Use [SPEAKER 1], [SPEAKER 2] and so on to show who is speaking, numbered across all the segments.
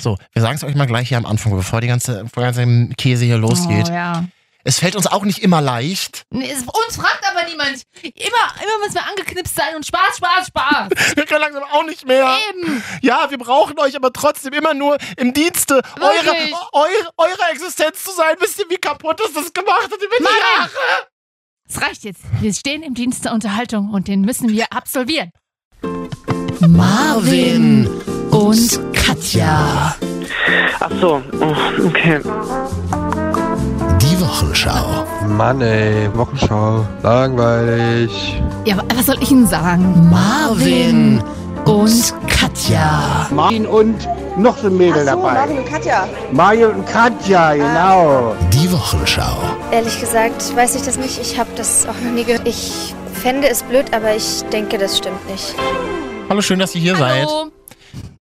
[SPEAKER 1] So, wir sagen es euch mal gleich hier am Anfang, bevor die ganze, bevor der ganze Käse hier losgeht.
[SPEAKER 2] Oh, ja.
[SPEAKER 1] Es fällt uns auch nicht immer leicht.
[SPEAKER 2] Nee, es- Uns fragt aber niemand. Immer, immer müssen wir angeknipst sein und Spaß, Spaß, Spaß.
[SPEAKER 1] Wir können langsam auch nicht mehr.
[SPEAKER 2] Eben.
[SPEAKER 1] Ja, wir brauchen euch aber trotzdem immer nur im Dienste eurer
[SPEAKER 2] Wirklich?
[SPEAKER 1] eure, eure Existenz zu sein. Wisst ihr, wie kaputt ist das gemacht hat? Mit
[SPEAKER 2] Mann! Es reicht jetzt. Wir stehen im Dienst der Unterhaltung und den müssen wir absolvieren.
[SPEAKER 1] Marvin
[SPEAKER 2] und Katja.
[SPEAKER 3] Ach so, oh, okay.
[SPEAKER 1] Die Wochenschau.
[SPEAKER 4] Mann ey, Wochenschau. Langweilig.
[SPEAKER 2] Ja, aber was soll ich Ihnen sagen? Marvin und Katja.
[SPEAKER 5] Martin und noch so ein Mädel
[SPEAKER 6] Ach so,
[SPEAKER 5] dabei.
[SPEAKER 6] Marvin und Katja. Ah.
[SPEAKER 5] Mario und Katja, genau.
[SPEAKER 1] Die Wochenschau.
[SPEAKER 7] Ehrlich gesagt weiß ich das nicht. Ich habe das auch noch nie gehört. Ich fände es blöd, aber ich denke, das stimmt nicht.
[SPEAKER 1] Hallo, schön, dass ihr hier seid.
[SPEAKER 2] Hallo.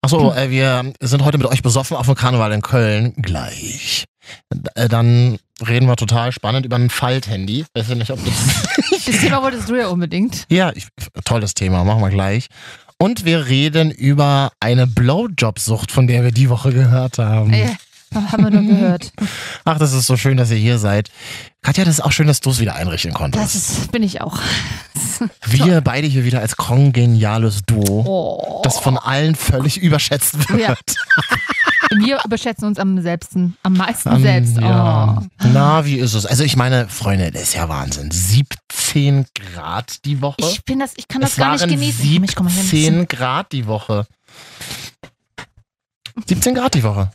[SPEAKER 1] Achso, äh, wir sind heute mit euch besoffen auf dem Karneval in Köln. Gleich. D- Äh, dann reden wir total spannend über ein Falthandy. Weiß ja nicht, ob das.
[SPEAKER 2] Das Thema wolltest du ja unbedingt.
[SPEAKER 1] ja, ich, tolles Thema, machen wir gleich. Und wir reden über eine Blowjob-Sucht, von der wir die Woche gehört haben.
[SPEAKER 2] Ey, haben wir nur gehört.
[SPEAKER 1] Ach, das ist so schön, dass ihr hier seid. Katja, das ist auch schön, dass du es wieder einrichten
[SPEAKER 2] Das
[SPEAKER 1] konntest.
[SPEAKER 2] ist, bin ich auch.
[SPEAKER 1] wir beide hier wieder als kongeniales Duo,
[SPEAKER 2] Oh.
[SPEAKER 1] das von allen völlig überschätzt wird.
[SPEAKER 2] Ja. Wir überschätzen uns am selbsten, am meisten
[SPEAKER 1] Ähm,
[SPEAKER 2] selbst. Oh.
[SPEAKER 1] ja. Na, wie ist es? Also ich meine, Freunde, das ist ja Wahnsinn. 17 Grad die Woche.
[SPEAKER 2] Ich bin das, ich kann das
[SPEAKER 1] es
[SPEAKER 2] gar
[SPEAKER 1] waren
[SPEAKER 2] nicht genießen. Ich komm mal hier ein bisschen-
[SPEAKER 1] 17 Grad die Woche. 17 Grad die Woche.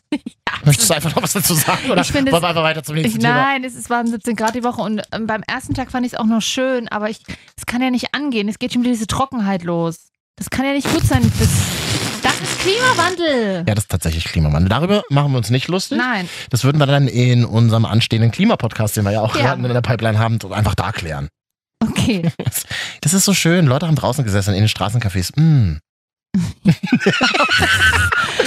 [SPEAKER 1] Möchtest du einfach noch was dazu sagen? Oder
[SPEAKER 2] Ich finde es-
[SPEAKER 1] wollen wir einfach weiter zum
[SPEAKER 2] Ich,
[SPEAKER 1] nächsten Thema?
[SPEAKER 2] nein, es ist, waren 17 Grad die Woche und ähm, beim ersten Tag fand ich es auch noch schön, aber ich, es kann ja nicht angehen. Es geht schon wieder diese Trockenheit los. Das kann ja nicht gut sein. Das, das ist Klimawandel.
[SPEAKER 1] Ja, das ist tatsächlich Klimawandel. Darüber machen wir uns nicht lustig.
[SPEAKER 2] Nein,
[SPEAKER 1] Das würden wir dann in unserem anstehenden Klimapodcast, den wir ja auch
[SPEAKER 2] Ja.
[SPEAKER 1] gerade in der Pipeline haben, einfach da klären.
[SPEAKER 2] okay.
[SPEAKER 1] Das ist so schön. Leute haben draußen gesessen in den Straßencafés.
[SPEAKER 2] Mhm.
[SPEAKER 1] Mm.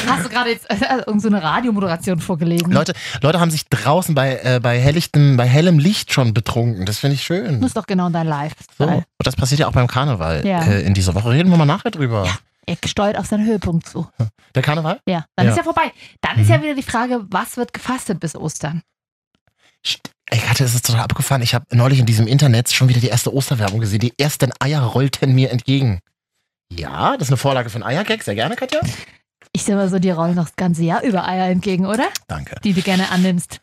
[SPEAKER 2] Hast du gerade jetzt äh, irgendeine so eine Radiomoderation vorgelesen?
[SPEAKER 1] Leute, Leute haben sich draußen bei, äh, bei, helllichtem, bei hellem Licht schon betrunken. Das finde ich schön.
[SPEAKER 2] Das ist doch genau dein Live.
[SPEAKER 1] So. Und das passiert ja auch beim Karneval
[SPEAKER 2] Ja.
[SPEAKER 1] äh, in dieser Woche. Reden wir mal nachher drüber.
[SPEAKER 2] Er steuert auf seinen Höhepunkt zu.
[SPEAKER 1] Der Karneval?
[SPEAKER 2] Ja,
[SPEAKER 1] Ja.
[SPEAKER 2] dann
[SPEAKER 1] Mhm.
[SPEAKER 2] ist ja vorbei. Dann ist ja wieder die Frage, was wird gefastet bis Ostern?
[SPEAKER 1] Ey, Katja, es ist total abgefahren. Ich habe neulich in diesem Internet schon wieder die erste Osterwerbung gesehen. Die ersten Eier rollten mir entgegen. Ja, das ist eine Vorlage von Eiergag. Sehr gerne, Katja.
[SPEAKER 2] Ich sehe mal so, die rollen noch das ganze Jahr über Eier entgegen, oder?
[SPEAKER 1] Danke.
[SPEAKER 2] Die du gerne annimmst.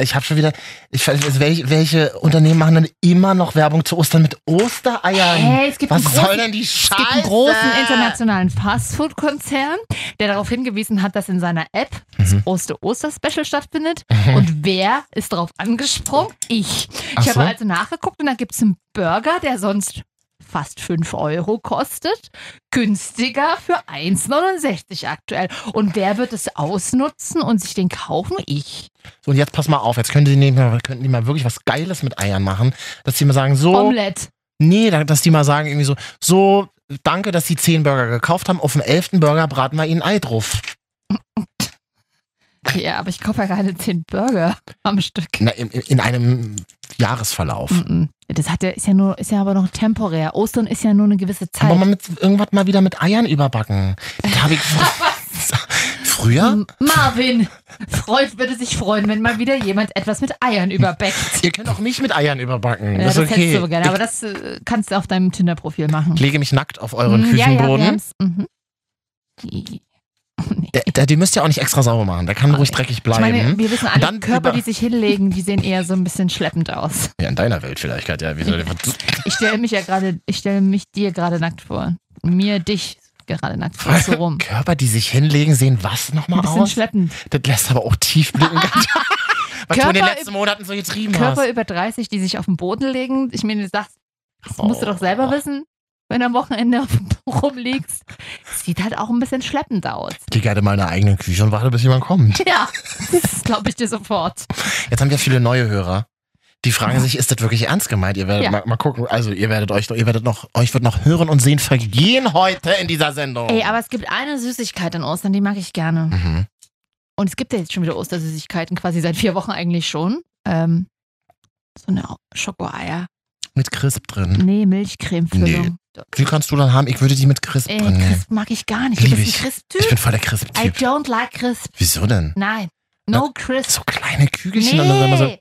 [SPEAKER 1] Ich habe schon wieder. Ich weiß, nicht, welche, welche Unternehmen machen dann immer noch Werbung zu Ostern mit Ostereiern?
[SPEAKER 2] Hey, es gibt
[SPEAKER 1] Was
[SPEAKER 2] einen
[SPEAKER 1] soll
[SPEAKER 2] großen
[SPEAKER 1] denn die Scheiße?
[SPEAKER 2] Es gibt einen großen internationalen Fastfood-Konzern, der darauf hingewiesen hat, dass in seiner App das
[SPEAKER 1] Mhm.
[SPEAKER 2] große Oster-Special stattfindet.
[SPEAKER 1] Mhm.
[SPEAKER 2] Und wer ist darauf angesprungen? Ich.
[SPEAKER 1] Ach
[SPEAKER 2] Ich
[SPEAKER 1] so.
[SPEAKER 2] habe also nachgeguckt und da gibt es einen Burger, der sonst fast 5 Euro kostet, günstiger für 1,69 aktuell. Und wer wird es ausnutzen und sich den kaufen? Ich.
[SPEAKER 1] So, und jetzt pass mal auf, jetzt könnten die, nicht mal- könnten die mal wirklich was Geiles mit Eiern machen, dass die mal sagen, so,
[SPEAKER 2] Omelette.
[SPEAKER 1] nee, da- dass die mal sagen irgendwie so, so, danke, dass sie zehn Burger gekauft haben, auf dem elften Burger braten wir ihnen Ei drauf.
[SPEAKER 2] Ja, aber ich kaufe ja keine 10 Burger am Stück.
[SPEAKER 1] Na, in, in- in einem Jahresverlauf.
[SPEAKER 2] Mm-mm. Das hat ja, ist ja nur, ist ja aber noch temporär. Ostern ist ja nur eine gewisse Zeit.
[SPEAKER 1] Aber mal mit irgendwas mal wieder mit Eiern überbacken. Da habe ich früher
[SPEAKER 2] M- Marvin, Freud würde sich freuen, wenn mal wieder jemand etwas mit Eiern überbäckt.
[SPEAKER 1] Ihr könnt auch mich mit Eiern überbacken.
[SPEAKER 2] Ja,
[SPEAKER 1] das
[SPEAKER 2] das
[SPEAKER 1] ist okay.
[SPEAKER 2] hättest du aber gerne, aber das äh, kannst du auf deinem Tinder-Profil machen.
[SPEAKER 1] ich lege mich nackt auf euren
[SPEAKER 2] Hm,
[SPEAKER 1] Küchenboden.
[SPEAKER 2] Ja, ja, wir haben's. mhm.
[SPEAKER 1] Der, der, die müsst ihr auch nicht extra sauber machen. Der kann ruhig dreckig
[SPEAKER 2] Oh, Ich
[SPEAKER 1] bleiben.
[SPEAKER 2] meine, wir wissen alle,
[SPEAKER 1] Dann
[SPEAKER 2] Körper,
[SPEAKER 1] über-
[SPEAKER 2] die sich hinlegen, die sehen eher so ein bisschen schleppend aus.
[SPEAKER 1] ja, in deiner Welt vielleicht, Katja. Wie soll
[SPEAKER 2] Ich stelle mich ja gerade, ich stelle mich dir gerade nackt vor. Mir, dich gerade nackt vor, so rum.
[SPEAKER 1] Körper, die sich hinlegen, sehen was
[SPEAKER 2] Ein
[SPEAKER 1] nochmal
[SPEAKER 2] bisschen
[SPEAKER 1] aus?
[SPEAKER 2] schleppend.
[SPEAKER 1] Das lässt aber auch tief blicken, Katja. Was du in den
[SPEAKER 2] Körper-
[SPEAKER 1] letzten Monaten so getrieben
[SPEAKER 2] Körper
[SPEAKER 1] hast.
[SPEAKER 2] über 30, die sich auf den Boden legen. Ich meine, du sagst, das
[SPEAKER 1] Oh.
[SPEAKER 2] musst du doch selber wissen, wenn du am Wochenende auf dem Po rumliegst. Sieht halt auch ein bisschen schleppend aus.
[SPEAKER 1] Geh gerne mal in deine eigene Küche und warte, bis jemand kommt.
[SPEAKER 2] Ja, das glaube ich dir sofort.
[SPEAKER 1] Jetzt haben wir viele neue Hörer. Die fragen sich, ist das wirklich ernst gemeint? Ihr werdet
[SPEAKER 2] Ja.
[SPEAKER 1] mal, mal gucken. Also ihr werdet euch, ihr werdet noch, euch wird noch hören und sehen vergehen heute in dieser Sendung.
[SPEAKER 2] Ey, aber es gibt eine Süßigkeit an Ostern, die mag ich gerne.
[SPEAKER 1] mhm.
[SPEAKER 2] Und es gibt ja jetzt schon wieder Ostersüßigkeiten, quasi seit vier Wochen eigentlich schon. Ähm, so eine Schokoeier.
[SPEAKER 1] Mit Crisp drin.
[SPEAKER 2] Nee, Milchcreme-Füllung.
[SPEAKER 1] Die kannst du dann haben. Ich würde die mit Crisp
[SPEAKER 2] Ey,
[SPEAKER 1] drin nehmen.
[SPEAKER 2] Crisp mag ich gar nicht.
[SPEAKER 1] Lieb
[SPEAKER 2] du bist
[SPEAKER 1] ich.
[SPEAKER 2] ein
[SPEAKER 1] Ich bin
[SPEAKER 2] Crisp-Typ.
[SPEAKER 1] voll der
[SPEAKER 2] I
[SPEAKER 1] Crisp-Typ.
[SPEAKER 2] don't like Crisp.
[SPEAKER 1] Wieso denn?
[SPEAKER 2] Nein. No Crisp.
[SPEAKER 1] So kleine Kügelchen und dann immer so.
[SPEAKER 2] Nee.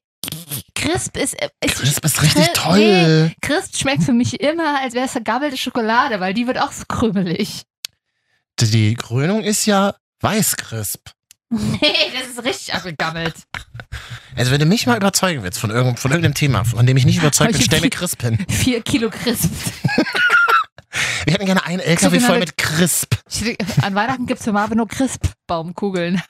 [SPEAKER 2] Crisp ist, äh, ist
[SPEAKER 1] Crisp ist richtig
[SPEAKER 2] Cri-
[SPEAKER 1] toll.
[SPEAKER 2] Crisp schmeckt für mich immer, als wäre es gegabbelte Schokolade, weil die wird auch so krümelig.
[SPEAKER 1] Die Krönung ist ja Weißcrisp.
[SPEAKER 2] Nee, das ist richtig abgegammelt.
[SPEAKER 1] Also wenn du mich mal überzeugen willst von, irgend, von irgendeinem Thema, von dem ich nicht überzeugt bin, stell mir Crisp hin.
[SPEAKER 2] Vier Kilo Crisp.
[SPEAKER 1] Wir hätten gerne einen LKW voll mit Crisp.
[SPEAKER 2] Ich denk, An Weihnachten gibt es für Marvin nur Crisp-Baumkugeln.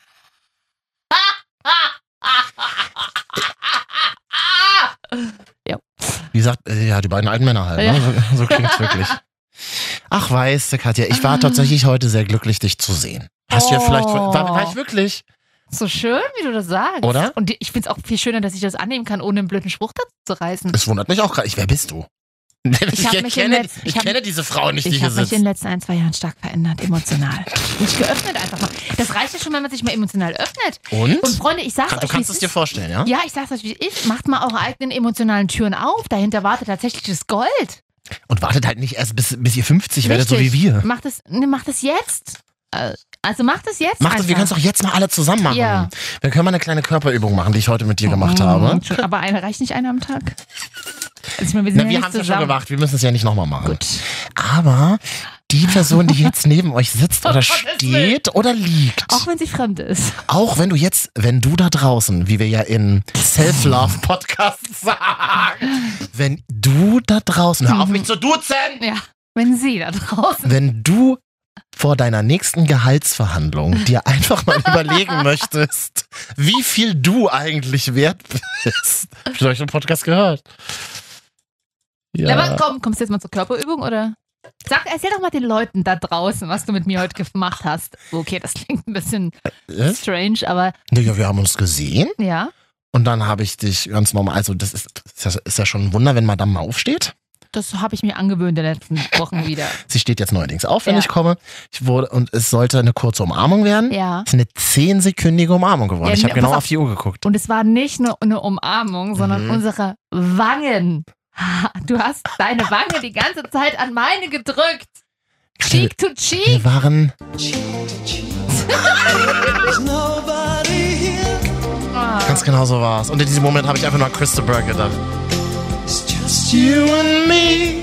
[SPEAKER 1] Wie gesagt, äh, ja, die beiden alten Männer halt.
[SPEAKER 2] Ja.
[SPEAKER 1] Ne? So, so klingt's wirklich. Ach, weißt du, Katja, ich war tatsächlich heute sehr glücklich, dich zu sehen. Hast du ja
[SPEAKER 2] Ah. Oh.
[SPEAKER 1] vielleicht... War, war ich wirklich?
[SPEAKER 2] So schön, wie du das sagst.
[SPEAKER 1] Oder?
[SPEAKER 2] Und ich finde es auch viel schöner, dass ich das annehmen kann, ohne einen blöden Spruch dazu zu reißen.
[SPEAKER 1] Es wundert mich auch gerade. Ich- Wer bist du? Ich,
[SPEAKER 2] hab mich im
[SPEAKER 1] kenne,
[SPEAKER 2] Netz-
[SPEAKER 1] ich
[SPEAKER 2] ich hab-
[SPEAKER 1] kenne diese Frau nicht, die
[SPEAKER 2] Ich
[SPEAKER 1] hier
[SPEAKER 2] habe mich in
[SPEAKER 1] sitzt.
[SPEAKER 2] den letzten ein, zwei Jahren stark verändert, emotional. Mich geöffnet einfach mal. Das reicht ja schon, wenn man sich mal emotional öffnet.
[SPEAKER 1] Und?
[SPEAKER 2] Und Freunde, ich sag's
[SPEAKER 1] Ka- Hm? Du
[SPEAKER 2] euch, wie
[SPEAKER 1] kannst
[SPEAKER 2] es
[SPEAKER 1] es
[SPEAKER 2] ist.
[SPEAKER 1] dir vorstellen, ja?
[SPEAKER 2] Ja, ich sag's euch, wie ich. Macht mal eure eigenen emotionalen Türen auf. Dahinter wartet tatsächlich das Gold.
[SPEAKER 1] Und wartet halt nicht erst, bis, bis ihr 50 werdet, so wie
[SPEAKER 2] Richtig.
[SPEAKER 1] wir.
[SPEAKER 2] Macht es, ne, macht es jetzt. Äh, Also macht es jetzt.
[SPEAKER 1] Mach das, wir können es auch jetzt mal alle zusammen machen.
[SPEAKER 2] Ja.
[SPEAKER 1] Wir können mal eine kleine Körperübung machen, die ich heute mit dir gemacht
[SPEAKER 2] Mhm,
[SPEAKER 1] habe.
[SPEAKER 2] schon, Aber eine reicht nicht eine am Tag. Also ich meine, wir sind
[SPEAKER 1] Na,
[SPEAKER 2] ja
[SPEAKER 1] wir
[SPEAKER 2] nicht
[SPEAKER 1] haben es ja schon
[SPEAKER 2] zusammen.
[SPEAKER 1] gemacht, wir müssen es ja nicht nochmal machen.
[SPEAKER 2] Gut.
[SPEAKER 1] Aber die Person, die jetzt neben euch sitzt oder
[SPEAKER 2] Oh Gottes
[SPEAKER 1] steht oder liegt,
[SPEAKER 2] Auch wenn sie fremd ist.
[SPEAKER 1] auch wenn du jetzt, wenn du da draußen, wie wir ja in Self-Love-Podcasts sagen, wenn du da draußen, hör auf mich zu duzen!
[SPEAKER 2] Ja. Wenn sie da draußen.
[SPEAKER 1] wenn du vor deiner nächsten Gehaltsverhandlung dir einfach mal überlegen möchtest, wie viel du eigentlich wert bist. Hab ich euch im Podcast gehört?
[SPEAKER 2] Aber komm, kommst du jetzt mal zur Körperübung oder? Sag, erzähl doch mal den Leuten da draußen, was du mit mir heute gemacht hast. Okay, das klingt ein bisschen
[SPEAKER 1] Äh?
[SPEAKER 2] strange, aber
[SPEAKER 1] Naja, wir haben uns gesehen
[SPEAKER 2] ja.
[SPEAKER 1] und dann habe ich dich ganz normal, also das ist, das ist ja schon ein Wunder, wenn Madame mal aufsteht.
[SPEAKER 2] Das habe ich mir angewöhnt in den letzten Wochen wieder.
[SPEAKER 1] Sie steht jetzt neuerdings auf, wenn
[SPEAKER 2] Ja.
[SPEAKER 1] ich komme. Ich wurde, und es sollte eine kurze Umarmung werden.
[SPEAKER 2] Ja.
[SPEAKER 1] Es ist eine zehnsekündige Umarmung geworden.
[SPEAKER 2] Ja,
[SPEAKER 1] ich habe
[SPEAKER 2] pass
[SPEAKER 1] genau
[SPEAKER 2] auf.
[SPEAKER 1] auf die Uhr geguckt.
[SPEAKER 2] Und es war nicht nur eine Umarmung, sondern
[SPEAKER 1] Mhm.
[SPEAKER 2] unsere Wangen. Du hast deine Wange die ganze Zeit an meine gedrückt. Cheek to cheek.
[SPEAKER 1] Wir waren Ganz genau so war's. Und in diesem Moment habe ich einfach nur an Christopher gedacht. You and me.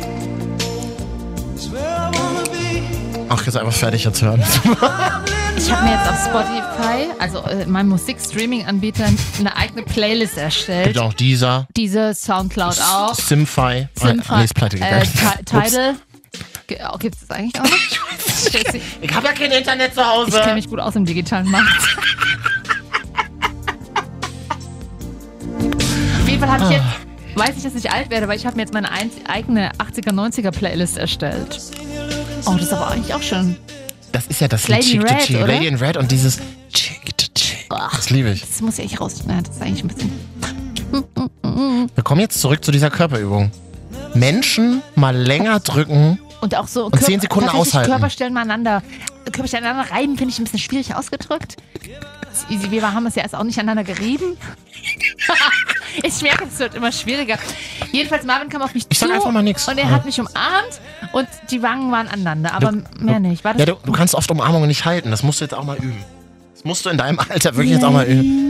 [SPEAKER 1] Ach, jetzt einfach fertig jetzt hören.
[SPEAKER 2] Ich habe mir jetzt auf Spotify, also äh, meinem Musikstreaming-Anbieter, eine eigene Playlist erstellt.
[SPEAKER 1] Gibt auch dieser.
[SPEAKER 2] Diese Soundcloud auch.
[SPEAKER 1] Simfy. Oh,
[SPEAKER 2] Simfa-
[SPEAKER 1] Nee, ist pleite
[SPEAKER 2] äh,
[SPEAKER 1] gegangen.
[SPEAKER 2] Ti-
[SPEAKER 1] Ups.
[SPEAKER 2] Tidal. Ge- oh, Gibt's das eigentlich auch noch?
[SPEAKER 1] Ich habe ja kein Internet zu
[SPEAKER 2] Ich kenne
[SPEAKER 1] Hause.
[SPEAKER 2] mich gut aus im digitalen Markt. Auf jeden Fall habe ich jetzt, weiß ich, dass ich alt werde, weil ich habe mir jetzt meine ein- eigene 80er, 90er Playlist erstellt. Oh, das ist aber eigentlich auch schon.
[SPEAKER 1] Das ist ja das Lied
[SPEAKER 2] Lady in
[SPEAKER 1] Chick to
[SPEAKER 2] Red,
[SPEAKER 1] Chick.
[SPEAKER 2] oder?
[SPEAKER 1] Lady in Red und dieses Chick to Chick. Das liebe ich.
[SPEAKER 2] Das muss ich eigentlich rausschneiden. Das ist eigentlich ein bisschen.
[SPEAKER 1] Wir kommen jetzt zurück zu dieser Körperübung. Menschen mal länger drücken.
[SPEAKER 2] Und auch so.
[SPEAKER 1] Und zehn Sekunden
[SPEAKER 2] tatsächlich
[SPEAKER 1] aushalten.
[SPEAKER 2] Körperstellen mal aneinander. Körperstellen aneinander reiben finde ich ein bisschen schwierig ausgedrückt. Das ist Easy, wir haben es ja erst auch nicht aneinander gerieben. ich merke, es wird immer schwieriger. Jedenfalls, Marvin kam auf mich
[SPEAKER 1] Ich
[SPEAKER 2] zu.
[SPEAKER 1] sag einfach mal nichts.
[SPEAKER 2] Und er hat mich umarmt und die Wangen waren aneinander, aber mehr nicht. War das
[SPEAKER 1] Ja, du, du kannst oft Umarmungen nicht halten. Das musst du jetzt auch mal üben. Das musst du in deinem Alter wirklich jetzt auch mal üben.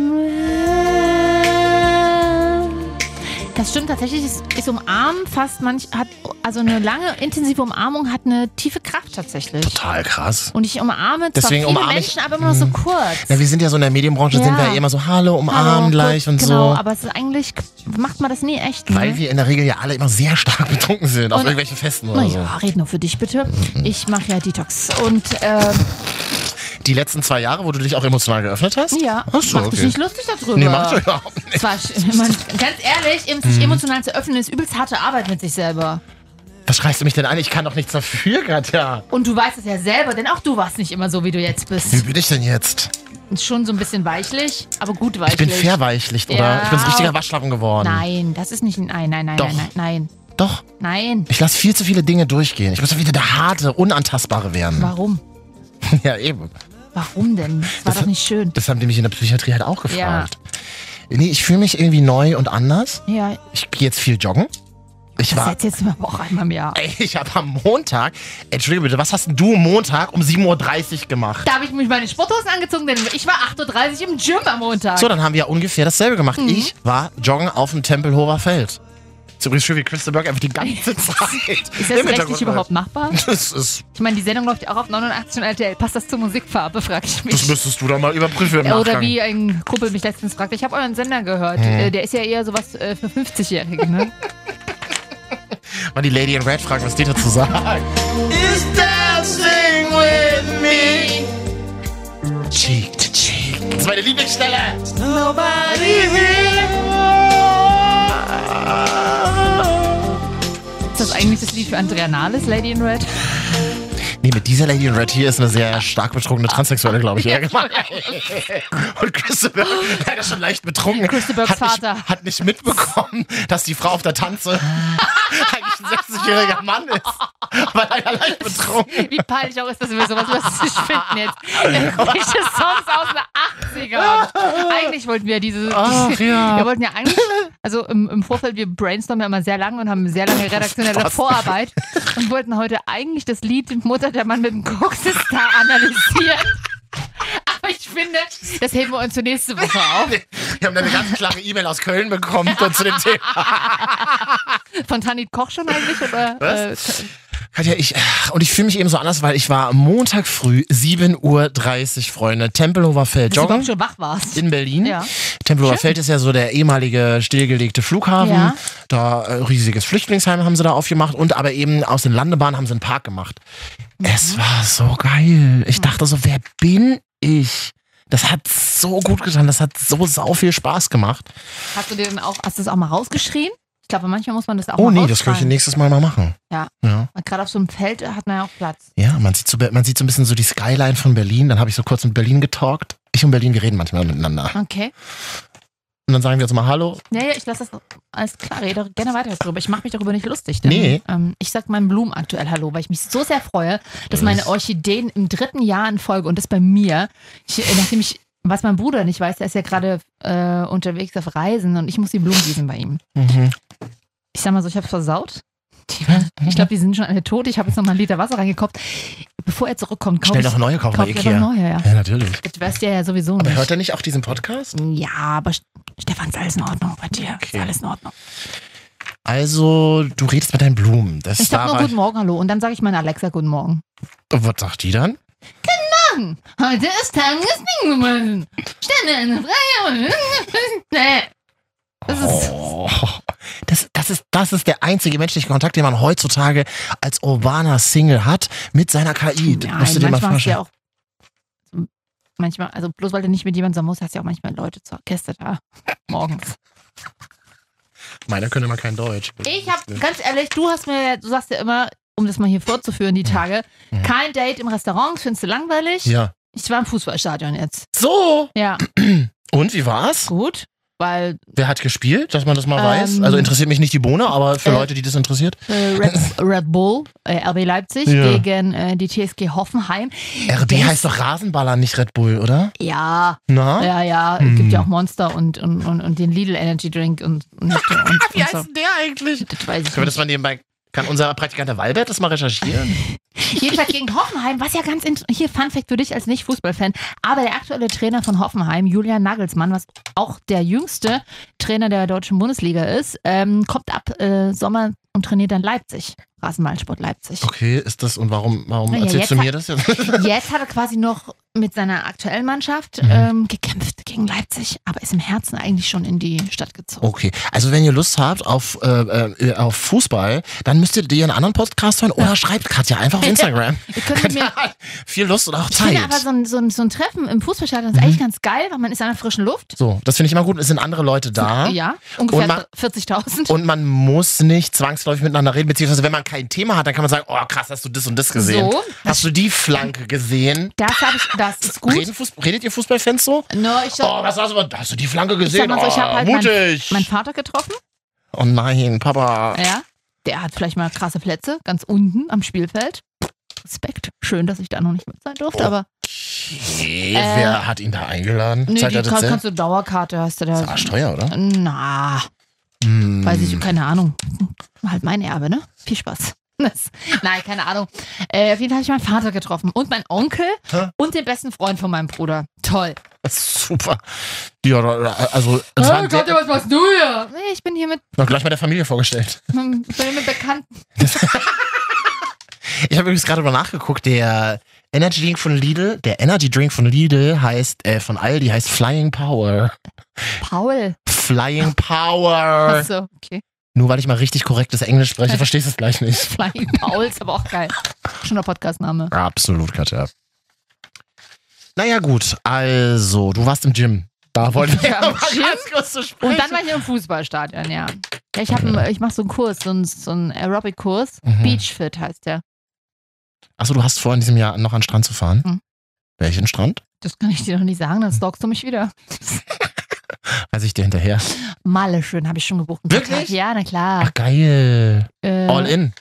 [SPEAKER 2] Das stimmt tatsächlich, ist, ist umarmen fast manch hat also eine lange intensive Umarmung hat eine tiefe Kraft tatsächlich.
[SPEAKER 1] Total krass.
[SPEAKER 2] Und ich umarme zwar
[SPEAKER 1] Deswegen
[SPEAKER 2] viele
[SPEAKER 1] umarme ich-
[SPEAKER 2] Menschen, aber immer nur so
[SPEAKER 1] Mhm.
[SPEAKER 2] kurz.
[SPEAKER 1] Ja, wir sind ja so in der Medienbranche, sind wir
[SPEAKER 2] Ja.
[SPEAKER 1] ja immer so, hallo, umarmen
[SPEAKER 2] Hallo,
[SPEAKER 1] gleich
[SPEAKER 2] kurz,
[SPEAKER 1] und
[SPEAKER 2] genau,
[SPEAKER 1] so.
[SPEAKER 2] aber es ist eigentlich macht man das nie echt.
[SPEAKER 1] Weil
[SPEAKER 2] ne?
[SPEAKER 1] wir in der Regel ja alle immer sehr stark betrunken sind, auf
[SPEAKER 2] Und-
[SPEAKER 1] irgendwelchen Festen oder so.
[SPEAKER 2] naja, red nur für dich bitte.
[SPEAKER 1] Mhm.
[SPEAKER 2] Ich mache ja Detox. Und ähm,
[SPEAKER 1] Die letzten zwei Jahre, wo du dich auch emotional geöffnet hast?
[SPEAKER 2] ja,
[SPEAKER 1] Ach so,
[SPEAKER 2] mach dich
[SPEAKER 1] okay.
[SPEAKER 2] nicht lustig darüber.
[SPEAKER 1] Nee, mach du überhaupt nicht. Mhm.
[SPEAKER 2] Es war, sch- man, ganz ehrlich, eben sich emotional zu öffnen, ist übelst harte Arbeit mit sich selber.
[SPEAKER 1] Was schreist du mich denn an? Ich kann doch nichts dafür, Katja.
[SPEAKER 2] Und du weißt es ja selber, denn auch du warst nicht immer so, wie du jetzt
[SPEAKER 1] Wie
[SPEAKER 2] bist.
[SPEAKER 1] bin ich denn jetzt?
[SPEAKER 2] Ist Schon so ein bisschen weichlich, aber gut
[SPEAKER 1] Ich
[SPEAKER 2] weichlich.
[SPEAKER 1] bin verweichlicht, oder?
[SPEAKER 2] Ja.
[SPEAKER 1] Ich bin so ein richtiger Waschlappen geworden.
[SPEAKER 2] Nein, das ist nicht ein Nein, nein, nein,
[SPEAKER 1] Doch.
[SPEAKER 2] nein, nein,
[SPEAKER 1] Doch,
[SPEAKER 2] nein. Nein.
[SPEAKER 1] ich lasse viel zu viele Dinge durchgehen. Ich muss doch wieder der harte, unantastbare werden.
[SPEAKER 2] Warum?
[SPEAKER 1] Ja, eben.
[SPEAKER 2] Warum denn? Das war
[SPEAKER 1] Das-
[SPEAKER 2] doch nicht schön.
[SPEAKER 1] Das haben die mich in der Psychiatrie halt auch gefragt. Nee, ich fühle mich irgendwie neu und anders.
[SPEAKER 2] Ja,
[SPEAKER 1] Ich gehe jetzt viel joggen. Ich
[SPEAKER 2] Das
[SPEAKER 1] war.
[SPEAKER 2] hätte jetzt aber auch einmal im Jahr.
[SPEAKER 1] Ey, ich habe am Montag. Entschuldige bitte, was hast denn du Montag um 7.30 Uhr gemacht?
[SPEAKER 2] Da habe ich mich meine Sporthosen angezogen, denn ich war 8.30 Uhr im Gym am Montag.
[SPEAKER 1] So, dann haben wir ja ungefähr dasselbe gemacht.
[SPEAKER 2] Mhm.
[SPEAKER 1] Ich war joggen auf dem Tempelhofer Feld. Ist übrigens schön, wie Crystal Burke einfach die ganze Zeit.
[SPEAKER 2] ist das rechtlich überhaupt machbar?
[SPEAKER 1] Das, ist,
[SPEAKER 2] Ich meine, die Sendung läuft ja auch auf 89 und RTL. Passt das zur Musikfarbe, frage ich
[SPEAKER 1] das
[SPEAKER 2] mich.
[SPEAKER 1] müsstest du doch mal überprüfen im
[SPEAKER 2] Oder
[SPEAKER 1] Nachgang.
[SPEAKER 2] wie ein Kumpel mich letztens fragte, ich habe euren Sender gehört. Äh, Der ist ja eher sowas äh, für 50-Jährige, ne?
[SPEAKER 1] Mal die Lady in Red fragen, was die dazu sagt. Is dancing with me. Cheek to cheek. Das ist meine Lieblingsstelle. Nobody here.
[SPEAKER 2] Ist das eigentlich das Lied für Andrea Nahles, Lady in Red?
[SPEAKER 1] Nee, mit dieser Lady in Red hier ist eine sehr stark betrunkene Transsexuelle, glaube ich, eher gemeint. Und Christopher, leider schon leicht betrunken,
[SPEAKER 2] genau. Christopher's
[SPEAKER 1] hat nicht,
[SPEAKER 2] Vater.
[SPEAKER 1] hat nicht mitbekommen, dass die Frau auf der Tanze eigentlich ein 60-jähriger Mann ist. Aber leider leicht betrunken.
[SPEAKER 2] Wie peinlich auch ist, dass wir sowas lustig finden jetzt. Irgendwelche Songs aus den 80ern. Eigentlich wollten wir diese...
[SPEAKER 1] Ach ja.
[SPEAKER 2] Wir wollten ja eigentlich, also im, im Vorfeld, wir brainstormen ja immer sehr lang und haben eine sehr lange redaktionelle
[SPEAKER 1] Spaß.
[SPEAKER 2] Vorarbeit und wollten heute eigentlich das Lied Mutter der Mann mit dem Koksestar analysieren. Aber ich finde, das heben wir uns für nächste Woche auf.
[SPEAKER 1] Wir haben eine ganz klare E-Mail aus Köln bekommen zu dem Thema.
[SPEAKER 2] Von Tanit Koch schon eigentlich? Oder, äh,
[SPEAKER 1] Was? Katja, ich, und ich fühle mich eben so anders, weil ich war am Montag früh 7.30 Uhr, Freunde, Tempelhofer Feld
[SPEAKER 2] Dass du überhaupt
[SPEAKER 1] joggen.
[SPEAKER 2] schon wach warst.
[SPEAKER 1] In Berlin.
[SPEAKER 2] Ja.
[SPEAKER 1] Tempelhofer
[SPEAKER 2] Schön.
[SPEAKER 1] Feld ist ja so der ehemalige stillgelegte Flughafen.
[SPEAKER 2] Ja.
[SPEAKER 1] Da äh, riesiges Flüchtlingsheim haben sie da aufgemacht und aber eben aus den Landebahnen haben sie einen Park gemacht.
[SPEAKER 2] Mhm.
[SPEAKER 1] Es war so geil. Ich dachte so, wer bin ich? Das hat so gut getan. Das hat so sau viel Spaß gemacht.
[SPEAKER 2] Hast du dir denn auch, hast du das auch mal rausgeschrien? Ich glaube, manchmal muss man das auch
[SPEAKER 1] Oh
[SPEAKER 2] mal
[SPEAKER 1] nee, das kann ich
[SPEAKER 2] rausschreien.
[SPEAKER 1] nächstes Mal mal machen.
[SPEAKER 2] Ja.
[SPEAKER 1] Ja,
[SPEAKER 2] Und Gerade auf so einem Feld äh, hat man ja auch Platz.
[SPEAKER 1] ja man, sieht so, man sieht so ein bisschen so die Skyline von Berlin. Dann habe ich so kurz mit Berlin getalkt. Ich und Berlin, wir reden manchmal miteinander.
[SPEAKER 2] Okay.
[SPEAKER 1] Und dann sagen wir uns mal Hallo.
[SPEAKER 2] Ja, ja, ich lasse das alles klar. Rede gerne weiter darüber. Ich mache mich darüber nicht lustig. Denn,
[SPEAKER 1] Nee.
[SPEAKER 2] Ähm, ich sag meinen Blumen aktuell Hallo, weil ich mich so sehr freue, dass meine Orchideen im dritten Jahr in Folge und das bei mir, ich, äh, nachdem ich, was mein Bruder nicht weiß, der ist ja gerade äh, unterwegs auf Reisen und ich muss die Blumen gießen bei ihm.
[SPEAKER 1] Mhm.
[SPEAKER 2] Ich sag mal so, ich hab's versaut. Die, ich glaube, die sind schon alle tot. Ich habe jetzt noch mal einen Liter Wasser reingekopft. Bevor er zurückkommt, kauf
[SPEAKER 1] Schnell
[SPEAKER 2] ich-
[SPEAKER 1] noch neue kaufen bei
[SPEAKER 2] kauf dir
[SPEAKER 1] Ikea.
[SPEAKER 2] noch neue, ja.
[SPEAKER 1] Ja, natürlich.
[SPEAKER 2] Das weißt du ja sowieso
[SPEAKER 1] Aber
[SPEAKER 2] nicht.
[SPEAKER 1] hört er nicht auch diesen Podcast?
[SPEAKER 2] ja, aber St- Stefan, ist alles in Ordnung bei dir.
[SPEAKER 1] Okay.
[SPEAKER 2] Ist alles in Ordnung.
[SPEAKER 1] Also, du redest mit deinen Blumen. Das
[SPEAKER 2] Ich sag
[SPEAKER 1] war
[SPEAKER 2] nur Guten Morgen, hallo. Und dann sage ich meiner Alexa Guten Morgen.
[SPEAKER 1] Was sagt die dann?
[SPEAKER 2] Heute ist Tag des Pinguins. Stelle eine Freie. Nee. Das ist,
[SPEAKER 1] Oh, das, das, ist, das ist der einzige menschliche Kontakt, den man heutzutage als urbaner Single hat mit seiner KI. Das
[SPEAKER 2] Nein,
[SPEAKER 1] musst du dir mal
[SPEAKER 2] manchmal hast du ja
[SPEAKER 1] vorstellen.
[SPEAKER 2] auch. Manchmal, also bloß weil du nicht mit jemandem sein musst, hast du ja auch manchmal Leute zur Orchester da. Morgens.
[SPEAKER 1] Meiner könnte mal kein Deutsch.
[SPEAKER 2] Ich hab, ganz ehrlich, du hast mir, du sagst ja immer, um das mal hier vorzuführen, die Tage,
[SPEAKER 1] Mhm.
[SPEAKER 2] kein Date im Restaurant, das findest du langweilig.
[SPEAKER 1] Ja.
[SPEAKER 2] Ich war im Fußballstadion jetzt.
[SPEAKER 1] So.
[SPEAKER 2] Ja,
[SPEAKER 1] Und wie war's?
[SPEAKER 2] gut. Weil
[SPEAKER 1] Wer hat gespielt, dass man das mal
[SPEAKER 2] Ähm,
[SPEAKER 1] weiß? Also interessiert mich nicht die Bohne, aber für
[SPEAKER 2] äh,
[SPEAKER 1] Leute, die das interessiert.
[SPEAKER 2] äh, Red, Red Bull, äh, RB Leipzig
[SPEAKER 1] Ja.
[SPEAKER 2] gegen äh, die TSG Hoffenheim.
[SPEAKER 1] RB
[SPEAKER 2] das-
[SPEAKER 1] heißt doch Rasenballer, nicht Red Bull, oder?
[SPEAKER 2] Ja,
[SPEAKER 1] Na?
[SPEAKER 2] ja, ja. Es
[SPEAKER 1] Hm.
[SPEAKER 2] gibt ja auch Monster und, und, und, und den Lidl Energy Drink und, und, und, und,
[SPEAKER 1] Wie
[SPEAKER 2] und
[SPEAKER 1] heißt
[SPEAKER 2] so.
[SPEAKER 1] denn der eigentlich?
[SPEAKER 2] Das weiß ich
[SPEAKER 1] Können wir das
[SPEAKER 2] nicht.
[SPEAKER 1] mal nebenbei. Kann unser Praktikant der Walbert das mal recherchieren?
[SPEAKER 2] Jedenfalls gegen Hoffenheim, was ja ganz int- hier Fun Fact für dich als nicht Fußballfan, aber der aktuelle Trainer von Hoffenheim, Julian Nagelsmann, was auch der jüngste Trainer der deutschen Bundesliga ist, ähm, kommt ab äh, Sommer und trainiert dann Leipzig, Rasenballsport Leipzig.
[SPEAKER 1] Okay, ist das und warum, warum
[SPEAKER 2] Na ja,
[SPEAKER 1] erzählst du
[SPEAKER 2] jetzt
[SPEAKER 1] mir das jetzt?
[SPEAKER 2] Jetzt hat er quasi noch mit seiner aktuellen Mannschaft
[SPEAKER 1] Mhm.
[SPEAKER 2] ähm, gekämpft gegen Leipzig, aber ist im Herzen eigentlich schon in die Stadt gezogen.
[SPEAKER 1] Okay, also wenn ihr Lust habt auf, äh, äh, auf Fußball, dann müsstet ihr einen anderen Podcast hören oder schreibt Katja einfach auf Instagram.
[SPEAKER 2] Ihr könnt mit mir,
[SPEAKER 1] Viel Lust und auch
[SPEAKER 2] ich
[SPEAKER 1] Zeit. Mhm.
[SPEAKER 2] finde aber so ein, so, ein, so ein Treffen im Fußballstadion ist eigentlich ganz geil, weil man ist an der frischen Luft.
[SPEAKER 1] so, das finde ich immer gut. Es sind andere Leute da.
[SPEAKER 2] Ja,
[SPEAKER 1] Und man-
[SPEAKER 2] ungefähr 40.000.
[SPEAKER 1] Und man muss nicht zwangsläufig miteinander reden, beziehungsweise wenn man kein Thema hat, dann kann man sagen, oh krass, hast du das und das gesehen?
[SPEAKER 2] So.
[SPEAKER 1] Hast du die Flanke gesehen?
[SPEAKER 2] Das, hab ich, das ist gut.
[SPEAKER 1] Reden Fuß redet ihr Fußballfans so?
[SPEAKER 2] No, ich
[SPEAKER 1] Oh,
[SPEAKER 2] sag,
[SPEAKER 1] was hast du? Hast du die Flanke
[SPEAKER 2] ich sag
[SPEAKER 1] gesehen?
[SPEAKER 2] mal so, ich
[SPEAKER 1] oh,
[SPEAKER 2] habe halt meinen
[SPEAKER 1] mutig.
[SPEAKER 2] mein Vater getroffen.
[SPEAKER 1] oh nein, Papa.
[SPEAKER 2] Ja. Der hat vielleicht mal krasse Plätze, ganz unten am Spielfeld. Respekt. Schön, dass ich da noch nicht mit sein durfte,
[SPEAKER 1] Oh.
[SPEAKER 2] aber
[SPEAKER 1] Okay, wer hat ihn da eingeladen?
[SPEAKER 2] nee,
[SPEAKER 1] Zahlt
[SPEAKER 2] die
[SPEAKER 1] er das
[SPEAKER 2] kann,
[SPEAKER 1] selber?
[SPEAKER 2] kannst du Dauerkarte hast du da.
[SPEAKER 1] Das ist arschteuer, oder?
[SPEAKER 2] Na,
[SPEAKER 1] Hm.
[SPEAKER 2] Weiß ich, keine Ahnung. Halt mein Erbe, ne? Viel Spaß. Das- Nein, keine Ahnung. Äh, auf jeden Fall habe ich meinen Vater getroffen und meinen Onkel
[SPEAKER 1] Hä?
[SPEAKER 2] und den besten Freund von meinem Bruder. Toll.
[SPEAKER 1] Super. Ja, da- da- also es war sehr,
[SPEAKER 2] was machst du hier? Nee, ich bin hier mit,
[SPEAKER 1] noch gleich mal der Familie vorgestellt.
[SPEAKER 2] bin hier mit Bekannten.
[SPEAKER 1] Ich habe übrigens gerade mal nachgeguckt, der Energy Drink von Lidl, der Energy Drink von Lidl heißt, äh, von Aldi heißt Flying Power.
[SPEAKER 2] Paul.
[SPEAKER 1] Flying Power.
[SPEAKER 2] Achso, okay.
[SPEAKER 1] Nur weil ich mal richtig korrektes Englisch spreche, verstehst du es gleich nicht.
[SPEAKER 2] Flying Paul ist aber auch geil. Schöner Podcastname.
[SPEAKER 1] Absolut, Katja. Naja, gut, also, du warst im Gym. Da wollten wir
[SPEAKER 2] Ja, im
[SPEAKER 1] mal
[SPEAKER 2] Gym.
[SPEAKER 1] ganz kurz zu sprechen.
[SPEAKER 2] Und dann war ich im Fußballstadion, ja. ja ich hab einen- ich mache so einen Kurs, so einen, so einen Aerobic-Kurs.
[SPEAKER 1] Mhm.
[SPEAKER 2] Beachfit heißt der.
[SPEAKER 1] Achso, du hast vor, in diesem Jahr noch an den Strand zu fahren?
[SPEAKER 2] Mhm.
[SPEAKER 1] Welchen Strand?
[SPEAKER 2] Das kann ich dir noch nicht sagen, dann stalkst du mich wieder.
[SPEAKER 1] Weiß ich dir hinterher.
[SPEAKER 2] Malle schön, habe ich schon gebucht.
[SPEAKER 1] Wirklich?
[SPEAKER 2] Ja, na klar.
[SPEAKER 1] Ach, geil.
[SPEAKER 2] Äh,
[SPEAKER 1] All in.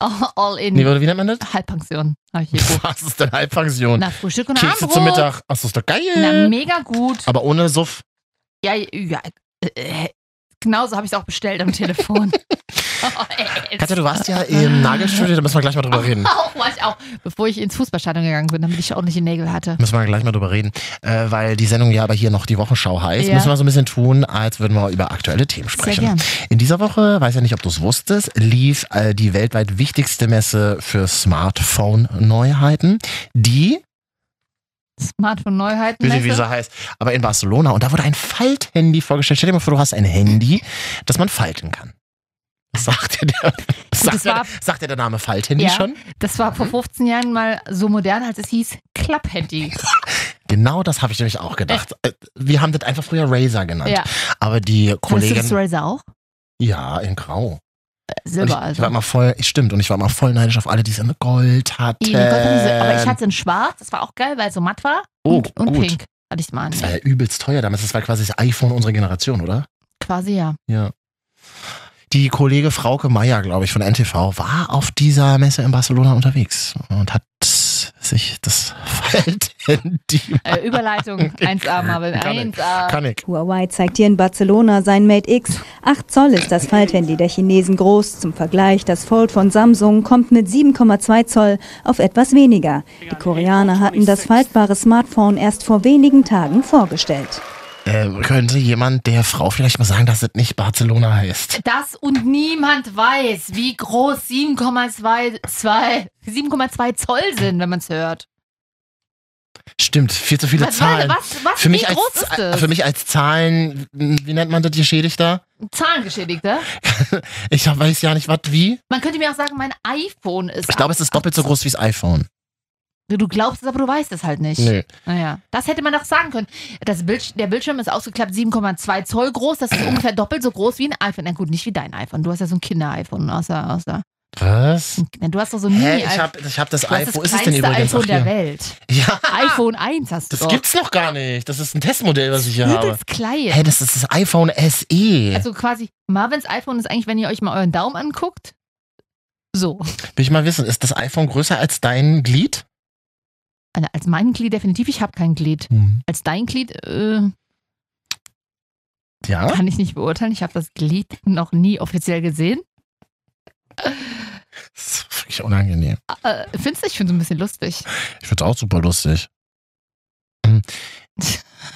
[SPEAKER 2] All in.
[SPEAKER 1] Nee, oder wie nennt man das?
[SPEAKER 2] Halbpension habe ich hier gebucht.
[SPEAKER 1] Was ist denn Halbpension?
[SPEAKER 2] Na, Frühstück und
[SPEAKER 1] Kekse
[SPEAKER 2] Abendbrot.
[SPEAKER 1] zum Mittag. Achso, ist doch
[SPEAKER 2] Na,
[SPEAKER 1] geil.
[SPEAKER 2] mega gut.
[SPEAKER 1] Aber ohne Suff.
[SPEAKER 2] Ja, ja. Äh, genauso habe ich es auch bestellt am Telefon.
[SPEAKER 1] Katja, du warst ja im Nagelstudio, da müssen wir gleich mal drüber reden.
[SPEAKER 2] Auch war ich auch, bevor ich ins Fußballstadion gegangen bin, damit ich ordentliche Nägel hatte.
[SPEAKER 1] Müssen wir gleich mal drüber reden, äh, weil die Sendung ja aber hier noch die Wochenschau heißt.
[SPEAKER 2] Ja.
[SPEAKER 1] Müssen wir so ein bisschen tun, als würden wir über aktuelle Themen
[SPEAKER 2] Sehr
[SPEAKER 1] sprechen.
[SPEAKER 2] gern.
[SPEAKER 1] In dieser Woche, weiß ja nicht, ob du es wusstest, lief äh, die weltweit wichtigste Messe für Smartphone-Neuheiten, die,
[SPEAKER 2] Smartphone-Neuheiten.
[SPEAKER 1] wie sie, wie
[SPEAKER 2] Messe.
[SPEAKER 1] sie heißt, aber in Barcelona. Und da wurde ein Falthandy vorgestellt. Stell dir mal vor, du hast ein Handy, das man falten kann. Sagt dir der, sagt dir,
[SPEAKER 2] war-
[SPEAKER 1] sagt dir der Name Falthandy
[SPEAKER 2] Ja.
[SPEAKER 1] schon?
[SPEAKER 2] Das war vor 15 Jahren mal so modern, als es hieß Club-Handy.
[SPEAKER 1] Genau das habe ich nämlich auch gedacht. Äh, Wir haben das einfach früher Razer genannt.
[SPEAKER 2] Ja.
[SPEAKER 1] Aber die
[SPEAKER 2] Hattest du das
[SPEAKER 1] Kollegin,
[SPEAKER 2] Razer auch?
[SPEAKER 1] ja, in Grau.
[SPEAKER 2] Äh,
[SPEAKER 1] Und ich,
[SPEAKER 2] Silber
[SPEAKER 1] ich
[SPEAKER 2] also.
[SPEAKER 1] war immer voll, stimmt, und ich war immer voll neidisch auf alle, die es in Gold hatten.
[SPEAKER 2] Eben, Gott, diese- aber ich hatte es in schwarz, das war auch geil, weil es so matt war.
[SPEAKER 1] Äh. Oh,
[SPEAKER 2] und und
[SPEAKER 1] gut. Äh.
[SPEAKER 2] pink hatte ich es mal. an.
[SPEAKER 1] Das war ja übelst teuer damals. Das war quasi das iPhone unserer Generation, oder?
[SPEAKER 2] Quasi ja.
[SPEAKER 1] Ja. Die Kollege Frauke Meier, glaube ich, von NTV, war auf dieser Messe in Barcelona unterwegs und hat sich das Falthandy.
[SPEAKER 2] Äh, Überleitung 1A, Marvin.
[SPEAKER 1] Kann ich.
[SPEAKER 2] 1A.
[SPEAKER 1] Kann ich.
[SPEAKER 6] Huawei zeigt hier in Barcelona sein Mate X. 8 Zoll ist das Falthandy der Chinesen groß. Zum Vergleich, das Fold von Samsung kommt mit 7,2 Zoll auf etwas weniger. Die Koreaner hatten das faltbare Smartphone erst vor wenigen Tagen vorgestellt.
[SPEAKER 1] Äh, könnte jemand der Frau vielleicht mal sagen, dass es nicht Barcelona heißt?
[SPEAKER 2] Das und niemand weiß, wie groß 7,2 zwei- 7,2 Zoll sind, wenn man es hört.
[SPEAKER 1] Stimmt, viel zu viele
[SPEAKER 2] Was,
[SPEAKER 1] Zahlen.
[SPEAKER 2] was, was,
[SPEAKER 1] für,
[SPEAKER 2] wie
[SPEAKER 1] mich
[SPEAKER 2] groß
[SPEAKER 1] als,
[SPEAKER 2] ist das?
[SPEAKER 1] für mich als Zahlen, wie nennt man das Geschädigter?
[SPEAKER 2] Zahlengeschädigter?
[SPEAKER 1] Ich hab- weiß ja nicht, was wie.
[SPEAKER 2] Man könnte mir auch sagen, mein iPhone ist.
[SPEAKER 1] Ich glaube, es ist doppelt so groß wie das iPhone.
[SPEAKER 2] Du glaubst es, aber du weißt es halt nicht.
[SPEAKER 1] Nö.
[SPEAKER 2] Naja, das hätte man doch sagen können. Das Bild, der Bildschirm ist ausgeklappt 7,2 Zoll groß. Das ist ungefähr doppelt so groß wie ein iPhone. Na gut, nicht wie dein iPhone. Du hast ja so ein Kinder-iPhone. Außer, außer,
[SPEAKER 1] Was?
[SPEAKER 2] du hast doch so ein
[SPEAKER 1] Hä? Ich
[SPEAKER 2] Mini-iPhone.
[SPEAKER 1] hab, ich hab das
[SPEAKER 2] Du hast
[SPEAKER 1] iPhone. Wo
[SPEAKER 2] das
[SPEAKER 1] ist es denn
[SPEAKER 2] kleinste
[SPEAKER 1] übrigens?
[SPEAKER 2] iPhone
[SPEAKER 1] Ach,
[SPEAKER 2] der
[SPEAKER 1] hier.
[SPEAKER 2] Welt.
[SPEAKER 1] Ja,
[SPEAKER 2] iPhone 1 hast du
[SPEAKER 1] das
[SPEAKER 2] doch.
[SPEAKER 1] gibt's noch gar nicht. Das ist ein Testmodell, was ich hier habe.
[SPEAKER 2] Übelst klein.
[SPEAKER 1] Hä, das ist das iPhone E. SE.
[SPEAKER 2] Also quasi, Marvins iPhone ist eigentlich, wenn ihr euch mal euren Daumen anguckt. So.
[SPEAKER 1] Will ich mal wissen, ist das iPhone größer als dein Glied?
[SPEAKER 2] Also Als mein Glied definitiv, ich habe kein Glied.
[SPEAKER 1] Mhm.
[SPEAKER 2] Als dein Glied äh,
[SPEAKER 1] Ja.
[SPEAKER 2] kann ich nicht beurteilen. Ich habe das Glied noch nie offiziell gesehen.
[SPEAKER 1] Das ist wirklich unangenehm.
[SPEAKER 2] Äh, findest du? Ich finde es ein bisschen lustig.
[SPEAKER 1] Ich find's auch super lustig. Hm.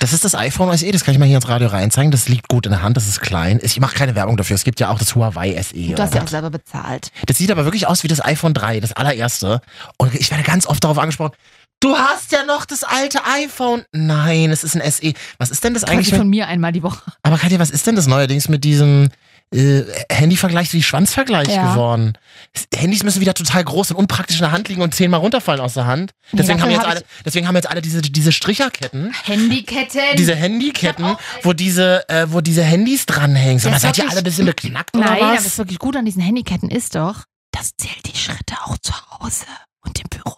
[SPEAKER 1] Das ist das iPhone SE, das kann ich mal hier ins Radio reinzeigen. Das liegt gut in der Hand, das ist klein. Ich mache keine Werbung dafür. Es gibt ja auch das Huawei SE.
[SPEAKER 2] Du hast
[SPEAKER 1] oder
[SPEAKER 2] ja auch selber bezahlt.
[SPEAKER 1] Das sieht aber wirklich aus wie das iPhone 3, das allererste. Und ich werde ganz oft darauf angesprochen, du hast ja noch das alte iPhone. Nein, es ist ein SE. Was ist denn das
[SPEAKER 2] Eigentlich
[SPEAKER 1] eigentlich? Mit,
[SPEAKER 2] von mir einmal die Woche.
[SPEAKER 1] aber Katja, was ist denn das neuerdings mit diesem äh, Handyvergleich wie Schwanzvergleich
[SPEAKER 2] Ja.
[SPEAKER 1] geworden? S- Handys müssen wieder total groß und unpraktisch in der Hand liegen und zehnmal runterfallen aus der Hand.
[SPEAKER 2] Nee,
[SPEAKER 1] Deswegen,
[SPEAKER 2] dafür
[SPEAKER 1] haben, wir jetzt
[SPEAKER 2] hab
[SPEAKER 1] alle, deswegen haben wir jetzt alle diese, diese Stricherketten.
[SPEAKER 2] Handyketten.
[SPEAKER 1] Diese
[SPEAKER 2] Ich
[SPEAKER 1] Handyketten,
[SPEAKER 2] hab auch-
[SPEAKER 1] wo diese, äh, wo diese Handys dranhängen. Sag mal,
[SPEAKER 2] Das
[SPEAKER 1] seid ihr
[SPEAKER 2] oh. wirklich-
[SPEAKER 1] alle ein bisschen beknackt oder
[SPEAKER 2] Nein, aber
[SPEAKER 1] was?
[SPEAKER 2] das wirklich gut an diesen Handyketten ist doch, das zählt die Schritte auch zu Hause und im Büro.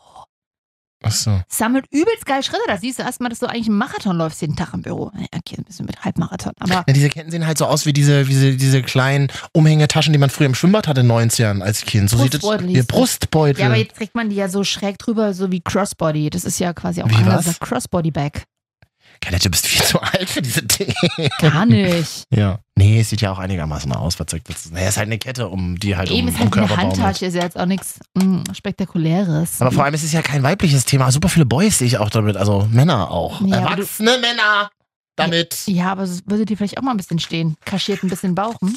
[SPEAKER 1] Ach so.
[SPEAKER 2] Sammelt übelst geil Schritte. Da siehst du erstmal, dass du eigentlich einen Marathon läufst jeden Tag im Büro. Ja, Okay, ein bisschen mit Halbmarathon. Aber
[SPEAKER 1] Ja, diese Ketten sehen halt so aus wie diese, wie diese, diese kleinen Umhängetaschen, die man früher im Schwimmbad hatte in den 90ern als Kind. So sieht es
[SPEAKER 2] Brustbeutel
[SPEAKER 1] ihr
[SPEAKER 2] hieß das.
[SPEAKER 1] Brustbeutel.
[SPEAKER 2] Ja, aber jetzt trägt man die ja so schräg drüber, so wie Crossbody. Das ist ja quasi auch
[SPEAKER 1] Wie
[SPEAKER 2] anders.
[SPEAKER 1] was?
[SPEAKER 2] Crossbody-Bag.
[SPEAKER 1] Kelly, du bist viel zu alt für diese Dinge.
[SPEAKER 2] Gar nicht.
[SPEAKER 1] Ja. Nee, es sieht ja auch einigermaßen aus, verzwickt. Das ist, nee, es ist halt eine Kette, um die halt um,
[SPEAKER 2] Eben ist
[SPEAKER 1] um
[SPEAKER 2] halt eine
[SPEAKER 1] Körperbaum
[SPEAKER 2] Handtasche, ist ja jetzt auch nichts mm, Spektakuläres.
[SPEAKER 1] Aber vor allem ist es ja kein weibliches Thema. Super viele Boys sehe ich auch damit, also Männer auch.
[SPEAKER 2] Ja, aber du-
[SPEAKER 1] Erwachsene Männer damit.
[SPEAKER 2] ja, aber es würde dir vielleicht auch mal ein bisschen stehen. Kaschiert ein bisschen Bauch. Hm?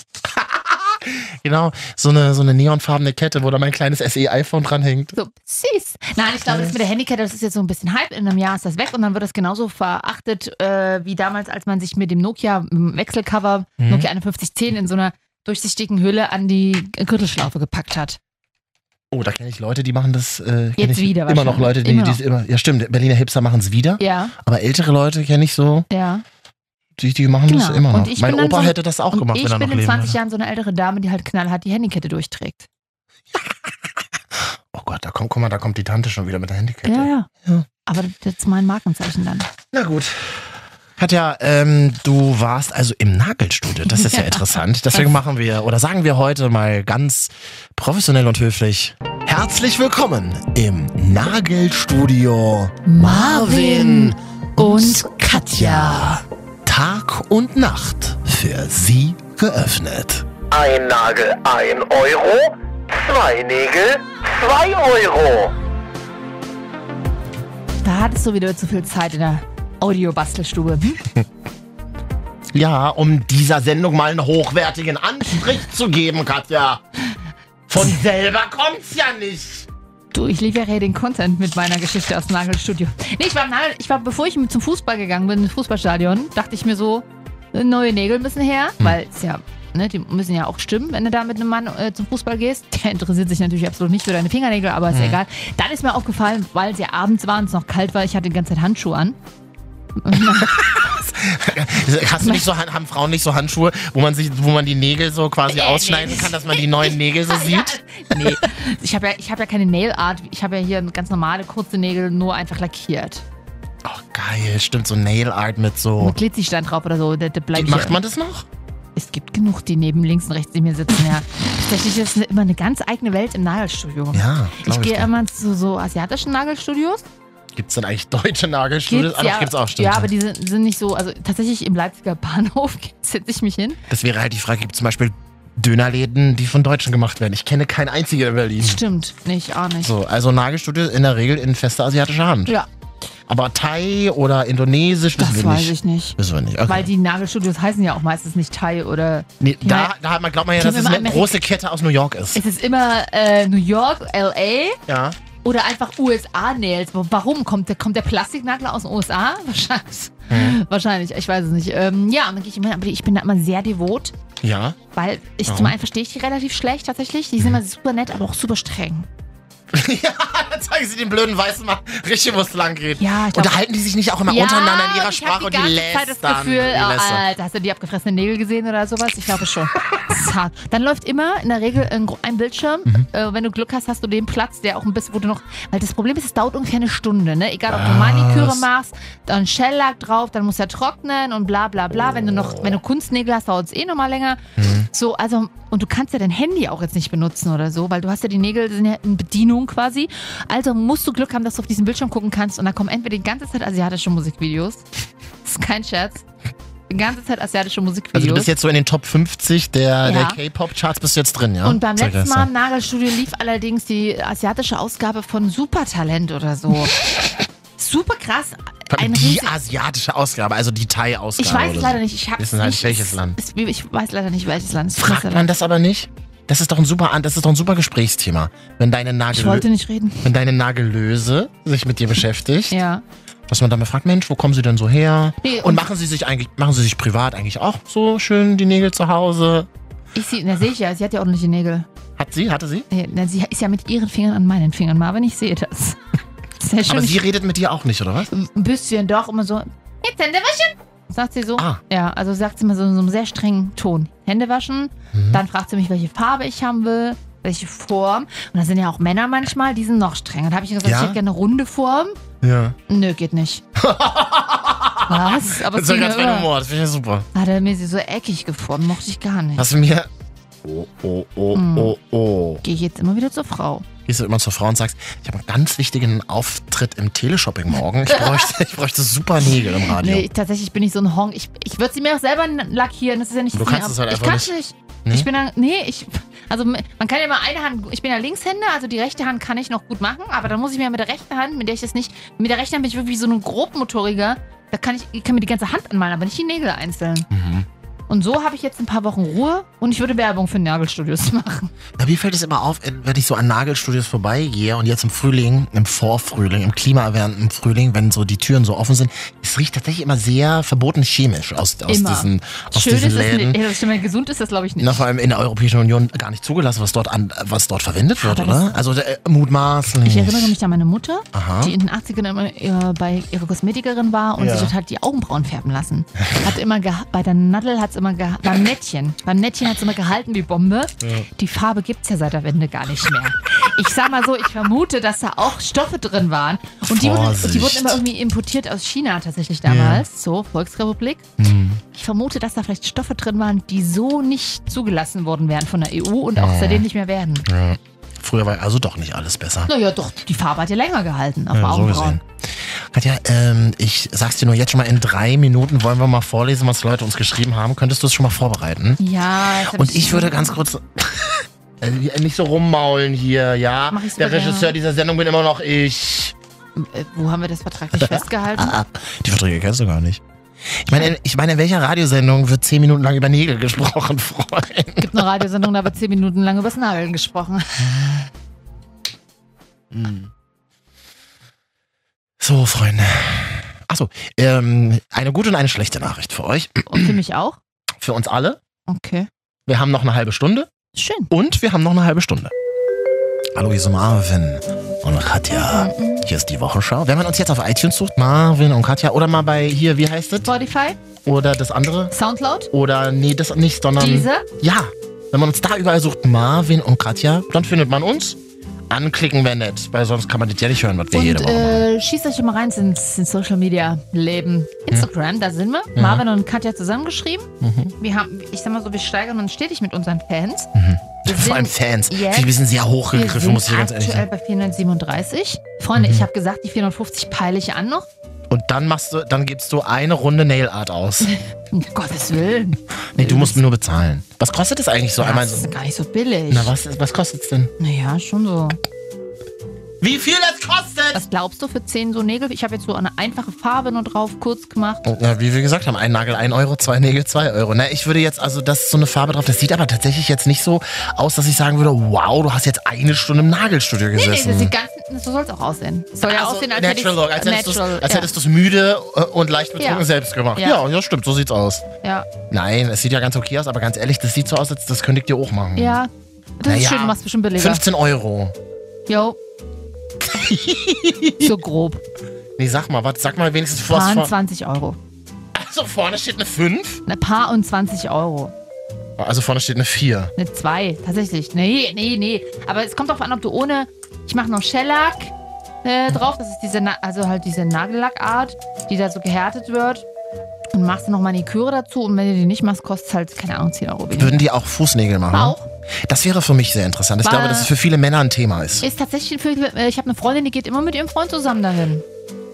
[SPEAKER 1] Genau, so eine, so eine neonfarbene Kette, wo da mein kleines SE-iPhone dranhängt.
[SPEAKER 2] So, süß. Nein, ich glaube, das mit der Handykette, das ist jetzt so ein bisschen Hype. In einem Jahr ist das weg und dann wird das genauso verachtet äh, wie damals, als man sich mit dem Nokia im Wechselcover,
[SPEAKER 1] Mhm.
[SPEAKER 2] Nokia 5110, in so einer durchsichtigen Hülle an die Gürtelschlaufe gepackt hat.
[SPEAKER 1] Oh, da kenne ich Leute, die machen das. Äh, kenn ich
[SPEAKER 2] Jetzt wieder
[SPEAKER 1] Immer noch
[SPEAKER 2] wahrscheinlich.
[SPEAKER 1] Leute, die
[SPEAKER 2] Immer
[SPEAKER 1] die es immer. Ja, stimmt, Berliner Hipster machen es wieder.
[SPEAKER 2] Ja,
[SPEAKER 1] Aber ältere Leute kenne ich so,
[SPEAKER 2] ja.
[SPEAKER 1] die, die machen das
[SPEAKER 2] Genau.
[SPEAKER 1] immer noch.
[SPEAKER 2] Und ich
[SPEAKER 1] Mein
[SPEAKER 2] bin dann
[SPEAKER 1] Opa
[SPEAKER 2] so-
[SPEAKER 1] hätte das auch
[SPEAKER 2] Und
[SPEAKER 1] gemacht,
[SPEAKER 2] ich
[SPEAKER 1] wenn er noch
[SPEAKER 2] bin in
[SPEAKER 1] leben
[SPEAKER 2] 20
[SPEAKER 1] würde.
[SPEAKER 2] Jahren so eine ältere Dame, die halt knallhart die Handykette durchträgt.
[SPEAKER 1] Oh Gott, da kommt, guck mal, da kommt die Tante schon wieder mit der Handykette.
[SPEAKER 2] Ja, ja.
[SPEAKER 1] Ja.
[SPEAKER 2] Aber das ist mein Markenzeichen dann.
[SPEAKER 1] Na gut. Katja, ähm, du warst also im Nagelstudio. Das ist ja interessant. Deswegen machen wir oder sagen wir heute mal ganz professionell und höflich. Herzlich willkommen im Nagelstudio
[SPEAKER 2] Marvin und
[SPEAKER 1] Katja. Tag und Nacht für Sie geöffnet.
[SPEAKER 8] Ein Nagel, ein Euro. Zwei Nägel, zwei Euro.
[SPEAKER 2] Da hattest du wieder zu viel Zeit in der Audiobastelstube. Hm?
[SPEAKER 1] Ja, um dieser Sendung mal einen hochwertigen Anstrich zu geben, Katja. Von selber kommt's ja nicht.
[SPEAKER 2] Du, ich liefere den Content mit meiner Geschichte aus dem Nagelstudio. Nee, ich war, im Nagel, ich war, bevor ich zum Fußball gegangen bin, ins Fußballstadion, dachte ich mir so, neue Nägel müssen her,
[SPEAKER 1] Hm.
[SPEAKER 2] weil es ja, ne, die müssen ja auch stimmen, wenn du da mit einem Mann äh, zum Fußball gehst. Der interessiert sich natürlich absolut nicht für deine Fingernägel, aber
[SPEAKER 1] Hm.
[SPEAKER 2] ist egal. Dann ist mir aufgefallen, weil es ja abends war und es noch kalt war, ich hatte die ganze Zeit Handschuhe an.
[SPEAKER 1] Hast du nicht so, Han- haben Frauen nicht so Handschuhe, wo man sich, wo man die Nägel so quasi
[SPEAKER 2] Äh,
[SPEAKER 1] ausschneiden
[SPEAKER 2] nee.
[SPEAKER 1] kann, dass man die neuen Nägel so sieht?
[SPEAKER 2] Nee, ich habe ja, ich hab ja keine Nail Art, ich habe ja hier ganz normale, kurze Nägel, nur einfach lackiert.
[SPEAKER 1] Oh, geil, stimmt, so Nail Art mit so.
[SPEAKER 2] Mit Glitzerstein drauf oder so, da, da bleib ich
[SPEAKER 1] Oh. Macht
[SPEAKER 2] ja-
[SPEAKER 1] man das noch?
[SPEAKER 2] Es gibt genug, die neben links und rechts neben mir sitzen, ja. Tatsächlich ist es immer eine ganz eigene Welt im Nagelstudio.
[SPEAKER 1] Ja, glaub
[SPEAKER 2] ich ähm, gehe
[SPEAKER 1] dir.
[SPEAKER 2] immer zu so asiatischen Nagelstudios.
[SPEAKER 1] Gibt's denn eigentlich deutsche Nagelstudios? Ah, doch, gibt's auch, stimmt.
[SPEAKER 2] ja, aber die sind, sind nicht so, also tatsächlich im Leipziger Bahnhof setze ich mich hin.
[SPEAKER 1] das wäre halt die Frage, gibt zum Beispiel Dönerläden, die von Deutschen gemacht werden? Ich kenne keinen einzigen in Berlin.
[SPEAKER 2] Stimmt, nicht, auch nicht.
[SPEAKER 1] So, also Nagelstudios in der Regel in fester asiatischer Hand.
[SPEAKER 2] Ja,
[SPEAKER 1] Aber Thai oder Indonesisch, wissen wir
[SPEAKER 2] das weiß
[SPEAKER 1] nicht.
[SPEAKER 2] ich nicht.
[SPEAKER 1] Wissen wir nicht. Okay.
[SPEAKER 2] Weil die Nagelstudios heißen ja auch meistens nicht Thai oder
[SPEAKER 1] nee, da,
[SPEAKER 2] Naja.
[SPEAKER 1] da hat man, glaubt man ja,
[SPEAKER 2] Die
[SPEAKER 1] dass es
[SPEAKER 2] immer
[SPEAKER 1] eine
[SPEAKER 2] Amerik-
[SPEAKER 1] große Kette aus New York ist.
[SPEAKER 2] es ist immer äh, New York, LA
[SPEAKER 1] Ja.
[SPEAKER 2] oder einfach USA-Nails. Warum? Kommt der, kommt der Plastiknagel aus den USA? Wahrscheinlich.
[SPEAKER 1] Hm.
[SPEAKER 2] Wahrscheinlich, ich weiß es nicht. Ähm, ja, und dann gehe ich immer, aber ich bin da immer sehr devot,
[SPEAKER 1] Ja.
[SPEAKER 2] weil ich
[SPEAKER 1] Warum? Hm.
[SPEAKER 2] zum einen verstehe ich die relativ schlecht tatsächlich. Die sind immer super nett, aber auch super streng.
[SPEAKER 1] Ja, dann zeigen sie den blöden Weißen mal richtig, wo es lang geht.
[SPEAKER 2] Ja, ich glaub-
[SPEAKER 1] Unterhalten die sich nicht auch immer untereinander in ihrer Sprache und
[SPEAKER 2] ich hab
[SPEAKER 1] die
[SPEAKER 2] die ganze Zeit
[SPEAKER 1] lästern.
[SPEAKER 2] das Gefühl,
[SPEAKER 1] Die lästern.
[SPEAKER 2] oh, Alter, hast du die abgefressenen Nägel gesehen oder sowas? Ich glaube schon. Das ist hart. Dann läuft immer in der Regel ein, gro- ein Bildschirm. Äh, wenn du Glück hast, hast du den Platz, der auch ein bisschen, wo du noch. Weil das Problem ist, es dauert ungefähr eine Stunde, ne? Egal, ob du Maniküre machst, dann Shellack drauf, dann muss er trocknen und bla bla bla. Wenn du noch, wenn du Kunstnägel hast, dauert es eh nochmal länger. So, also, und du kannst ja dein Handy auch jetzt nicht benutzen oder so, weil du hast ja die Nägel, die sind ja in Bedienung quasi. Also musst du Glück haben, dass du auf diesen Bildschirm gucken kannst und da kommen entweder die ganze Zeit asiatische Musikvideos. Das ist kein Scherz. Die ganze Zeit asiatische
[SPEAKER 1] also du
[SPEAKER 2] Musikvideos.
[SPEAKER 1] bist jetzt so in den Top 50 der, der
[SPEAKER 2] Ja.
[SPEAKER 1] K-Pop-Charts bist du jetzt drin, ja?
[SPEAKER 2] und beim
[SPEAKER 1] Zeig
[SPEAKER 2] letzten
[SPEAKER 1] das
[SPEAKER 2] Mal im Nagelstudio lief allerdings die asiatische Ausgabe von Supertalent oder so. Super krass.
[SPEAKER 1] Vor allem
[SPEAKER 2] Ein
[SPEAKER 1] Die
[SPEAKER 2] riesig-
[SPEAKER 1] asiatische Ausgabe, also die Thai-Ausgabe.
[SPEAKER 2] ich weiß
[SPEAKER 1] oder
[SPEAKER 2] es
[SPEAKER 1] so.
[SPEAKER 2] leider nicht. Ich hab's
[SPEAKER 1] Wissen halt
[SPEAKER 2] nicht.
[SPEAKER 1] welches
[SPEAKER 2] Es-
[SPEAKER 1] Land.
[SPEAKER 2] es- Ich weiß leider nicht, welches Land. Es tut mir sehr
[SPEAKER 1] Fragt man das aber nicht? Das ist doch ein super, An- das ist doch ein super Gesprächsthema. Wenn deine,
[SPEAKER 2] leid. ich wollte
[SPEAKER 1] Nagel,
[SPEAKER 2] nicht reden.
[SPEAKER 1] wenn deine Nagellöse sich mit dir beschäftigt,
[SPEAKER 2] Ja.
[SPEAKER 1] dass man dann mal fragt, Mensch, wo kommen sie denn so her?
[SPEAKER 2] Nee,
[SPEAKER 1] und, machen sie sich eigentlich, machen sie sich privat eigentlich auch so schön die Nägel zu Hause?
[SPEAKER 2] Ich sie, na, sehe ich ja. Sie hat ja ordentliche Nägel.
[SPEAKER 1] Hat sie, hatte sie?
[SPEAKER 2] Äh, Na, sie ist ja mit ihren Fingern an meinen Fingern, Marvin. Ich sehe das. Sehr schön.
[SPEAKER 1] Aber sie
[SPEAKER 2] Ich-
[SPEAKER 1] redet mit dir auch nicht, oder was?
[SPEAKER 2] ein bisschen doch immer so. Jetzt Hände waschen! Sagt sie so.
[SPEAKER 1] Ah.
[SPEAKER 2] Ja, also sagt sie immer so in so einem sehr strengen Ton. Hände waschen.
[SPEAKER 1] Mhm.
[SPEAKER 2] Dann fragt sie mich, welche Farbe ich haben will, welche Form. Und da sind ja auch Männer manchmal, die sind noch streng. Und da habe ich gesagt,
[SPEAKER 1] Ja?
[SPEAKER 2] ich hätte gerne eine runde Form.
[SPEAKER 1] Ja.
[SPEAKER 2] Nö, geht nicht. Was? Aber
[SPEAKER 1] Das
[SPEAKER 2] es
[SPEAKER 1] ist ja
[SPEAKER 2] ging
[SPEAKER 1] ganz
[SPEAKER 2] ja
[SPEAKER 1] viel
[SPEAKER 2] immer.
[SPEAKER 1] Humor, das finde ich ja super.
[SPEAKER 2] Hat er mir sie so eckig geformt, mochte ich gar nicht.
[SPEAKER 1] Hast du mir. Oh, oh, oh,
[SPEAKER 2] Hm.
[SPEAKER 1] oh, oh.
[SPEAKER 2] Gehe ich jetzt immer wieder zur Frau.
[SPEAKER 1] gehst du immer zur Frau und sagst, ich habe einen ganz wichtigen Auftritt im Teleshopping morgen. Ich bräuchte, ich bräuchte super Nägel im Radio.
[SPEAKER 2] Nee, ich- tatsächlich bin ich so ein Hong. Ich, ich würde sie mir auch selber n- lackieren. Das ist ja nicht
[SPEAKER 1] Du kannst
[SPEAKER 2] das
[SPEAKER 1] es halt
[SPEAKER 2] Ich
[SPEAKER 1] einfach
[SPEAKER 2] kann nicht. nicht.
[SPEAKER 1] Nee?
[SPEAKER 2] Ich bin dann, nee, ich, also m- man kann ja mal eine Hand, ich bin ja Linkshänder, also die rechte Hand kann ich noch gut machen, aber dann muss ich mir mit der rechten Hand, mit der ich das nicht, mit der rechten Hand bin ich wirklich so ein grobmotoriger, da kann ich, ich kann mir die ganze Hand anmalen, aber nicht die Nägel einzeln.
[SPEAKER 1] Mhm.
[SPEAKER 2] Und so habe ich jetzt ein paar Wochen Ruhe und ich würde Werbung für Nagelstudios machen.
[SPEAKER 1] Bei mir fällt es immer auf, wenn ich so an Nagelstudios vorbeigehe und jetzt im Frühling, im Vorfrühling, im klimaerwärmten Frühling, wenn so die Türen so offen sind, es riecht tatsächlich immer sehr verboten chemisch aus, aus
[SPEAKER 2] Immer.
[SPEAKER 1] diesen, aus
[SPEAKER 2] Schön ist
[SPEAKER 1] diesen
[SPEAKER 2] es
[SPEAKER 1] Läden.
[SPEAKER 2] nicht. Ja, das stimmt, wenn gesund ist das, glaube ich, nicht.
[SPEAKER 1] Na, vor allem in der Europäischen Union gar nicht zugelassen, was dort, an, was dort verwendet wird,
[SPEAKER 2] Aber das-
[SPEAKER 1] oder? Also äh, mutmaßlich.
[SPEAKER 2] Ich erinnere mich an meine Mutter,
[SPEAKER 1] Aha.
[SPEAKER 2] die in den 80ern immer äh, bei ihrer Kosmetikerin war und
[SPEAKER 1] Ja.
[SPEAKER 2] sich hat halt die Augenbrauen färben lassen. Hat immer geha- bei der Nadel hat es immer geha- beim Nettchen, beim Nettchen hat es immer gehalten wie Bombe. Die Farbe gibt es ja seit der Wende gar nicht mehr. Ich sag mal so, ich vermute, dass da auch Stoffe drin waren. Und die wurden,
[SPEAKER 1] Vorsicht.
[SPEAKER 2] die wurden immer irgendwie importiert aus China tatsächlich damals, so Volksrepublik.
[SPEAKER 1] Mhm.
[SPEAKER 2] Ich vermute, dass da vielleicht Stoffe drin waren, die so nicht zugelassen worden wären von der EU und
[SPEAKER 1] Äh.
[SPEAKER 2] auch seitdem nicht mehr werden.
[SPEAKER 1] Ja. Früher war also doch nicht alles besser.
[SPEAKER 2] Naja, doch, die Farbe hat ja länger gehalten auf
[SPEAKER 1] Ja, so
[SPEAKER 2] Augenbrauen.
[SPEAKER 1] gesehen. Katja, ähm, ich sag's dir nur jetzt schon mal, in drei Minuten wollen wir mal vorlesen, was Leute uns geschrieben haben. Könntest du es schon mal vorbereiten?
[SPEAKER 2] Ja, jetzt hab
[SPEAKER 1] Und ich würde ganz kurz. Äh, Nicht so rummaulen hier, ja?
[SPEAKER 2] Mach ich super
[SPEAKER 1] Der Regisseur
[SPEAKER 2] gerne.
[SPEAKER 1] dieser Sendung bin immer noch ich.
[SPEAKER 2] Äh, wo haben wir das vertraglich festgehalten?
[SPEAKER 1] Ah, die Verträge kennst du gar nicht. Ich meine, in- ich meine, in welcher Radiosendung wird zehn Minuten lang über Nägel gesprochen, Freund?
[SPEAKER 2] Es äh, gibt eine Radiosendung, da wird zehn Minuten lang übers Nageln gesprochen.
[SPEAKER 1] So, Freunde. Achso, ähm, eine gute und eine schlechte Nachricht für euch.
[SPEAKER 2] Und für mich auch?
[SPEAKER 1] Für uns alle.
[SPEAKER 2] Okay.
[SPEAKER 1] Wir haben noch eine halbe Stunde.
[SPEAKER 2] Schön.
[SPEAKER 1] Und wir haben noch eine halbe Stunde. Hallo, hier ist Marvin und Katja. Hier ist die Wochenschau. Wenn man uns jetzt auf iTunes sucht, Marvin und Katja, oder mal bei hier, wie heißt es?
[SPEAKER 2] Spotify,
[SPEAKER 1] Oder das andere?
[SPEAKER 2] Soundcloud,
[SPEAKER 1] Oder nee, das nicht, sondern.
[SPEAKER 2] Deezer.
[SPEAKER 1] Ja. Wenn man uns da überall sucht, Marvin und Katja, dann findet man uns. Anklicken wir nicht, weil sonst kann man das ja nicht hören, was wir jede
[SPEAKER 2] Und
[SPEAKER 1] Woche machen.
[SPEAKER 2] äh, schießt euch immer rein ins, ins Social Media Leben. Instagram, da sind wir. Marvin und Katja zusammengeschrieben.
[SPEAKER 1] Mhm.
[SPEAKER 2] Wir haben, ich sag mal so, wir steigern uns stetig mit unseren Fans. Wir
[SPEAKER 1] Vor allem
[SPEAKER 2] sind-
[SPEAKER 1] Fans.
[SPEAKER 2] jetzt-
[SPEAKER 1] Die sind sehr
[SPEAKER 2] Wir
[SPEAKER 1] hochgegriffen,
[SPEAKER 2] sind
[SPEAKER 1] muss ich ganz ehrlich
[SPEAKER 2] aktuell
[SPEAKER 1] sagen. Mhm.
[SPEAKER 2] bei 437. Freunde, ich habe gesagt, die 450 peile ich an noch.
[SPEAKER 1] Und dann machst du, dann gibst du eine Runde Nail Art aus.
[SPEAKER 2] Um Gottes Willen.
[SPEAKER 1] nee, du musst nur bezahlen. Was kostet das eigentlich so? Einmal
[SPEAKER 2] Das
[SPEAKER 1] so.
[SPEAKER 2] ist gar nicht so billig.
[SPEAKER 1] also Na, was, was kostet's denn?
[SPEAKER 2] Naja, schon so.
[SPEAKER 1] Wie viel das kostet?
[SPEAKER 2] Was glaubst du für 10 so Nägel? Ich habe jetzt so eine einfache Farbe nur drauf, kurz gemacht.
[SPEAKER 1] Ja, wie wir gesagt haben, ein Nagel 1 Euro, zwei Nägel 2 Euro. Na, ich würde jetzt, also das ist so eine Farbe drauf, das sieht aber tatsächlich jetzt nicht so aus, dass ich sagen würde, wow, du hast jetzt eine Stunde im Nagelstudio
[SPEAKER 2] Nee,
[SPEAKER 1] gesessen.
[SPEAKER 2] nee, das sieht ganz, so soll es auch aussehen. Es soll ja
[SPEAKER 1] Also,
[SPEAKER 2] aussehen, als hätte
[SPEAKER 1] natural,
[SPEAKER 2] ich's-
[SPEAKER 1] look, als hättest
[SPEAKER 2] natural,
[SPEAKER 1] du's- als
[SPEAKER 2] ja.
[SPEAKER 1] hättest du es müde äh, und leicht betrunken
[SPEAKER 2] Ja.
[SPEAKER 1] selbst gemacht. Ja.
[SPEAKER 2] Ja.
[SPEAKER 1] ja, stimmt, so sieht's aus.
[SPEAKER 2] ja.
[SPEAKER 1] Nein, es sieht ja ganz okay aus, aber ganz ehrlich, das sieht so aus, als das könnte ich dir auch machen.
[SPEAKER 2] ja, das
[SPEAKER 1] Naja.
[SPEAKER 2] ist schön, du machst bestimmt billiger.
[SPEAKER 1] 15 Euro.
[SPEAKER 2] Jo. so grob.
[SPEAKER 1] Nee, sag mal, was, sag mal wenigstens vor.
[SPEAKER 2] Paar und
[SPEAKER 1] vor
[SPEAKER 2] 20 Euro.
[SPEAKER 1] also vorne steht eine 5?
[SPEAKER 2] Eine Paar und 20 Euro.
[SPEAKER 1] Also vorne steht eine 4.
[SPEAKER 2] Eine 2, tatsächlich. Nee, nee, nee. Aber es kommt drauf an, ob du ohne. Ich mache noch Shellac äh, drauf. Das ist diese, Na also halt diese Nagellackart, die da so gehärtet wird. Und machst du noch Maniküre dazu. Und wenn du die nicht machst, kostet es halt, keine Ahnung, 10 Euro weniger.
[SPEAKER 1] Würden die auch Fußnägel machen?
[SPEAKER 2] Auch.
[SPEAKER 1] Das wäre für mich sehr interessant. Ich
[SPEAKER 2] War-
[SPEAKER 1] glaube, dass es für viele Männer ein Thema ist.
[SPEAKER 2] Ist tatsächlich für. äh, Ich habe eine Freundin, die geht immer mit ihrem Freund zusammen dahin.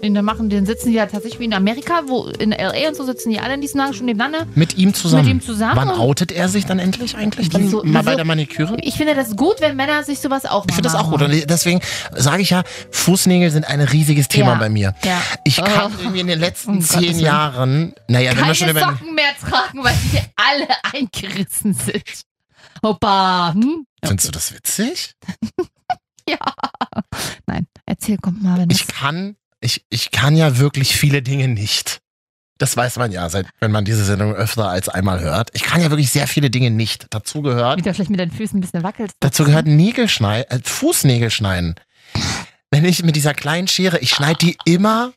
[SPEAKER 2] Den da machen, den sitzen die ja tatsächlich wie in Amerika, wo in L.A. und so sitzen die alle in diesen Nagel schon nebeneinander.
[SPEAKER 1] Mit ihm zusammen.
[SPEAKER 2] Mit ihm zusammen?
[SPEAKER 1] Wann outet er sich dann endlich eigentlich? Dann
[SPEAKER 2] Wieso-
[SPEAKER 1] mal bei
[SPEAKER 2] wieso-
[SPEAKER 1] der Maniküre?
[SPEAKER 2] Ich finde das gut, wenn Männer sich sowas auch machen.
[SPEAKER 1] Ich finde das auch gut. Und deswegen sage ich ja, Fußnägel sind ein riesiges Thema
[SPEAKER 2] Ja.
[SPEAKER 1] bei mir.
[SPEAKER 2] Ja.
[SPEAKER 1] Ich kann
[SPEAKER 2] Oh.
[SPEAKER 1] irgendwie in den letzten
[SPEAKER 2] Um Gottes
[SPEAKER 1] zehn
[SPEAKER 2] Willen.
[SPEAKER 1] Jahren, naja, wenn wir
[SPEAKER 2] keine
[SPEAKER 1] schon über.
[SPEAKER 2] Socken mehr tragen, weil die alle eingerissen sind. Opa, hm?
[SPEAKER 1] Findest du das witzig?
[SPEAKER 2] Nein, erzähl, kommt Marvin.
[SPEAKER 1] Ich kann, ich, ich kann ja wirklich viele Dinge nicht. Das weiß man ja, seit, wenn man diese Sendung öfter als einmal hört. Ich kann ja wirklich sehr viele Dinge nicht. Dazu gehört,
[SPEAKER 2] Wieder vielleicht mit deinen Füßen ein bisschen wackelst.
[SPEAKER 1] Dazu gehört Nägel schneiden, äh, Fußnägel schneiden. Wenn ich mit dieser kleinen Schere, ich schneide die immer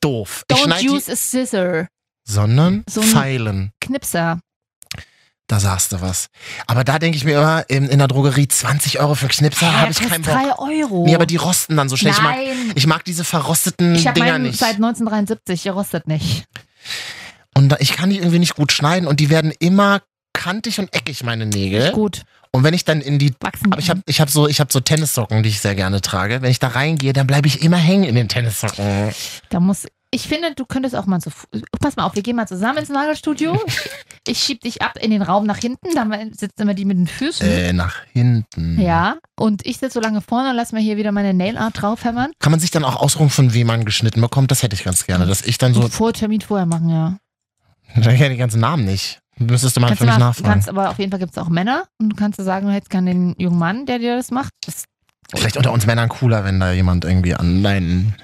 [SPEAKER 1] doof. Ich
[SPEAKER 2] Don't
[SPEAKER 1] schneid die,
[SPEAKER 2] use a scissor.
[SPEAKER 1] sondern
[SPEAKER 2] so ein-
[SPEAKER 1] feilen.
[SPEAKER 2] Knipser.
[SPEAKER 1] Da sagst du was. Aber da denke ich mir immer, in, in der Drogerie 20 Euro für einen Knipser, habe ich keinen Bock.
[SPEAKER 2] 3 Euro.
[SPEAKER 1] Nee, aber die rosten dann so schnell. Ich mag,
[SPEAKER 2] Nein.
[SPEAKER 1] ich mag diese verrosteten
[SPEAKER 2] Ich habe
[SPEAKER 1] Dinger
[SPEAKER 2] meinen
[SPEAKER 1] nicht.
[SPEAKER 2] seit 1973, ihr rostet nicht.
[SPEAKER 1] Und da, ich kann die irgendwie nicht gut schneiden und die werden immer kantig und eckig, meine Nägel.
[SPEAKER 2] Gut, Mhm.
[SPEAKER 1] Und wenn ich dann in die.
[SPEAKER 2] wachsen.
[SPEAKER 1] Aber ich habe ich hab so, ich hab so Tennissocken, die ich sehr gerne trage. Wenn ich da reingehe, dann bleibe ich immer hängen in den Tennissocken.
[SPEAKER 2] da muss. Ich finde, du könntest auch mal so. Pass mal auf, wir gehen mal zusammen ins Nagelstudio. ich schieb dich ab in den Raum nach hinten, dann sitzen immer die mit den Füßen.
[SPEAKER 1] Äh, nach hinten.
[SPEAKER 2] Ja,
[SPEAKER 1] Mhm.
[SPEAKER 2] und ich sitze so lange vorne und lass mir hier wieder meine Nail Art draufhämmern.
[SPEAKER 1] Kann man sich dann auch ausruhen, von wem man geschnitten bekommt? Das hätte ich ganz gerne. Dass ich dann so.
[SPEAKER 2] Vor Termin vorher machen, ja.
[SPEAKER 1] Ich kenne die ganzen Namen nicht. Müsstest du mal
[SPEAKER 2] Kannst
[SPEAKER 1] für
[SPEAKER 2] du
[SPEAKER 1] mich
[SPEAKER 2] mal,
[SPEAKER 1] nachfragen.
[SPEAKER 2] kannst, aber auf jeden Fall gibt es auch Männer und du kannst du sagen, du hättest gerne den jungen Mann, der dir das macht. Das,
[SPEAKER 1] Vielleicht unter uns Männern cooler, wenn da jemand irgendwie an deinen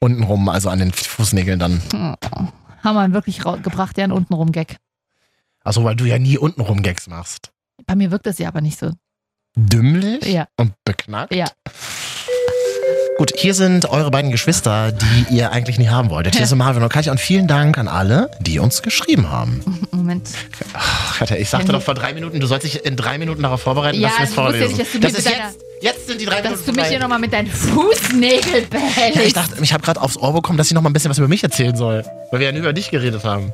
[SPEAKER 1] unten rum, also an den Fußnägeln dann.
[SPEAKER 2] oh, haben wir ihn wirklich rau- gebracht, der einen untenrum Gag.
[SPEAKER 1] Also weil du ja nie unten rum Gags machst.
[SPEAKER 2] Bei mir wirkt das ja aber nicht so.
[SPEAKER 1] Dümmlich
[SPEAKER 2] Ja.
[SPEAKER 1] und beknackt.
[SPEAKER 2] Ja.
[SPEAKER 1] Gut, hier sind eure beiden Geschwister, die ihr eigentlich nie haben wolltet. Hier sind Marvin und Katja und vielen Dank an alle, die uns geschrieben haben.
[SPEAKER 2] Moment.
[SPEAKER 1] Ach, Katja, ich sagte
[SPEAKER 2] Wenn-
[SPEAKER 1] doch vor drei Minuten, du sollst dich in drei Minuten darauf vorbereiten,
[SPEAKER 2] Ja,
[SPEAKER 1] dass wir es
[SPEAKER 2] du musst ja
[SPEAKER 1] vorlesen.
[SPEAKER 2] nicht, dass du
[SPEAKER 1] das
[SPEAKER 2] mir
[SPEAKER 1] ist
[SPEAKER 2] mit deiner-
[SPEAKER 1] jetzt, jetzt sind die drei
[SPEAKER 2] Dass
[SPEAKER 1] Minuten
[SPEAKER 2] du mich
[SPEAKER 1] vorbei.
[SPEAKER 2] hier nochmal mit deinen Fußnägeln
[SPEAKER 1] ja, ich
[SPEAKER 2] behältst.
[SPEAKER 1] dachte, ich habe gerade aufs Ohr bekommen, dass ich noch mal ein bisschen was über mich erzählen soll, weil wir ja nur über dich geredet haben.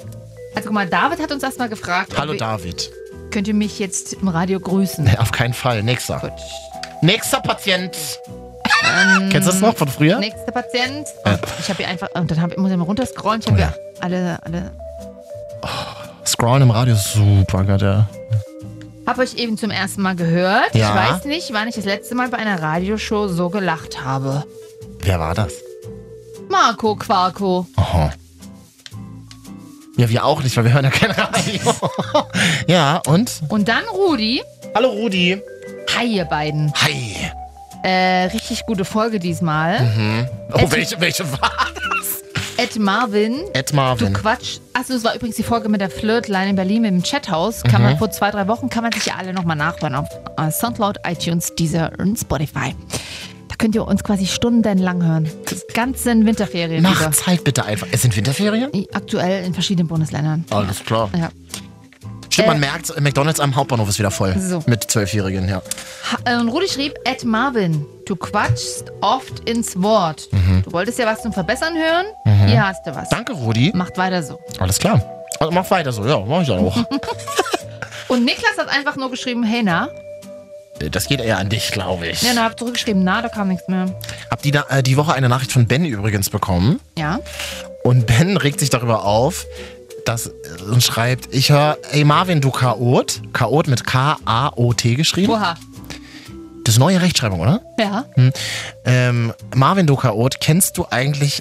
[SPEAKER 2] Also guck mal, David hat uns erstmal gefragt,
[SPEAKER 1] Hallo
[SPEAKER 2] ob wir-
[SPEAKER 1] David.
[SPEAKER 2] könnt ihr mich jetzt im Radio grüßen?
[SPEAKER 1] Nee, auf keinen Fall. Nächster.
[SPEAKER 2] Gut. Ähm,
[SPEAKER 1] Nächster Patient. Kennst du das noch von früher?
[SPEAKER 2] Nächster Patient.
[SPEAKER 1] Ja. Oh
[SPEAKER 2] Ich habe hier einfach, und dann hab, muss ich mal runterscrollen. Ich habe
[SPEAKER 1] Ja.
[SPEAKER 2] ja alle, alle
[SPEAKER 1] Scrollen im Radio ist super, Gott, ja.
[SPEAKER 2] Hab euch eben zum ersten Mal gehört.
[SPEAKER 1] Ja.
[SPEAKER 2] Ich weiß nicht, wann ich das letzte Mal bei einer Radioshow so gelacht habe.
[SPEAKER 1] Wer war das?
[SPEAKER 2] Marco Quarko.
[SPEAKER 1] Aha. Ja, wir auch nicht, weil wir hören ja kein Radio. ja, und?
[SPEAKER 2] Und dann Rudi.
[SPEAKER 1] Hallo Rudi.
[SPEAKER 2] Hi, ihr beiden.
[SPEAKER 1] Hi.
[SPEAKER 2] Äh, richtig gute Folge diesmal.
[SPEAKER 1] Oh, welche, welche war?
[SPEAKER 2] Ed Marvin.
[SPEAKER 1] Ed
[SPEAKER 2] Du
[SPEAKER 1] Marvin.
[SPEAKER 2] Quatsch. Achso, es war übrigens die Folge mit der Flirtline in Berlin mit dem Chathaus.
[SPEAKER 1] Mhm.
[SPEAKER 2] Kann man vor zwei, drei Wochen, kann man sich ja alle nochmal nachhören auf äh, Soundcloud, iTunes, Deezer und Spotify. Da könnt ihr uns quasi stundenlang hören. Die ganzen Winterferien. über.
[SPEAKER 1] Macht Zeit bitte einfach. Es sind Winterferien?
[SPEAKER 2] Aktuell in verschiedenen Bundesländern.
[SPEAKER 1] Alles klar.
[SPEAKER 2] Ja. Äh,
[SPEAKER 1] Stimmt, man merkt, McDonalds am Hauptbahnhof ist wieder voll.
[SPEAKER 2] So.
[SPEAKER 1] Mit Zwölfjährigen, ja.
[SPEAKER 2] Ha- äh, Und Rudi schrieb, Ed Marvin, du quatschst oft ins Wort.
[SPEAKER 1] Mhm.
[SPEAKER 2] Du wolltest ja was zum Verbessern hören, hier hast du was.
[SPEAKER 1] Danke, Rudi.
[SPEAKER 2] Macht weiter so.
[SPEAKER 1] Alles klar. Also mach weiter so, ja, mach ich auch.
[SPEAKER 2] Und Niklas hat einfach nur geschrieben, hey na.
[SPEAKER 1] Äh, das geht eher an dich, glaube ich.
[SPEAKER 2] Ja, na, hab zurückgeschrieben, na, da kam nichts mehr.
[SPEAKER 1] Hab die, da, äh, die Woche eine Nachricht von Ben übrigens bekommen.
[SPEAKER 2] Ja.
[SPEAKER 1] Und Ben regt sich darüber auf dass, äh, und schreibt, ich höre, ey Marvin, du Chaot. Chaot mit K-A-O-T geschrieben.
[SPEAKER 2] Oha.
[SPEAKER 1] Das ist neue Rechtschreibung, oder?
[SPEAKER 2] Ja.
[SPEAKER 1] Hm. Ähm, Marvin, du Chaot, kennst du eigentlich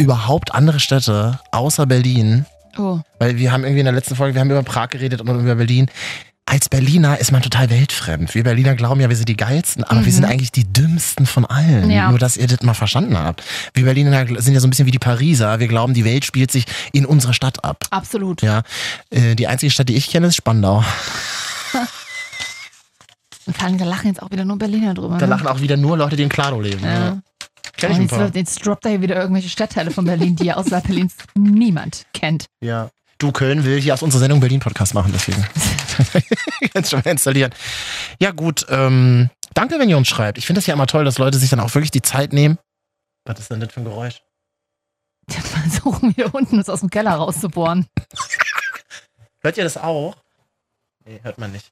[SPEAKER 1] überhaupt andere Städte außer Berlin?
[SPEAKER 2] Oh.
[SPEAKER 1] Weil wir haben irgendwie in der letzten Folge, wir haben über Prag geredet und über Berlin. Als Berliner ist man total weltfremd. Wir Berliner glauben ja, wir sind die geilsten, aber wir sind eigentlich die dümmsten von allen.
[SPEAKER 2] Mhm. Ja.
[SPEAKER 1] Nur, dass ihr das mal verstanden habt. Wir Berliner gl- sind ja so ein bisschen wie die Pariser. Wir glauben, die Welt spielt sich in unserer Stadt ab.
[SPEAKER 2] Absolut.
[SPEAKER 1] Ja, äh, die einzige Stadt, die ich kenne, ist Spandau.
[SPEAKER 2] Und vor allem, da lachen jetzt auch wieder nur Berliner drüber.
[SPEAKER 1] Da
[SPEAKER 2] ne?
[SPEAKER 1] lachen auch wieder nur Leute, die in Klaro leben.
[SPEAKER 2] Ja.
[SPEAKER 1] Kenn ich
[SPEAKER 2] Und
[SPEAKER 1] ein
[SPEAKER 2] jetzt,
[SPEAKER 1] paar.
[SPEAKER 2] wird- jetzt droppt da hier wieder irgendwelche Stadtteile von Berlin, die ja außerhalb Berlins niemand kennt.
[SPEAKER 1] Ja. Du, Köln will hier aus unserer Sendung Berlin-Podcast machen, deswegen. Kannst schon mal installieren. Ja, gut. Ähm, danke, wenn ihr uns schreibt. Ich finde das ja immer toll, dass Leute sich dann auch wirklich die Zeit nehmen. Was ist denn das für ein Geräusch?
[SPEAKER 2] Die versuchen hier unten uns aus dem Keller rauszubohren.
[SPEAKER 1] Hört ihr das auch? Nee, hört man nicht.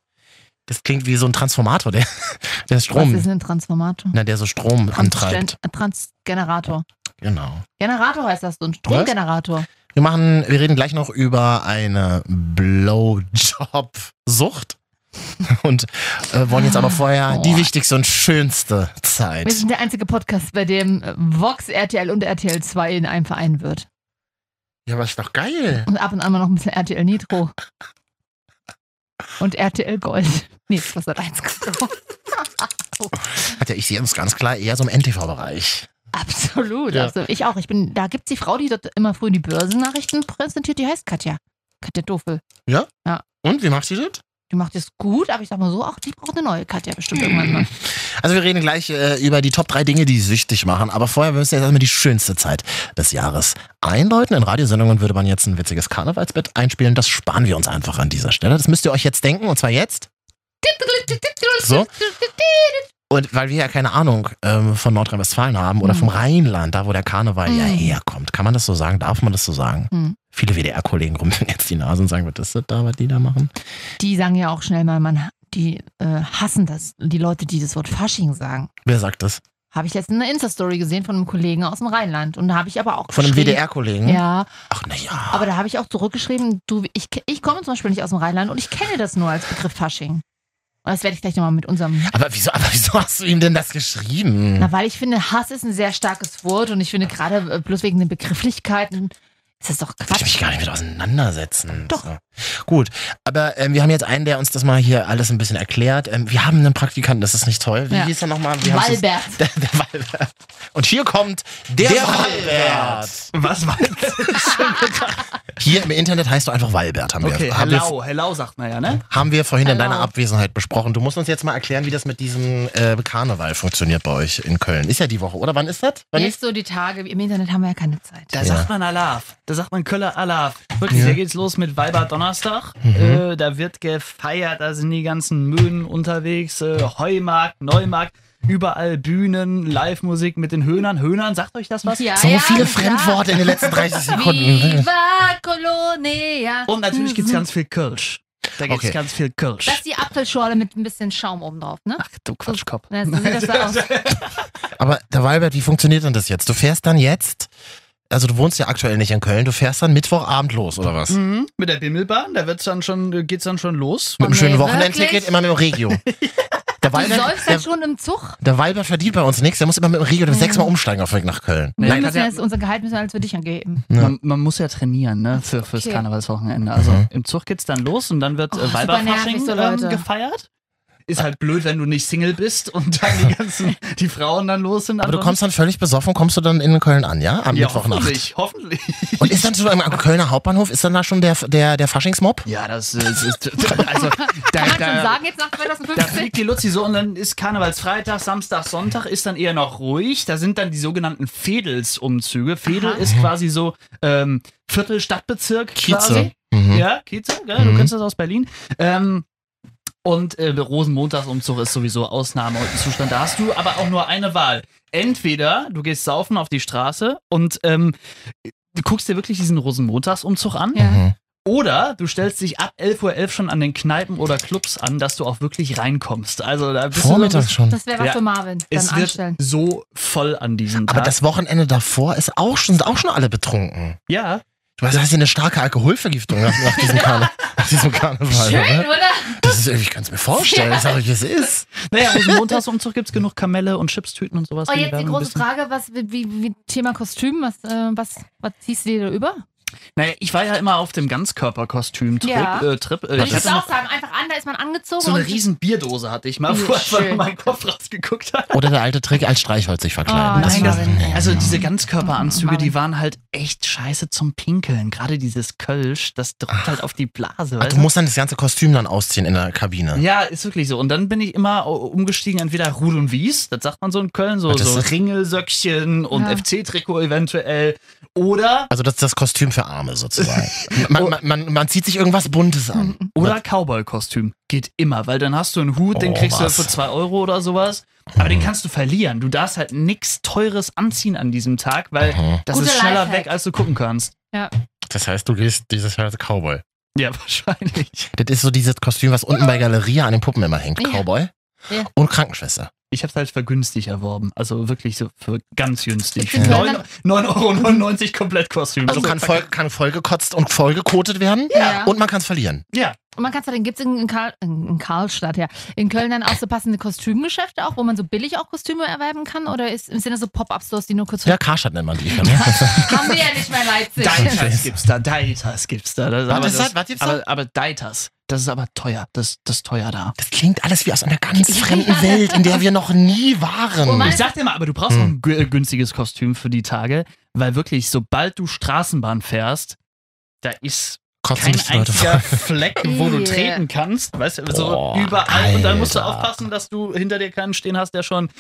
[SPEAKER 1] Das klingt wie so ein Transformator, der, der
[SPEAKER 2] Was
[SPEAKER 1] Strom,
[SPEAKER 2] ist denn ein Transformator?
[SPEAKER 1] na, der so Strom antreibt.
[SPEAKER 2] Transgen- Transgenerator.
[SPEAKER 1] Genau.
[SPEAKER 2] Generator heißt das, so ein Stromgenerator.
[SPEAKER 1] Wir machen, wir reden gleich noch über eine Blowjob-Sucht und äh, wollen jetzt aber vorher die
[SPEAKER 2] Boah.
[SPEAKER 1] wichtigste und schönste Zeit.
[SPEAKER 2] Wir sind der einzige Podcast, bei dem äh, Vox, RTL und RTL 2 in einem Verein wird.
[SPEAKER 1] Ja, aber ist doch geil.
[SPEAKER 2] Und ab und an mal noch ein bisschen RTL Nitro. Und RTL Gold. Nee, was hat eins
[SPEAKER 1] Hat ja, ich sehe uns ganz klar eher so im NTV-Bereich.
[SPEAKER 2] Absolut,
[SPEAKER 1] Ja.
[SPEAKER 2] absolut. Ich auch. Ich bin, da gibt es die Frau, die dort immer früh die Börsennachrichten präsentiert, die heißt Katja. Katja Dofel.
[SPEAKER 1] Und wie macht ihr das?
[SPEAKER 2] Die macht es gut, aber ich sag mal so, auch die braucht eine neue Katja bestimmt irgendwann mal.
[SPEAKER 1] Also wir reden gleich äh, über die Top 3 Dinge, die süchtig machen. Aber vorher müssen wir jetzt erstmal die schönste Zeit des Jahres einläuten. In Radiosendungen würde man jetzt ein witziges Karnevalsbett einspielen. Das sparen wir uns einfach an dieser Stelle. Das müsst ihr euch jetzt denken. Und zwar jetzt. So. Und weil wir ja keine Ahnung ähm, von Nordrhein-Westfalen haben oder
[SPEAKER 2] Mhm.
[SPEAKER 1] vom Rheinland, da wo der Karneval ja
[SPEAKER 2] Mhm.
[SPEAKER 1] herkommt, kann man das so sagen? Darf man das so sagen?
[SPEAKER 2] Mhm.
[SPEAKER 1] Viele WDR-Kollegen rumpeln jetzt die Nase und sagen, was ist das da, was die da machen?
[SPEAKER 2] Die sagen ja auch schnell mal, man, die äh, hassen das. Die Leute, die das Wort Fasching sagen.
[SPEAKER 1] Wer sagt das?
[SPEAKER 2] Habe ich letztens eine Insta-Story gesehen von einem Kollegen aus dem Rheinland. Und da habe ich aber auch
[SPEAKER 1] Von einem
[SPEAKER 2] geschrieben-
[SPEAKER 1] WDR-Kollegen?
[SPEAKER 2] Ja,
[SPEAKER 1] Ach, naja.
[SPEAKER 2] aber da habe ich auch zurückgeschrieben, du, ich, ke- ich komme zum Beispiel nicht aus dem Rheinland und ich kenne das nur als Begriff Fasching. Und das werde ich gleich nochmal mit unserem
[SPEAKER 1] Aber wieso, aber wieso hast du ihm denn das geschrieben?
[SPEAKER 2] Na, weil ich finde, Hass ist ein sehr starkes Wort und ich finde gerade äh, bloß wegen den Begrifflichkeiten ist das doch
[SPEAKER 1] Will ich mich
[SPEAKER 2] Quatsch.
[SPEAKER 1] gar nicht mit auseinandersetzen.
[SPEAKER 2] Doch.
[SPEAKER 1] So. Gut, aber ähm, wir haben jetzt einen, der uns das mal hier alles ein bisschen erklärt. Ähm, wir haben einen Praktikanten, das ist nicht toll. Wie
[SPEAKER 2] Ja.
[SPEAKER 1] hieß er nochmal? Wie heißt es?
[SPEAKER 2] Walbert.
[SPEAKER 1] Der, der Walbert. Und hier kommt der, Walbert.
[SPEAKER 9] Was war das?
[SPEAKER 1] Hier im Internet heißt du einfach Walbert, haben wir.
[SPEAKER 9] Okay,
[SPEAKER 1] haben, wir
[SPEAKER 9] hello, hello sagt man ja, ne?
[SPEAKER 1] haben wir vorhin in
[SPEAKER 2] Hello.
[SPEAKER 1] deiner Abwesenheit besprochen. Du musst uns jetzt mal erklären, wie das mit diesem äh, Karneval funktioniert bei euch in Köln. Ist ja die Woche, oder? Wann ist das? Wann
[SPEAKER 2] Jetzt so die Tage, im Internet haben wir ja keine Zeit.
[SPEAKER 9] Da
[SPEAKER 1] Ja.
[SPEAKER 9] sagt man Alaf. Da sagt man Köller Alaf. Wirklich, da geht's los mit Weiber Donnerstag. Äh, da wird gefeiert, da sind die ganzen Möhnen unterwegs. Äh, Heumarkt, Neumarkt, überall Bühnen, Live-Musik mit den Höhnern. Höhnern, sagt euch das was?
[SPEAKER 2] Ja,
[SPEAKER 1] so
[SPEAKER 2] Ah ja,
[SPEAKER 1] viele
[SPEAKER 2] ja.
[SPEAKER 1] Fremdworte in den letzten 30 Sekunden.
[SPEAKER 2] Viva Colonia.
[SPEAKER 9] Und natürlich gibt's ganz viel Kölsch. Da gibt's
[SPEAKER 1] Okay.
[SPEAKER 9] ganz viel Kölsch.
[SPEAKER 2] Mhm. Das ist die Apfelschorle mit ein bisschen Schaum oben drauf, ne?
[SPEAKER 9] Ach du Quatschkopf.
[SPEAKER 2] Na, so sieht das da aus.
[SPEAKER 1] Aber der Walbert, wie funktioniert denn das jetzt? Du fährst dann jetzt, also du wohnst ja aktuell nicht in Köln, du fährst dann Mittwochabend los, oder
[SPEAKER 2] Hm.
[SPEAKER 1] was?
[SPEAKER 9] Mhm. Mit der Bimmelbahn, da wird's dann schon, äh, geht's dann schon los.
[SPEAKER 1] Mit einem schönen
[SPEAKER 2] Oh, nee,
[SPEAKER 1] Wochenendticket,
[SPEAKER 2] wirklich?
[SPEAKER 1] immer mit dem Regio. Der
[SPEAKER 2] Du
[SPEAKER 1] Walbert,
[SPEAKER 2] säufst
[SPEAKER 1] der,
[SPEAKER 2] halt schon Mhm. im Zug.
[SPEAKER 1] der Walbert verdient bei uns nichts, der muss immer mit dem Regio sechsmal umsteigen auf dem Weg nach Köln.
[SPEAKER 9] Nee,
[SPEAKER 2] Dann
[SPEAKER 9] das
[SPEAKER 2] müssen wir
[SPEAKER 9] ja-
[SPEAKER 2] jetzt unser Gehalt müssen wir als für dich angeben.
[SPEAKER 9] Man, man muss ja trainieren, ne, für, fürs
[SPEAKER 2] Okay.
[SPEAKER 9] Karnevalswochenende. Also
[SPEAKER 1] Mhm.
[SPEAKER 9] im Zug geht's dann los und dann wird
[SPEAKER 2] Oh,
[SPEAKER 9] äh,
[SPEAKER 2] super nervig,
[SPEAKER 9] Weiberfasching
[SPEAKER 2] so Leute.
[SPEAKER 9] ähm, gefeiert. Ist halt blöd, wenn du nicht Single bist und dann die ganzen, die Frauen dann los sind.
[SPEAKER 1] Aber du kommst dann völlig besoffen, kommst du dann in Köln an, ja? Am
[SPEAKER 9] ja,
[SPEAKER 1] Mittwochnacht.
[SPEAKER 9] hoffentlich, hoffentlich.
[SPEAKER 1] Und ist dann schon am am Kölner Hauptbahnhof, ist dann da schon der, der, der Faschingsmob?
[SPEAKER 9] Ja, das äh, es ist,
[SPEAKER 2] Kann
[SPEAKER 9] also, da,
[SPEAKER 2] man schon
[SPEAKER 9] da,
[SPEAKER 2] sagen, jetzt nach
[SPEAKER 9] da
[SPEAKER 2] 2015?
[SPEAKER 9] fliegt die Luzi so und dann ist Karnevalsfreitag, Samstag, Sonntag ist dann eher noch ruhig. Da sind dann die sogenannten Fedelsumzüge. Fedel
[SPEAKER 2] Aha.
[SPEAKER 9] ist quasi so ähm, Viertel Stadtbezirk quasi.
[SPEAKER 1] Kieze. Mhm.
[SPEAKER 9] Ja, Kieze, gell? du
[SPEAKER 1] Mhm.
[SPEAKER 9] kennst das aus Berlin. Ähm, und äh, Rosenmontagsumzug ist sowieso Ausnahmezustand. Da hast du aber auch nur eine Wahl. Entweder du gehst saufen auf die Straße und ähm, du guckst dir wirklich diesen Rosenmontagsumzug an.
[SPEAKER 2] Ja.
[SPEAKER 1] Mhm.
[SPEAKER 9] Oder du stellst dich ab 11.11 Uhr schon an den Kneipen oder Clubs an, dass du auch wirklich reinkommst. Also da bist
[SPEAKER 1] Vormittags schon.
[SPEAKER 2] Das wäre was
[SPEAKER 9] Ja.
[SPEAKER 2] für Marvin.
[SPEAKER 9] du.
[SPEAKER 2] Dann
[SPEAKER 9] Es wird
[SPEAKER 2] anstellen.
[SPEAKER 9] so voll an diesem Tag.
[SPEAKER 1] Aber das Wochenende davor ist auch schon, sind auch schon alle betrunken.
[SPEAKER 9] ja,
[SPEAKER 1] Du hast hast ja eine starke Alkoholvergiftung nach, nach, diesem, Karne, nach diesem Karneval.
[SPEAKER 2] Schön,
[SPEAKER 9] ne?
[SPEAKER 1] oder?
[SPEAKER 2] oder? Oh,
[SPEAKER 1] Das ist, ich kann es mir vorstellen, ich sag euch, wie es ist.
[SPEAKER 9] naja, Rosenmontagsumzug gibt es genug Kamelle und Chipstüten und sowas.
[SPEAKER 2] Oh,
[SPEAKER 9] die
[SPEAKER 2] jetzt die
[SPEAKER 9] werden ein
[SPEAKER 2] große
[SPEAKER 9] bisschen-
[SPEAKER 2] Frage, was, wie, wie, wie Thema Kostüm, was, äh, was, was ziehst du dir da über?
[SPEAKER 9] Naja, ich war ja immer auf dem Ganzkörperkostüm-Trip.
[SPEAKER 2] Ja.
[SPEAKER 9] Äh, Trip. Äh,
[SPEAKER 1] Was
[SPEAKER 9] ich
[SPEAKER 1] ist-
[SPEAKER 2] Ich
[SPEAKER 9] hatte
[SPEAKER 2] würde auch
[SPEAKER 9] noch
[SPEAKER 2] sagen, einfach an, da ist man angezogen
[SPEAKER 9] so eine
[SPEAKER 2] und
[SPEAKER 9] riesen Bierdose hatte ich mal,
[SPEAKER 2] Wie
[SPEAKER 9] wo einfach
[SPEAKER 2] schön.
[SPEAKER 9] nur mein Kopf rausgeguckt hat.
[SPEAKER 1] Oder der alte Trick, als Streichholz sich verkleiden.
[SPEAKER 2] Oh,
[SPEAKER 1] das
[SPEAKER 2] nein,
[SPEAKER 1] war,
[SPEAKER 2] das-
[SPEAKER 1] nee.
[SPEAKER 9] Also diese Ganzkörperanzüge,
[SPEAKER 2] Marvin.
[SPEAKER 9] die waren halt echt scheiße zum Pinkeln. Gerade dieses Kölsch, das drückt halt auf die Blase.
[SPEAKER 1] Ach,
[SPEAKER 9] weißt
[SPEAKER 1] du musst dann das ganze Kostüm dann ausziehen in der Kabine.
[SPEAKER 9] ja, ist wirklich so. Und dann bin ich immer umgestiegen, entweder Rudel und Wies, das sagt man so in Köln, so,
[SPEAKER 1] Das
[SPEAKER 9] so
[SPEAKER 1] ist-
[SPEAKER 9] Ringelsöckchen und
[SPEAKER 2] Ja.
[SPEAKER 9] FC-Trikot eventuell. Oder,
[SPEAKER 1] Also das ist das Kostüm für Arme sozusagen. man, man, man, man zieht sich irgendwas Buntes an.
[SPEAKER 9] oder Cowboy-Kostüm. Geht immer, weil dann hast du einen Hut, den
[SPEAKER 1] Oh,
[SPEAKER 9] kriegst
[SPEAKER 1] was. Hm.
[SPEAKER 9] du für 2 Euro oder sowas. Aber den kannst du verlieren. Du darfst halt nichts Teures anziehen an diesem Tag, weil
[SPEAKER 1] Mhm.
[SPEAKER 9] das
[SPEAKER 2] Guter
[SPEAKER 9] ist schneller
[SPEAKER 2] Lifehack.
[SPEAKER 9] weg, als du gucken kannst.
[SPEAKER 1] Das heißt, du gehst dieses Jahr als Cowboy.
[SPEAKER 9] Ja, wahrscheinlich.
[SPEAKER 1] Das ist so dieses Kostüm, was unten bei Galeria an den Puppen immer hängt.
[SPEAKER 2] Ja.
[SPEAKER 1] Cowboy
[SPEAKER 2] Ja.
[SPEAKER 1] und Krankenschwester.
[SPEAKER 9] Ich habe es halt für günstig erworben. Also wirklich so für ganz günstig.
[SPEAKER 2] Ich bin
[SPEAKER 9] Neun- 9,99 Euro komplett Kostüm.
[SPEAKER 1] Also kann voll, kann voll gekotzt und voll gekotet werden.
[SPEAKER 2] Ja.
[SPEAKER 1] Und man kann es verlieren.
[SPEAKER 9] Ja,
[SPEAKER 2] Und man kann es dann, gibt es in, in, Karl, in, in Karlstadt, ja, in Köln dann auch so passende Kostümgeschäfte auch, wo man so billig auch Kostüme erwerben kann? Oder ist, sind das so Pop-Up-Stores, die nur kurz...
[SPEAKER 1] Ja, Karstadt nennt man die. Ne?
[SPEAKER 2] Haben wir ja nicht mehr in Leipzig.
[SPEAKER 9] Deitas gibt's da, Deitas gibt's da. Das, aber
[SPEAKER 1] Was ist
[SPEAKER 9] das-
[SPEAKER 1] das? Was gibt's da?
[SPEAKER 9] aber, aber Deitas, das ist aber teuer. Das, das ist teuer da.
[SPEAKER 1] Das klingt alles wie aus einer ganz fremden Welt, in der wir noch nie
[SPEAKER 2] Oh mein-
[SPEAKER 1] waren.
[SPEAKER 9] Ich sag dir mal, aber du brauchst
[SPEAKER 1] Hm.
[SPEAKER 9] noch ein gü- äh, günstiges Kostüm für die Tage, weil wirklich, sobald du Straßenbahn fährst, da ist
[SPEAKER 1] Kotzen
[SPEAKER 9] kein
[SPEAKER 1] mich die Leute
[SPEAKER 9] einziger Fleck, wo du
[SPEAKER 2] Yeah.
[SPEAKER 9] treten kannst. Weißt du, so
[SPEAKER 1] Boah,
[SPEAKER 9] überall. Und dann musst du
[SPEAKER 1] Alter.
[SPEAKER 9] aufpassen, dass du hinter dir keinen stehen hast, der schon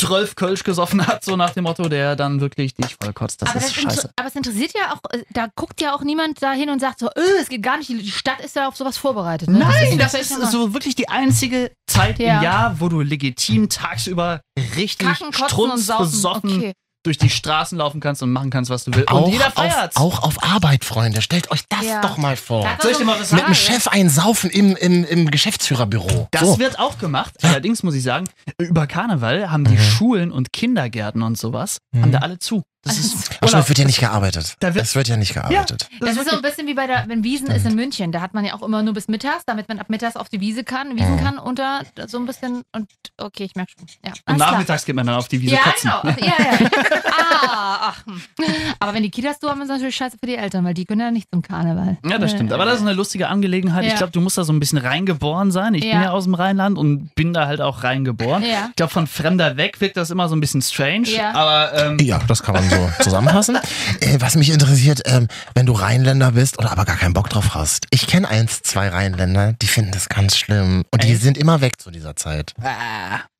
[SPEAKER 9] 12 Kölsch gesoffen hat, so nach dem Motto, der dann wirklich dich vollkotzt. Das
[SPEAKER 2] aber,
[SPEAKER 9] ist
[SPEAKER 2] das
[SPEAKER 9] scheiße.
[SPEAKER 2] inter- aber es interessiert ja auch, äh, da guckt ja auch niemand da hin und sagt so, äh, es geht gar nicht, die Stadt ist ja auf sowas vorbereitet. Ne?
[SPEAKER 9] Nein, das
[SPEAKER 2] echt
[SPEAKER 9] ist
[SPEAKER 2] normal.
[SPEAKER 9] so wirklich die einzige Zeit
[SPEAKER 2] Ja.
[SPEAKER 9] im Jahr, wo du legitim tagsüber richtig
[SPEAKER 2] Kacken, kotzen und saufen.
[SPEAKER 9] strunzbesoffen
[SPEAKER 2] Okay.
[SPEAKER 9] durch die Straßen laufen kannst und machen kannst, was du willst.
[SPEAKER 1] Auch,
[SPEAKER 9] und jeder
[SPEAKER 1] auf,
[SPEAKER 9] feiert's.
[SPEAKER 1] auch auf Arbeit, Freunde. Stellt euch das
[SPEAKER 2] Ja.
[SPEAKER 1] doch mal vor.
[SPEAKER 2] Da hat man
[SPEAKER 9] Soll ich
[SPEAKER 2] so
[SPEAKER 9] dir mal was
[SPEAKER 2] eine
[SPEAKER 1] Mit dem
[SPEAKER 2] Frage.
[SPEAKER 1] Chef einsaufen im, im, im Geschäftsführerbüro.
[SPEAKER 9] Das
[SPEAKER 1] so.
[SPEAKER 9] wird auch gemacht. Allerdings muss ich sagen, über Karneval haben
[SPEAKER 1] Mhm.
[SPEAKER 9] die Schulen und Kindergärten und sowas, haben da alle zu. Das ist
[SPEAKER 1] Aber es
[SPEAKER 9] Urlaub.
[SPEAKER 1] wird ja nicht gearbeitet.
[SPEAKER 9] Da wird-
[SPEAKER 1] es wird ja nicht gearbeitet.
[SPEAKER 2] Das Also ist so ein bisschen wie bei der, wenn Wiesen ist in München, da hat man ja auch immer nur bis mittags, damit man ab mittags auf die Wiese kann, Wiesen
[SPEAKER 1] Mhm.
[SPEAKER 2] kann unter so ein bisschen und okay, ich merke schon. Ja,
[SPEAKER 9] und
[SPEAKER 2] alles klar.
[SPEAKER 9] nachmittags geht man dann auf die Wiese
[SPEAKER 2] Ja,
[SPEAKER 9] kotzen.
[SPEAKER 2] genau. Also, ja, ja. ah, ach. hm. Aber wenn die Kitas du haben, ist natürlich scheiße für die Eltern, weil die können ja nicht zum Karneval.
[SPEAKER 9] Ja, das stimmt. Aber das ist eine lustige Angelegenheit. Ich
[SPEAKER 2] Ja.
[SPEAKER 9] glaube, du musst da so ein bisschen reingeboren sein. Ich bin
[SPEAKER 2] Ja.
[SPEAKER 9] ja aus dem Rheinland und bin da halt auch reingeboren.
[SPEAKER 2] Ja.
[SPEAKER 9] Ich glaube, von Fremder weg wirkt das immer so ein bisschen strange.
[SPEAKER 2] Ja.
[SPEAKER 9] Aber ähm,
[SPEAKER 1] Ja, das kann man so zusammenfassen. Äh, was mich interessiert, ähm, wenn du Rheinländer bist oder aber gar keinen Bock drauf hast. Ich kenne eins, zwei Rheinländer, die finden das ganz schlimm. Und die sind immer weg zu dieser Zeit.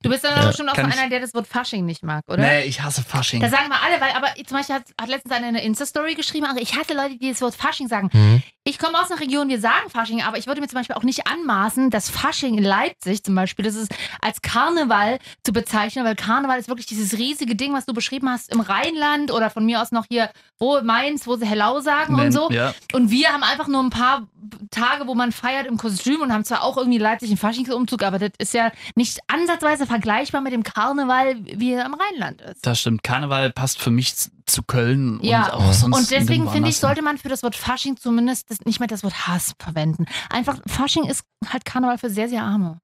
[SPEAKER 2] Du bist dann aber schon auch so
[SPEAKER 9] Kann ich-
[SPEAKER 2] einer, der das Wort Fasching nicht mag, oder?
[SPEAKER 9] nee, ich hasse Fasching.
[SPEAKER 2] Da sagen wir alle, weil aber zum Beispiel hat, hat letztens einer eine Insta-Story geschrieben, ach, ich hasse Leute, die das Wort Fasching sagen.
[SPEAKER 1] Hm?
[SPEAKER 2] Ich komme aus einer Region, wir sagen Fasching, aber ich würde mir zum Beispiel auch nicht anmaßen, das Fasching in Leipzig zum Beispiel, das ist als Karneval zu bezeichnen, weil Karneval ist wirklich dieses riesige Ding, was du beschrieben hast im Rheinland oder von mir aus noch hier, wo Mainz, wo sie Hello sagen
[SPEAKER 9] Wenn-
[SPEAKER 2] und so.
[SPEAKER 9] Ja.
[SPEAKER 2] Und wir haben einfach nur ein paar Tage, wo man feiert im Kostüm und haben zwar auch irgendwie Leipzig einen Faschingsumzug, aber das ist ja nicht ansatzweise vergleichbar mit dem Karneval, wie er im Rheinland ist.
[SPEAKER 9] Das stimmt. Karneval passt für mich z- zu Köln und
[SPEAKER 2] Ja.
[SPEAKER 1] Mhm.
[SPEAKER 9] auch sonst.
[SPEAKER 2] Und deswegen finde
[SPEAKER 9] nirgendwo
[SPEAKER 2] ich,
[SPEAKER 1] ne?
[SPEAKER 9] anders hin.
[SPEAKER 2] sollte man für das Wort Fasching zumindest das, nicht mehr das Wort Hass verwenden. Einfach, Fasching ist halt Karneval für sehr, sehr Arme.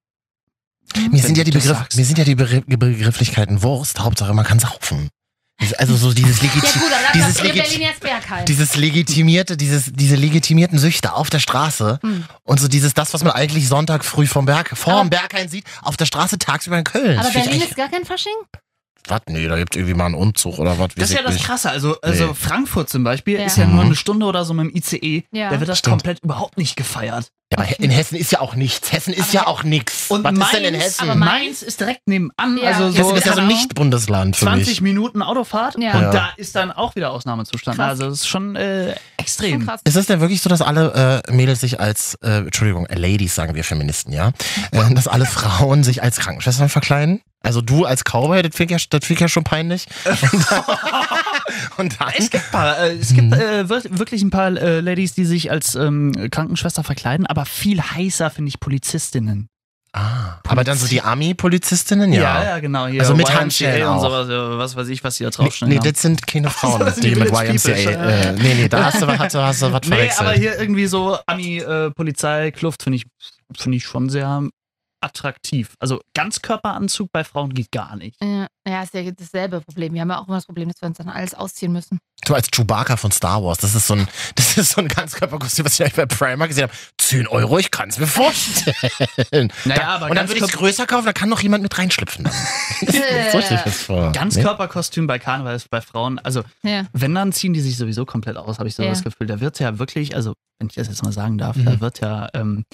[SPEAKER 1] Mir, sind ja die
[SPEAKER 9] du
[SPEAKER 1] Begriff,
[SPEAKER 9] sagst.
[SPEAKER 1] mir sind ja die Begr- Begrifflichkeiten Wurst, Hauptsache man kann saufen. Dieses- Also so dieses
[SPEAKER 2] Ja
[SPEAKER 1] Legitim.
[SPEAKER 2] gut, aber dann
[SPEAKER 1] Dieses
[SPEAKER 2] ist
[SPEAKER 1] Legit-
[SPEAKER 2] Berlin jetzt Berg halt.
[SPEAKER 1] Dieses legitimierte, dieses, diese legitimierten Süchte auf der Straße
[SPEAKER 2] Hm.
[SPEAKER 1] und so dieses, das, was man eigentlich Sonntag früh vom Berg, vorm
[SPEAKER 2] Aber-
[SPEAKER 1] Berghain sieht, auf der Straße tagsüber in Köln.
[SPEAKER 2] Aber
[SPEAKER 1] Das find ich
[SPEAKER 2] Berlin
[SPEAKER 1] eigentlich-
[SPEAKER 2] ist gar kein Fasching?
[SPEAKER 1] Was? Nee, da gibt's irgendwie mal einen Umzug oder was?
[SPEAKER 9] Das ist ja das Krasse. Also, also
[SPEAKER 1] Nee.
[SPEAKER 9] Frankfurt zum Beispiel
[SPEAKER 2] Ja.
[SPEAKER 9] ist ja nur
[SPEAKER 1] Mhm.
[SPEAKER 9] eine Stunde oder so mit dem ICE.
[SPEAKER 2] Ja.
[SPEAKER 9] Da wird das
[SPEAKER 1] Stimmt.
[SPEAKER 9] komplett überhaupt nicht gefeiert.
[SPEAKER 1] Ja, aber in Hessen ist ja auch nichts. Hessen ist
[SPEAKER 2] Aber
[SPEAKER 1] ja
[SPEAKER 2] He-
[SPEAKER 1] auch nichts.
[SPEAKER 9] Und
[SPEAKER 1] Was
[SPEAKER 9] Mainz,
[SPEAKER 1] ist denn in Hessen?
[SPEAKER 9] Aber
[SPEAKER 1] Hessen
[SPEAKER 9] Mainz ist direkt nebenan.
[SPEAKER 2] Ja.
[SPEAKER 9] Also so
[SPEAKER 2] Hessen
[SPEAKER 1] ist ja so
[SPEAKER 9] keine
[SPEAKER 1] ein
[SPEAKER 9] Ahnung,
[SPEAKER 1] Nicht-Bundesland für
[SPEAKER 9] 20
[SPEAKER 1] mich.
[SPEAKER 9] Minuten Autofahrt
[SPEAKER 2] Ja.
[SPEAKER 9] und
[SPEAKER 1] Ja.
[SPEAKER 9] da ist dann auch wieder Ausnahmezustand.
[SPEAKER 2] Krass.
[SPEAKER 9] Also das ist schon äh,
[SPEAKER 2] Schon
[SPEAKER 9] extrem.
[SPEAKER 2] krass.
[SPEAKER 1] Ist es denn wirklich so, dass alle äh, Mädels sich als, äh, Entschuldigung, äh, Ladies sagen wir Feministen, ja? Äh, dass alle Frauen sich als Krankenschwestern verkleiden? Also du als Cowboy, das find ja, das find ja schon peinlich. Und dann,
[SPEAKER 9] Es gibt, ein paar, äh, es
[SPEAKER 1] Mhm.
[SPEAKER 9] gibt äh, wir- wirklich ein paar äh, Ladies, die sich als ähm, Krankenschwester verkleiden, aber viel heißer finde ich Polizistinnen.
[SPEAKER 1] ah, aber dann so die Army-Polizistinnen, ja.
[SPEAKER 9] ja, genau. Hier
[SPEAKER 1] Also mit
[SPEAKER 9] YMCA
[SPEAKER 1] Handschellen
[SPEAKER 9] und
[SPEAKER 1] auch.
[SPEAKER 9] sowas, äh, was weiß ich, was sie da
[SPEAKER 1] Nee,
[SPEAKER 9] draufstellen.
[SPEAKER 1] nee,
[SPEAKER 9] haben.
[SPEAKER 1] das sind keine Frauen,
[SPEAKER 9] das sind
[SPEAKER 1] die
[SPEAKER 9] die
[SPEAKER 1] mit
[SPEAKER 9] Village
[SPEAKER 1] YMCA.
[SPEAKER 9] People,
[SPEAKER 1] Äh, nee, nee, da hast du, hast du, hast du was
[SPEAKER 9] Nee,
[SPEAKER 1] verwechselt.
[SPEAKER 9] aber hier irgendwie so Ami-Polizei-Kluft finde ich, find ich schon sehr attraktiv. Also Ganzkörperanzug bei Frauen geht gar nicht.
[SPEAKER 2] Ja, ja, ist ja dasselbe Problem. Wir haben ja auch immer das Problem, dass wir uns dann alles ausziehen müssen.
[SPEAKER 1] Du als Chewbacca von Star Wars, das ist so ein, das ist so ein Ganzkörperkostüm, was ich eigentlich bei Primark gesehen habe. 10 Euro, ich kann es mir vorstellen.
[SPEAKER 9] Naja,
[SPEAKER 1] da,
[SPEAKER 9] aber
[SPEAKER 1] und dann
[SPEAKER 9] ganz
[SPEAKER 1] würde ich es
[SPEAKER 9] kurz-
[SPEAKER 1] größer kaufen, da kann noch jemand mit reinschlüpfen. Dann.
[SPEAKER 2] Äh,
[SPEAKER 1] so stelle ich das vor. ne?
[SPEAKER 9] Ganzkörperkostüm bei Karneval ist bei Frauen, also
[SPEAKER 2] Ja.
[SPEAKER 9] wenn, dann ziehen die sich sowieso komplett aus, habe ich so
[SPEAKER 2] Ja.
[SPEAKER 9] das Gefühl. Da wird ja wirklich, also wenn ich das jetzt mal sagen
[SPEAKER 1] Mhm.
[SPEAKER 9] darf, da wird ja ähm,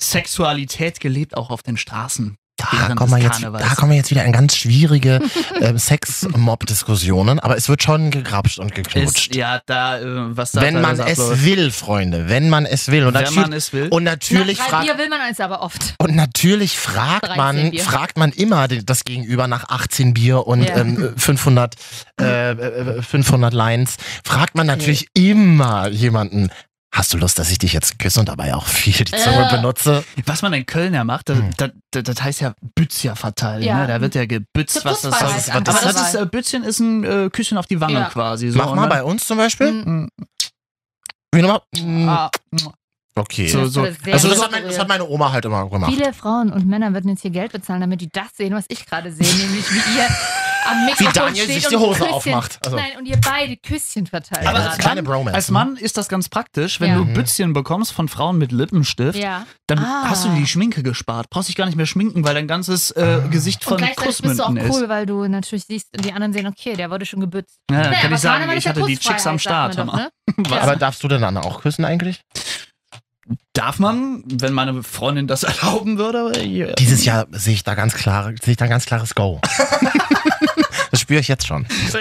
[SPEAKER 9] Sexualität gelebt, auch auf den Straßen.
[SPEAKER 1] Da
[SPEAKER 9] während
[SPEAKER 1] kommen, wir
[SPEAKER 9] des
[SPEAKER 1] jetzt,
[SPEAKER 9] Karnevals.
[SPEAKER 1] da kommen wir jetzt wieder in ganz schwierige ähm, Sex-Mob-Diskussionen, aber es wird schon gegrapscht und geknutscht.
[SPEAKER 9] ist, ja, da, äh, was da
[SPEAKER 1] wenn man
[SPEAKER 9] teilweise
[SPEAKER 1] es
[SPEAKER 9] abläuft.
[SPEAKER 1] will, Freunde, wenn man es will. Und
[SPEAKER 9] wenn
[SPEAKER 1] natürlich,
[SPEAKER 9] man es will.
[SPEAKER 1] und natürlich
[SPEAKER 2] Nach drei
[SPEAKER 1] fragt
[SPEAKER 2] Bier will man eins aber oft.
[SPEAKER 1] Und natürlich fragt
[SPEAKER 2] 13
[SPEAKER 1] man,
[SPEAKER 2] Bier.
[SPEAKER 1] fragt man immer den- das Gegenüber nach 18 Bier und
[SPEAKER 2] Ja.
[SPEAKER 1] ähm, 500, äh, äh, 500 Lines, fragt man natürlich immer jemanden, hast du Lust, dass ich dich jetzt küsse und dabei auch viel die Zunge
[SPEAKER 2] Äh.
[SPEAKER 1] benutze?
[SPEAKER 9] Was man in Köln ja macht, das,
[SPEAKER 1] Hm.
[SPEAKER 9] das, das, das heißt ja Bützja verteilen.
[SPEAKER 2] Ja.
[SPEAKER 9] Ne? Da wird ja gebützt,
[SPEAKER 2] Der
[SPEAKER 9] was das
[SPEAKER 2] Fußball
[SPEAKER 9] soll.
[SPEAKER 1] heißt
[SPEAKER 9] Aber das
[SPEAKER 2] anders.
[SPEAKER 9] ist, äh, Bützchen ist ein äh, Küsschen auf die Wange
[SPEAKER 2] Ja.
[SPEAKER 9] quasi. So,
[SPEAKER 1] Mach mal
[SPEAKER 9] ne?
[SPEAKER 1] bei uns zum
[SPEAKER 2] Hm.
[SPEAKER 1] Beispiel.
[SPEAKER 9] Mhm.
[SPEAKER 1] Wie nochmal? Mhm.
[SPEAKER 9] Ah,
[SPEAKER 1] Okay.
[SPEAKER 9] So,
[SPEAKER 2] Das
[SPEAKER 9] so.
[SPEAKER 2] wurde sehr
[SPEAKER 1] also das
[SPEAKER 2] gut
[SPEAKER 1] hat, mein, das
[SPEAKER 2] moderiert.
[SPEAKER 1] hat meine Oma halt immer gemacht.
[SPEAKER 2] Viele Frauen und Männer würden jetzt hier Geld bezahlen, damit die das sehen, was ich gerade sehe, nämlich wie ihr am Mikrofon
[SPEAKER 1] Wie Daniel
[SPEAKER 2] steht
[SPEAKER 1] sich die
[SPEAKER 2] und
[SPEAKER 1] Hose
[SPEAKER 2] Küsschen,
[SPEAKER 1] aufmacht. Also,
[SPEAKER 2] Nein, und ihr beide Küsschen verteilt.
[SPEAKER 1] ja,
[SPEAKER 9] aber
[SPEAKER 1] das
[SPEAKER 9] als
[SPEAKER 1] ist kleine
[SPEAKER 9] Mann-
[SPEAKER 1] Bromance. ne?
[SPEAKER 9] Als Mann ist das ganz praktisch, wenn
[SPEAKER 2] Ja.
[SPEAKER 9] du
[SPEAKER 1] Mhm.
[SPEAKER 9] Bützchen bekommst von Frauen mit Lippenstift,
[SPEAKER 2] ja.
[SPEAKER 9] dann
[SPEAKER 2] Ah.
[SPEAKER 9] hast du dir die Schminke gespart. Brauchst dich gar nicht mehr schminken, weil dein ganzes äh,
[SPEAKER 1] Ah.
[SPEAKER 9] Gesicht
[SPEAKER 2] Und
[SPEAKER 9] von
[SPEAKER 2] gleichzeitig bist du auch
[SPEAKER 9] Kussmünden
[SPEAKER 2] cool,
[SPEAKER 9] ist.
[SPEAKER 2] weil du natürlich siehst, die anderen sehen, okay, der wurde schon gebützt.
[SPEAKER 9] Ja, dann
[SPEAKER 2] Naja,
[SPEAKER 9] kann
[SPEAKER 2] aber
[SPEAKER 9] ich sagen,
[SPEAKER 2] Karneval ist
[SPEAKER 9] ich
[SPEAKER 2] ja
[SPEAKER 9] hatte die
[SPEAKER 2] Kussfreiheit,
[SPEAKER 9] Chicks am
[SPEAKER 2] sagt man ne?
[SPEAKER 9] Start.
[SPEAKER 2] doch,
[SPEAKER 9] hör mal.
[SPEAKER 2] ne?
[SPEAKER 9] Was?
[SPEAKER 1] Aber darfst du denn Anna auch küssen eigentlich?
[SPEAKER 9] darf man, wenn meine Freundin das erlauben würde. Ja.
[SPEAKER 1] Dieses Jahr sehe ich da ganz klar, sehe ich da ein ganz klares Go. das spüre ich jetzt schon.
[SPEAKER 2] Bist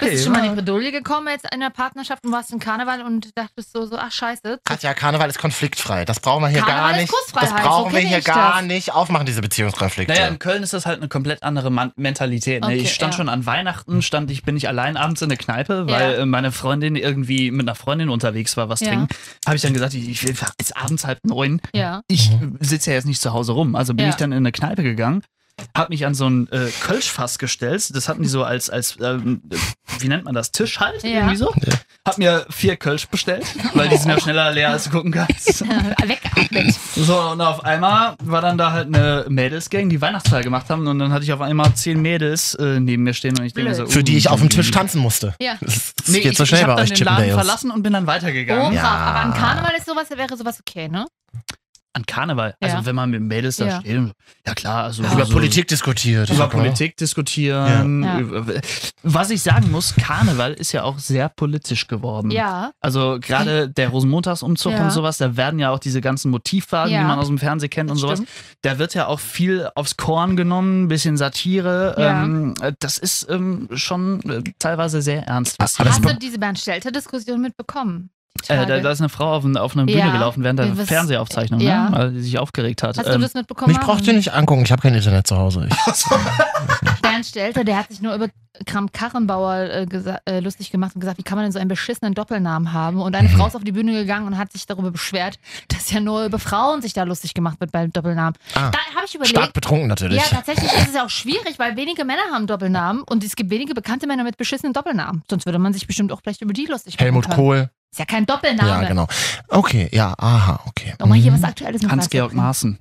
[SPEAKER 9] Okay,
[SPEAKER 2] du schon mal in die Bredouille gekommen jetzt in der Partnerschaft und warst im Karneval und dachtest so, so ach scheiße.
[SPEAKER 1] Katja, Karneval ist konfliktfrei. Das brauchen wir hier gar
[SPEAKER 2] Karneval ist
[SPEAKER 1] nicht. Das
[SPEAKER 2] Kussfreiheit,
[SPEAKER 1] brauchen
[SPEAKER 2] so
[SPEAKER 1] wir
[SPEAKER 2] kenne
[SPEAKER 1] hier
[SPEAKER 2] ich
[SPEAKER 1] gar
[SPEAKER 2] das.
[SPEAKER 1] nicht aufmachen, diese Beziehungskonflikte.
[SPEAKER 9] Naja, in Köln ist das halt eine komplett andere Man Mentalität. Ne?
[SPEAKER 2] Okay,
[SPEAKER 9] ich stand
[SPEAKER 2] ja.
[SPEAKER 9] schon an Weihnachten, stand ich, bin ich allein abends in der Kneipe, weil
[SPEAKER 2] Ja.
[SPEAKER 9] äh, meine Freundin irgendwie mit einer Freundin unterwegs war, was
[SPEAKER 2] Ja.
[SPEAKER 9] trinken. Habe ich dann gesagt, ich, ich will ist abends halb neun.
[SPEAKER 2] Ja.
[SPEAKER 9] Ich sitze ja jetzt nicht zu Hause rum. Also bin
[SPEAKER 2] Ja.
[SPEAKER 9] ich dann in eine Kneipe gegangen, habe mich an so ein äh, Kölschfass gestellt. Das hatten die so als, als ähm, äh, wie nennt man das, Tisch halt?
[SPEAKER 2] Ja.
[SPEAKER 9] Irgendwie so. Hab mir vier Kölsch bestellt, weil die sind ja schneller leer, als du gucken kannst.
[SPEAKER 2] Weg damit.
[SPEAKER 9] So, und auf einmal war dann da halt eine Mädelsgang, die Weihnachtsfeier gemacht haben. Und dann hatte ich auf einmal zehn Mädels äh, neben mir stehen und ich denke
[SPEAKER 2] Blöd.
[SPEAKER 9] so.
[SPEAKER 1] Für die ich auf dem
[SPEAKER 9] irgendwie-
[SPEAKER 1] Tisch tanzen musste.
[SPEAKER 2] Ja.
[SPEAKER 1] Das das
[SPEAKER 9] mm. Nee,
[SPEAKER 1] geht so
[SPEAKER 9] ich,
[SPEAKER 1] schnell
[SPEAKER 9] ich hab
[SPEAKER 1] bei euch,
[SPEAKER 9] dann den Laden
[SPEAKER 1] Chippendales.
[SPEAKER 9] verlassen und bin dann
[SPEAKER 2] Oh,
[SPEAKER 9] weitergegangen.
[SPEAKER 1] Ja.
[SPEAKER 2] Aber an Karneval ist sowas, wäre sowas okay, ne?
[SPEAKER 9] An Karneval.
[SPEAKER 2] Ja.
[SPEAKER 9] Also, wenn man mit Mädels da
[SPEAKER 2] Ja.
[SPEAKER 9] steht. Ja, klar. Also,
[SPEAKER 1] Über
[SPEAKER 9] so-
[SPEAKER 1] Politik diskutiert.
[SPEAKER 9] Über
[SPEAKER 1] Ja, klar.
[SPEAKER 9] Politik diskutieren.
[SPEAKER 2] Ja. Ja.
[SPEAKER 9] Über, was ich sagen muss, Karneval ist ja auch sehr politisch geworden.
[SPEAKER 2] Ja.
[SPEAKER 9] Also gerade der Rosenmontagsumzug
[SPEAKER 2] Hm. Ja.
[SPEAKER 9] und sowas, da werden ja auch diese ganzen Motivfarben,
[SPEAKER 2] Ja.
[SPEAKER 9] die man aus dem Fernsehen kennt und
[SPEAKER 2] Das
[SPEAKER 9] sowas, da wird ja auch viel aufs Korn genommen, ein bisschen Satire.
[SPEAKER 2] Ja.
[SPEAKER 9] Ähm, äh, das ist ähm, schon äh, teilweise sehr ernst. Was
[SPEAKER 1] Aber
[SPEAKER 9] hier-
[SPEAKER 1] es
[SPEAKER 2] Hast du diese Bernd Stelter-Diskussion mitbekommen? Die
[SPEAKER 9] äh, da,
[SPEAKER 2] Tage.
[SPEAKER 9] da ist eine Frau auf, ein, auf eine Bühne
[SPEAKER 2] Ja.
[SPEAKER 9] gelaufen während der
[SPEAKER 2] Was-
[SPEAKER 9] Fernsehaufzeichnung,
[SPEAKER 2] Ja.
[SPEAKER 9] ne? weil sie sich aufgeregt hat.
[SPEAKER 2] Hast du
[SPEAKER 9] Ähm,
[SPEAKER 2] das mitbekommen?
[SPEAKER 1] Mich braucht ihr nicht angucken, ich habe kein Internet zu Hause. Ich,
[SPEAKER 2] Bernd Stelter, der hat sich nur über Kram Karrenbauer äh, gesa- äh, lustig gemacht und gesagt, wie kann man denn so einen beschissenen Doppelnamen haben? Und
[SPEAKER 1] Mhm.
[SPEAKER 2] eine Frau ist auf die Bühne gegangen und hat sich darüber beschwert, dass ja nur über Frauen sich da lustig gemacht wird beim Doppelnamen.
[SPEAKER 1] Ah.
[SPEAKER 2] Da habe ich
[SPEAKER 1] stark
[SPEAKER 2] überlegt.
[SPEAKER 1] betrunken natürlich.
[SPEAKER 2] Ja, tatsächlich ist es ja auch schwierig, weil wenige Männer haben Doppelnamen und es gibt wenige bekannte Männer mit beschissenen Doppelnamen. Sonst würde man sich bestimmt auch vielleicht über die lustig machen.
[SPEAKER 1] Helmut
[SPEAKER 2] können.
[SPEAKER 1] Kohl.
[SPEAKER 2] Ist ja kein
[SPEAKER 1] Ja,
[SPEAKER 2] Doppelname.
[SPEAKER 1] genau. Okay, ja, aha, okay.
[SPEAKER 2] Nochmal hier
[SPEAKER 1] Mhm.
[SPEAKER 2] was Aktuelles noch
[SPEAKER 9] Hans-Georg
[SPEAKER 2] reinzubringen.
[SPEAKER 9] Maaßen.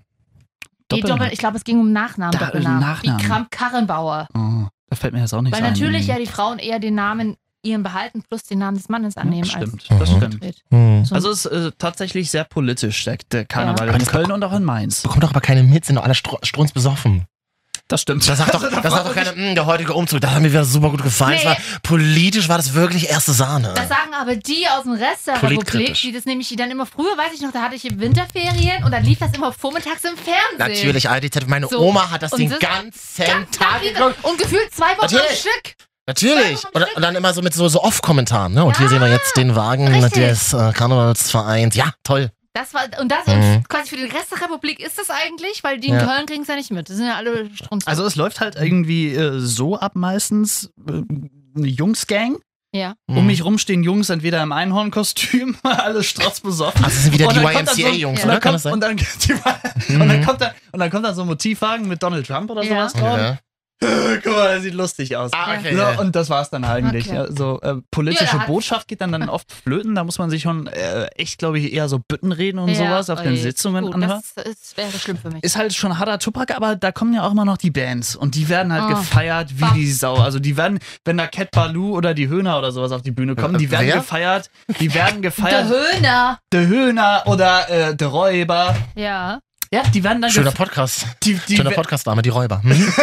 [SPEAKER 2] Nee, Doppel, ich glaube, es ging um Nachnamen,
[SPEAKER 9] Da-
[SPEAKER 2] Doppelnamen.
[SPEAKER 9] Nachnamen.
[SPEAKER 2] Wie Kramp Karrenbauer.
[SPEAKER 9] Oh, da fällt mir jetzt auch nichts
[SPEAKER 2] Weil
[SPEAKER 9] ein.
[SPEAKER 2] natürlich ja die Frauen eher den Namen ihren behalten plus den Namen des Mannes annehmen.
[SPEAKER 9] das stimmt,
[SPEAKER 2] als
[SPEAKER 9] das
[SPEAKER 1] Mhm.
[SPEAKER 9] stimmt.
[SPEAKER 2] umgedreht.
[SPEAKER 1] Hm.
[SPEAKER 2] So.
[SPEAKER 9] Also es ist äh, tatsächlich sehr politisch, der, der Karneval
[SPEAKER 1] Ja.
[SPEAKER 9] in Köln und auch in Mainz.
[SPEAKER 1] Bekommt doch aber keine mit, sind doch alle str strunzbesoffen.
[SPEAKER 9] Das stimmt.
[SPEAKER 1] Da sagt doch, da sagt doch keine, "Mm, der heutige Umzug, das hat mir wieder super gut gefallen. Es
[SPEAKER 2] Nee.
[SPEAKER 1] war, politisch war das wirklich erste Sahne.
[SPEAKER 2] das sagen aber die aus dem Rest der Republik,
[SPEAKER 1] Politkritisch.
[SPEAKER 2] die das nämlich die dann immer früher, weiß ich noch, da hatte ich im Winterferien und dann lief das immer vormittags im Fernsehen.
[SPEAKER 1] Natürlich, IDZ, meine
[SPEAKER 2] So.
[SPEAKER 1] Oma hat das
[SPEAKER 2] Und
[SPEAKER 1] den
[SPEAKER 2] das-
[SPEAKER 1] ganzen
[SPEAKER 2] Ganz
[SPEAKER 1] Tag
[SPEAKER 2] wieder-
[SPEAKER 1] geguckt.
[SPEAKER 2] Und gefühlt zwei Wochen am
[SPEAKER 1] Natürlich.
[SPEAKER 2] Stück.
[SPEAKER 1] Natürlich.
[SPEAKER 2] Zwei Wochen
[SPEAKER 1] Und,
[SPEAKER 2] Stück.
[SPEAKER 1] und dann immer so mit so, so Off-Kommentaren. Ne? Und hier
[SPEAKER 2] Ja,
[SPEAKER 1] sehen wir jetzt den Wagen
[SPEAKER 2] richtig.
[SPEAKER 1] des äh, Karnevalsvereins. Ja, toll.
[SPEAKER 2] Das war, und das
[SPEAKER 1] Mhm.
[SPEAKER 2] quasi für den Rest der Republik ist das eigentlich, weil die in
[SPEAKER 1] Ja.
[SPEAKER 2] Köln kriegen es ja nicht mit. Das sind ja alle Strunz.
[SPEAKER 9] Also es läuft halt irgendwie äh, so ab meistens äh, eine Jungsgang.
[SPEAKER 2] ja.
[SPEAKER 1] Mhm.
[SPEAKER 9] Um mich rum stehen Jungs entweder im Einhornkostüm, alle stratzbesoffen.
[SPEAKER 1] Also es sind wieder
[SPEAKER 9] Und
[SPEAKER 1] die
[SPEAKER 9] dann kommt dann so-
[SPEAKER 1] YMCA-Jungs,
[SPEAKER 2] ja.
[SPEAKER 9] Und
[SPEAKER 1] oder?
[SPEAKER 9] dann
[SPEAKER 1] Kann das
[SPEAKER 9] kommt,
[SPEAKER 1] sein? Mhm.
[SPEAKER 9] und dann, die, und dann kommt da und dann kommt da so ein Motivwagen mit Donald Trump oder
[SPEAKER 2] Ja.
[SPEAKER 9] sowas drauf.
[SPEAKER 1] Ja.
[SPEAKER 9] Guck mal, der sieht lustig aus.
[SPEAKER 1] Ah, okay.
[SPEAKER 9] So,
[SPEAKER 1] ja.
[SPEAKER 9] und das war's dann eigentlich.
[SPEAKER 2] Okay.
[SPEAKER 9] Ja, so äh,
[SPEAKER 2] Ja,
[SPEAKER 9] politische
[SPEAKER 2] da hat-
[SPEAKER 9] Botschaft geht dann, dann oft flöten. Da muss man sich schon äh, echt, glaube ich, eher so Büttenreden und
[SPEAKER 2] ja,
[SPEAKER 9] sowas auf den
[SPEAKER 2] ui,
[SPEAKER 9] Sitzungen
[SPEAKER 2] gut,
[SPEAKER 9] anhören.
[SPEAKER 2] Das ist, wäre schlimm für mich.
[SPEAKER 9] Ist halt schon harter Tupper, aber da kommen ja auch immer noch die Bands und die werden halt
[SPEAKER 2] Ah.
[SPEAKER 9] gefeiert wie
[SPEAKER 2] Bah.
[SPEAKER 9] die Sau. Also die werden, wenn da Cat Baloo oder die Höhner oder sowas auf die Bühne kommen, die werden
[SPEAKER 1] Wer?
[SPEAKER 9] gefeiert, die werden
[SPEAKER 2] der
[SPEAKER 9] gefeiert.
[SPEAKER 2] Höhner.
[SPEAKER 9] Der Höhner oder äh, der Räuber.
[SPEAKER 2] Ja.
[SPEAKER 9] Ja, die werden dann
[SPEAKER 1] Schöner
[SPEAKER 9] gefeiert.
[SPEAKER 1] Podcast.
[SPEAKER 9] Die, die,
[SPEAKER 1] Schöner Podcast-Name, die Räuber. Hm?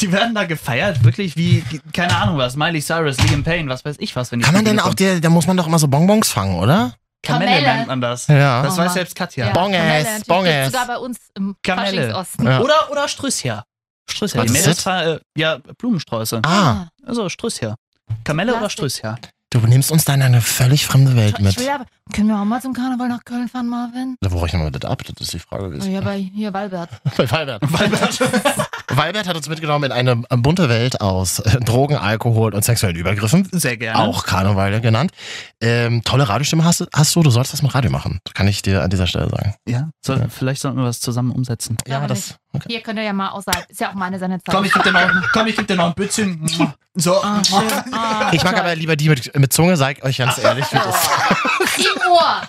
[SPEAKER 9] die werden da gefeiert, wirklich wie, keine Ahnung was, Miley Cyrus, Liam Payne, was weiß ich was. Wenn die
[SPEAKER 1] Kann man
[SPEAKER 9] Bühne
[SPEAKER 1] denn auch,
[SPEAKER 9] kommen.
[SPEAKER 1] der, da muss man doch immer so Bonbons fangen, oder?
[SPEAKER 9] Kamelle
[SPEAKER 2] Kamelle.
[SPEAKER 9] nennt man das.
[SPEAKER 1] Ja.
[SPEAKER 9] Das
[SPEAKER 2] Oh
[SPEAKER 9] weiß
[SPEAKER 2] Mann.
[SPEAKER 9] selbst Katja.
[SPEAKER 2] ja.
[SPEAKER 1] Bonges,
[SPEAKER 2] Kamelle natürlich.
[SPEAKER 1] Bonges.
[SPEAKER 2] Gibt's Sogar bei uns im
[SPEAKER 9] Kamelle.
[SPEAKER 2] Faschingsosten.
[SPEAKER 1] Ja.
[SPEAKER 9] Oder, oder Strüssia. Strüssia.
[SPEAKER 1] Was
[SPEAKER 9] Die
[SPEAKER 1] ist
[SPEAKER 9] Mädels
[SPEAKER 1] das?
[SPEAKER 9] fa- äh, ja, Blumensträuße.
[SPEAKER 1] Ah,
[SPEAKER 9] Also Strüssia. Kamelle oder
[SPEAKER 2] Plastik.
[SPEAKER 9] Strüssia?
[SPEAKER 1] du nimmst uns da in eine völlig fremde Welt
[SPEAKER 2] Ich
[SPEAKER 1] mit.
[SPEAKER 2] will aber, können wir auch mal zum Karneval nach Köln fahren, Marvin?
[SPEAKER 1] Da wo rechnen wir das ab? Das ist die Frage.
[SPEAKER 2] Oh, Ja, bei hier Walbert.
[SPEAKER 1] Bei Walbert. Walbert hat uns mitgenommen in eine bunte Welt aus äh, Drogen, Alkohol und sexuellen Übergriffen.
[SPEAKER 9] Sehr gerne.
[SPEAKER 1] Auch Karneval genannt. Ähm, tolle Radiostimme hast, du- hast du, du sollst was mit Radio machen. Das kann ich dir an dieser Stelle sagen.
[SPEAKER 9] Ja. So,
[SPEAKER 1] Ja.
[SPEAKER 9] Vielleicht sollten wir was zusammen umsetzen.
[SPEAKER 2] Ja,
[SPEAKER 1] das. Okay.
[SPEAKER 2] Hier könnt ihr ja mal außerhalb. Ist ja auch meine seine Zeit.
[SPEAKER 9] Komm, ich geb dir noch, komm, ich geb dir noch ein bisschen. So.
[SPEAKER 2] Ah, schön. Ah,
[SPEAKER 1] Ich mag
[SPEAKER 2] toll.
[SPEAKER 1] aber lieber die mit, mit Zunge, sag ich euch ganz ehrlich. wie das-
[SPEAKER 2] 7 Uhr.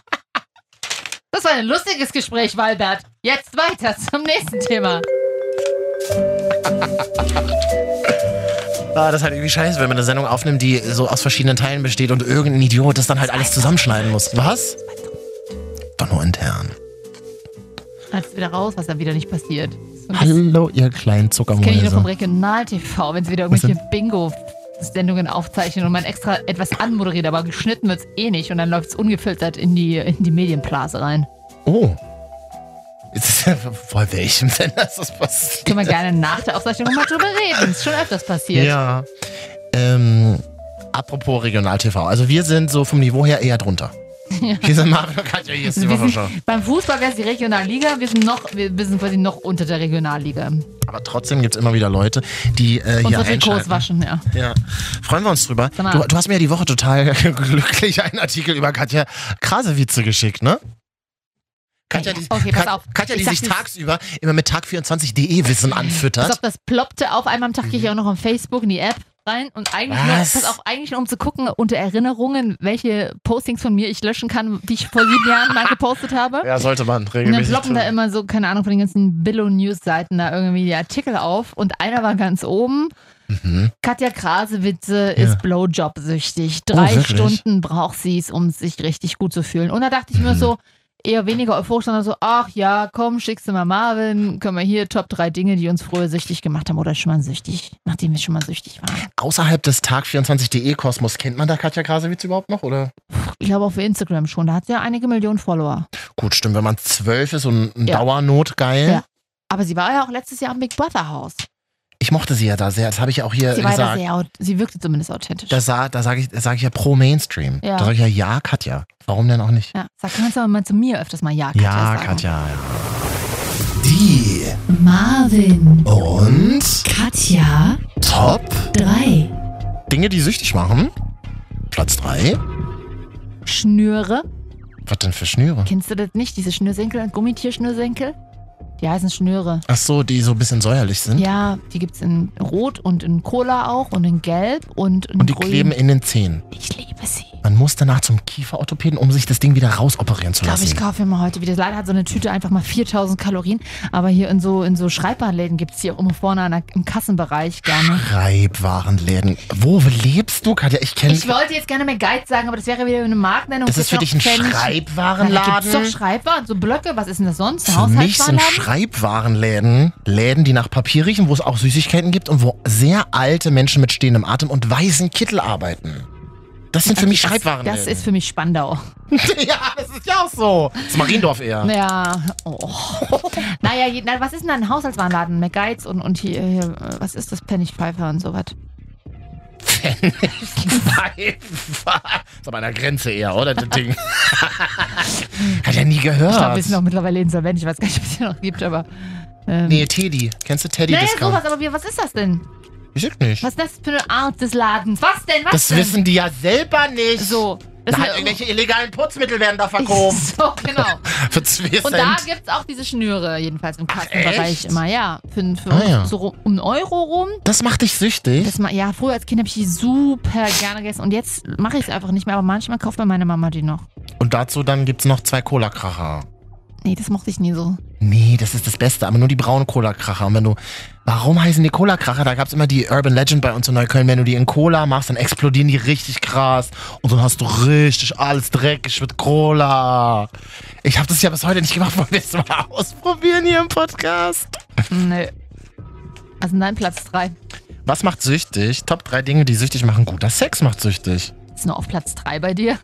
[SPEAKER 2] Das war ein lustiges Gespräch, Walbert. Jetzt weiter zum nächsten Thema.
[SPEAKER 1] Ah, das ist halt irgendwie scheiße, wenn man eine Sendung aufnimmt, die so aus verschiedenen Teilen besteht und irgendein Idiot das dann halt alles zusammenschneiden muss. Was? Doch nur intern.
[SPEAKER 2] Dann ist wieder raus, was dann wieder nicht passiert. So ein bisschen-
[SPEAKER 1] Hallo, ihr kleinen
[SPEAKER 2] Das kenne ich nur vom
[SPEAKER 1] Zuckermäuse.
[SPEAKER 2] Regional-TV, wenn sie wieder
[SPEAKER 1] Was
[SPEAKER 2] irgendwelche Bingo-Sendungen aufzeichnen und man extra etwas anmoderiert, aber geschnitten wird es eh nicht und dann läuft es ungefiltert in die, in die Medienblase rein.
[SPEAKER 1] Oh. Ist das, vor welchem Sender ist das passiert?
[SPEAKER 2] Können wir gerne nach der Aufzeichnung nochmal drüber reden. Ist schon öfters passiert.
[SPEAKER 1] Ja. Ähm, apropos Regional-TV. Also wir sind so vom Niveau her eher drunter. Hier sind Mario Katja, hier ist die
[SPEAKER 2] Also wir
[SPEAKER 1] Wochenschau.
[SPEAKER 2] sind, beim Fußball wäre es die Regionalliga, wir sind noch, wir wir sind quasi noch unter der Regionalliga.
[SPEAKER 1] Aber trotzdem gibt es immer wieder Leute, die äh, hier
[SPEAKER 2] Unsere Trikots
[SPEAKER 1] einschalten.
[SPEAKER 2] waschen, Genau. ja.
[SPEAKER 1] Ja. Freuen wir uns drüber.
[SPEAKER 2] Sag mal.
[SPEAKER 1] Du, du hast mir ja die Woche total glücklich einen Artikel über Katja Krasewitze geschickt, ne? Katja, die,
[SPEAKER 2] Okay, pass
[SPEAKER 1] Ka-
[SPEAKER 2] auf.
[SPEAKER 1] Katja, die
[SPEAKER 2] Ich sag
[SPEAKER 1] sich
[SPEAKER 2] nicht-
[SPEAKER 1] tagsüber immer mit tag24.de Wissen
[SPEAKER 2] Pass
[SPEAKER 1] anfüttert.
[SPEAKER 2] auf, das ploppte auf einmal am Tag, gehe ich auch noch auf Facebook in die App rein und eigentlich nur,
[SPEAKER 1] Was?
[SPEAKER 2] pass auf, eigentlich nur um zu gucken unter Erinnerungen, welche Postings von mir ich löschen kann, die ich vor sieben Jahren mal gepostet habe.
[SPEAKER 1] Ja, sollte man
[SPEAKER 2] Und dann
[SPEAKER 1] regelmäßig.
[SPEAKER 2] ploppen da
[SPEAKER 1] tun.
[SPEAKER 2] immer so, keine Ahnung, von den ganzen Billo-News-Seiten da irgendwie die Artikel auf. Und einer war ganz oben.
[SPEAKER 1] Mhm.
[SPEAKER 2] Katja Krasewitze
[SPEAKER 1] Ja. Oh,
[SPEAKER 2] ist Blowjob-süchtig. Drei
[SPEAKER 1] wirklich?
[SPEAKER 2] Stunden braucht sie es, um sich richtig gut zu fühlen. Und da dachte ich mir
[SPEAKER 1] Mhm.
[SPEAKER 2] so, eher weniger euphorisch, sondern so, ach ja, komm, schickst du mal Marvin, können wir hier Top drei Dinge, die uns früher süchtig gemacht haben oder schon mal süchtig, nachdem wir schon mal süchtig waren.
[SPEAKER 1] Außerhalb des tag24.de Kosmos kennt man da Katja Krasewitz überhaupt noch, oder?
[SPEAKER 2] Ich glaube auch für Instagram schon, da hat sie ja einige Millionen Follower.
[SPEAKER 1] Gut, stimmt, wenn man zwölf ist und ein
[SPEAKER 2] Ja.
[SPEAKER 1] Dauernot geil.
[SPEAKER 2] Ja. Aber sie war ja auch letztes Jahr am Big Brother Haus.
[SPEAKER 1] Ich mochte sie ja da sehr, das habe ich ja auch hier
[SPEAKER 2] Sie war ja da
[SPEAKER 1] gesagt.
[SPEAKER 2] sehr, au- sie wirkte zumindest authentisch.
[SPEAKER 1] Da, sa- da sage ich, da sag ich ja pro Mainstream.
[SPEAKER 2] Ja.
[SPEAKER 1] Da sage ich ja, ja, Katja. Warum denn auch nicht?
[SPEAKER 2] Ja, sag kannst du aber mal zu mir öfters mal Ja, Katja.
[SPEAKER 1] Ja,
[SPEAKER 2] sagen.
[SPEAKER 1] Katja. Die
[SPEAKER 10] Marvin,
[SPEAKER 1] und
[SPEAKER 10] Katja,
[SPEAKER 1] Top
[SPEAKER 10] 3.
[SPEAKER 1] Dinge, die süchtig machen. Platz 3.
[SPEAKER 2] Schnüre.
[SPEAKER 1] Was denn für Schnüre?
[SPEAKER 2] Kennst du das nicht? Diese Schnürsenkel, Gummitierschnürsenkel? Die heißen Schnüre.
[SPEAKER 1] Ach so, die so ein bisschen säuerlich sind.
[SPEAKER 2] Ja, die gibt's in Rot und in Cola auch und in Gelb und in
[SPEAKER 1] Und die
[SPEAKER 2] Grün.
[SPEAKER 1] kleben in den Zähnen.
[SPEAKER 2] Ich liebe sie.
[SPEAKER 1] Man muss danach zum Kieferorthopäden, um sich das Ding wieder rausoperieren zu
[SPEAKER 2] Ich glaube,
[SPEAKER 1] lassen.
[SPEAKER 2] ich kaufe mir mal heute wieder. Leider hat so eine Tüte einfach mal 4000 Kalorien. Aber hier in so, in so Schreibwarenläden gibt's die auch immer vorne an der, im Kassenbereich gerne.
[SPEAKER 1] Reibwarenläden. Wo lebst du, Katja? Ich kenne
[SPEAKER 2] Ich wollte jetzt gerne mehr Guide sagen, aber das wäre wieder eine Markennennung.
[SPEAKER 1] Das ist für
[SPEAKER 2] Jetzt
[SPEAKER 1] dich ein
[SPEAKER 2] noch Pfennig. Na, da gibt's doch
[SPEAKER 1] Schreibwarenladen.
[SPEAKER 2] Schreibwaren, so Blöcke. Was ist denn das sonst?
[SPEAKER 1] Für mich sind
[SPEAKER 2] Haushaltswarenladen?
[SPEAKER 1] Schreibwarenläden Läden, die nach Papier riechen, wo es auch Süßigkeiten gibt und wo sehr alte Menschen mit stehendem Atem und weißen Kittel arbeiten. Das sind für mich
[SPEAKER 2] Das-
[SPEAKER 1] Schreibwarenläden.
[SPEAKER 2] Das ist für mich Spandau.
[SPEAKER 1] ja, das ist ja auch so. Das ist Mariendorf eher.
[SPEAKER 2] Ja. Oh. naja, je, na, was ist denn da ein Haushaltswarenladen? McGuides und, und hier, hier, äh, was ist das? Pfennigpfeifer und sowas.
[SPEAKER 1] Pfeifer. Ist aber an der Grenze eher, oder? Das Ding. Hat er nie gehört.
[SPEAKER 2] Ich glaube, wir sind auch mittlerweile insolvent. Ich weiß gar nicht, ob es hier noch gibt, aber. Ähm,
[SPEAKER 1] nee, Teddy. Kennst du Teddy
[SPEAKER 2] naja,
[SPEAKER 1] Discount?
[SPEAKER 2] sowas, aber wir, was ist das denn?
[SPEAKER 1] Ich sag nicht.
[SPEAKER 2] Was ist das für eine Art des Ladens? Was denn? Was
[SPEAKER 1] Das
[SPEAKER 2] denn?
[SPEAKER 1] wissen die ja selber nicht.
[SPEAKER 2] So.
[SPEAKER 1] Da
[SPEAKER 2] ist
[SPEAKER 1] halt
[SPEAKER 2] eine-
[SPEAKER 1] irgendwelche illegalen Putzmittel werden da verkauft.
[SPEAKER 2] so, genau.
[SPEAKER 1] Für zwei
[SPEAKER 2] Und da
[SPEAKER 1] Cent.
[SPEAKER 2] gibt es auch diese Schnüre, jedenfalls im Kassenbereich
[SPEAKER 1] echt?
[SPEAKER 2] immer, ja. Für, für
[SPEAKER 1] Ah, ja.
[SPEAKER 2] so ru- um einen Euro rum.
[SPEAKER 1] Das macht dich süchtig.
[SPEAKER 2] Das ma- ja, früher als Kind habe ich die super gerne gegessen und jetzt mache ich es einfach nicht mehr, aber manchmal kauft mir meine Mama die noch.
[SPEAKER 1] Und dazu dann gibt's noch zwei Cola-Kracher.
[SPEAKER 2] Nee, das mochte ich nie so.
[SPEAKER 1] Nee, das ist das Beste, aber nur die braunen Cola-Kracher. Und wenn du. Warum heißen die Cola-Kracher? Da gab's immer die Urban Legend bei uns in Neukölln. Wenn du die in Cola machst, dann explodieren die richtig krass. Und dann hast du richtig alles dreckig mit Cola. Ich habe das ja bis heute nicht gemacht. Wollen wir es mal ausprobieren hier im Podcast?
[SPEAKER 2] Nee. Also nein, Platz 3.
[SPEAKER 1] Was macht süchtig? Top drei Dinge, die süchtig machen. Guter Sex macht süchtig.
[SPEAKER 2] Ist nur auf Platz 3 bei dir.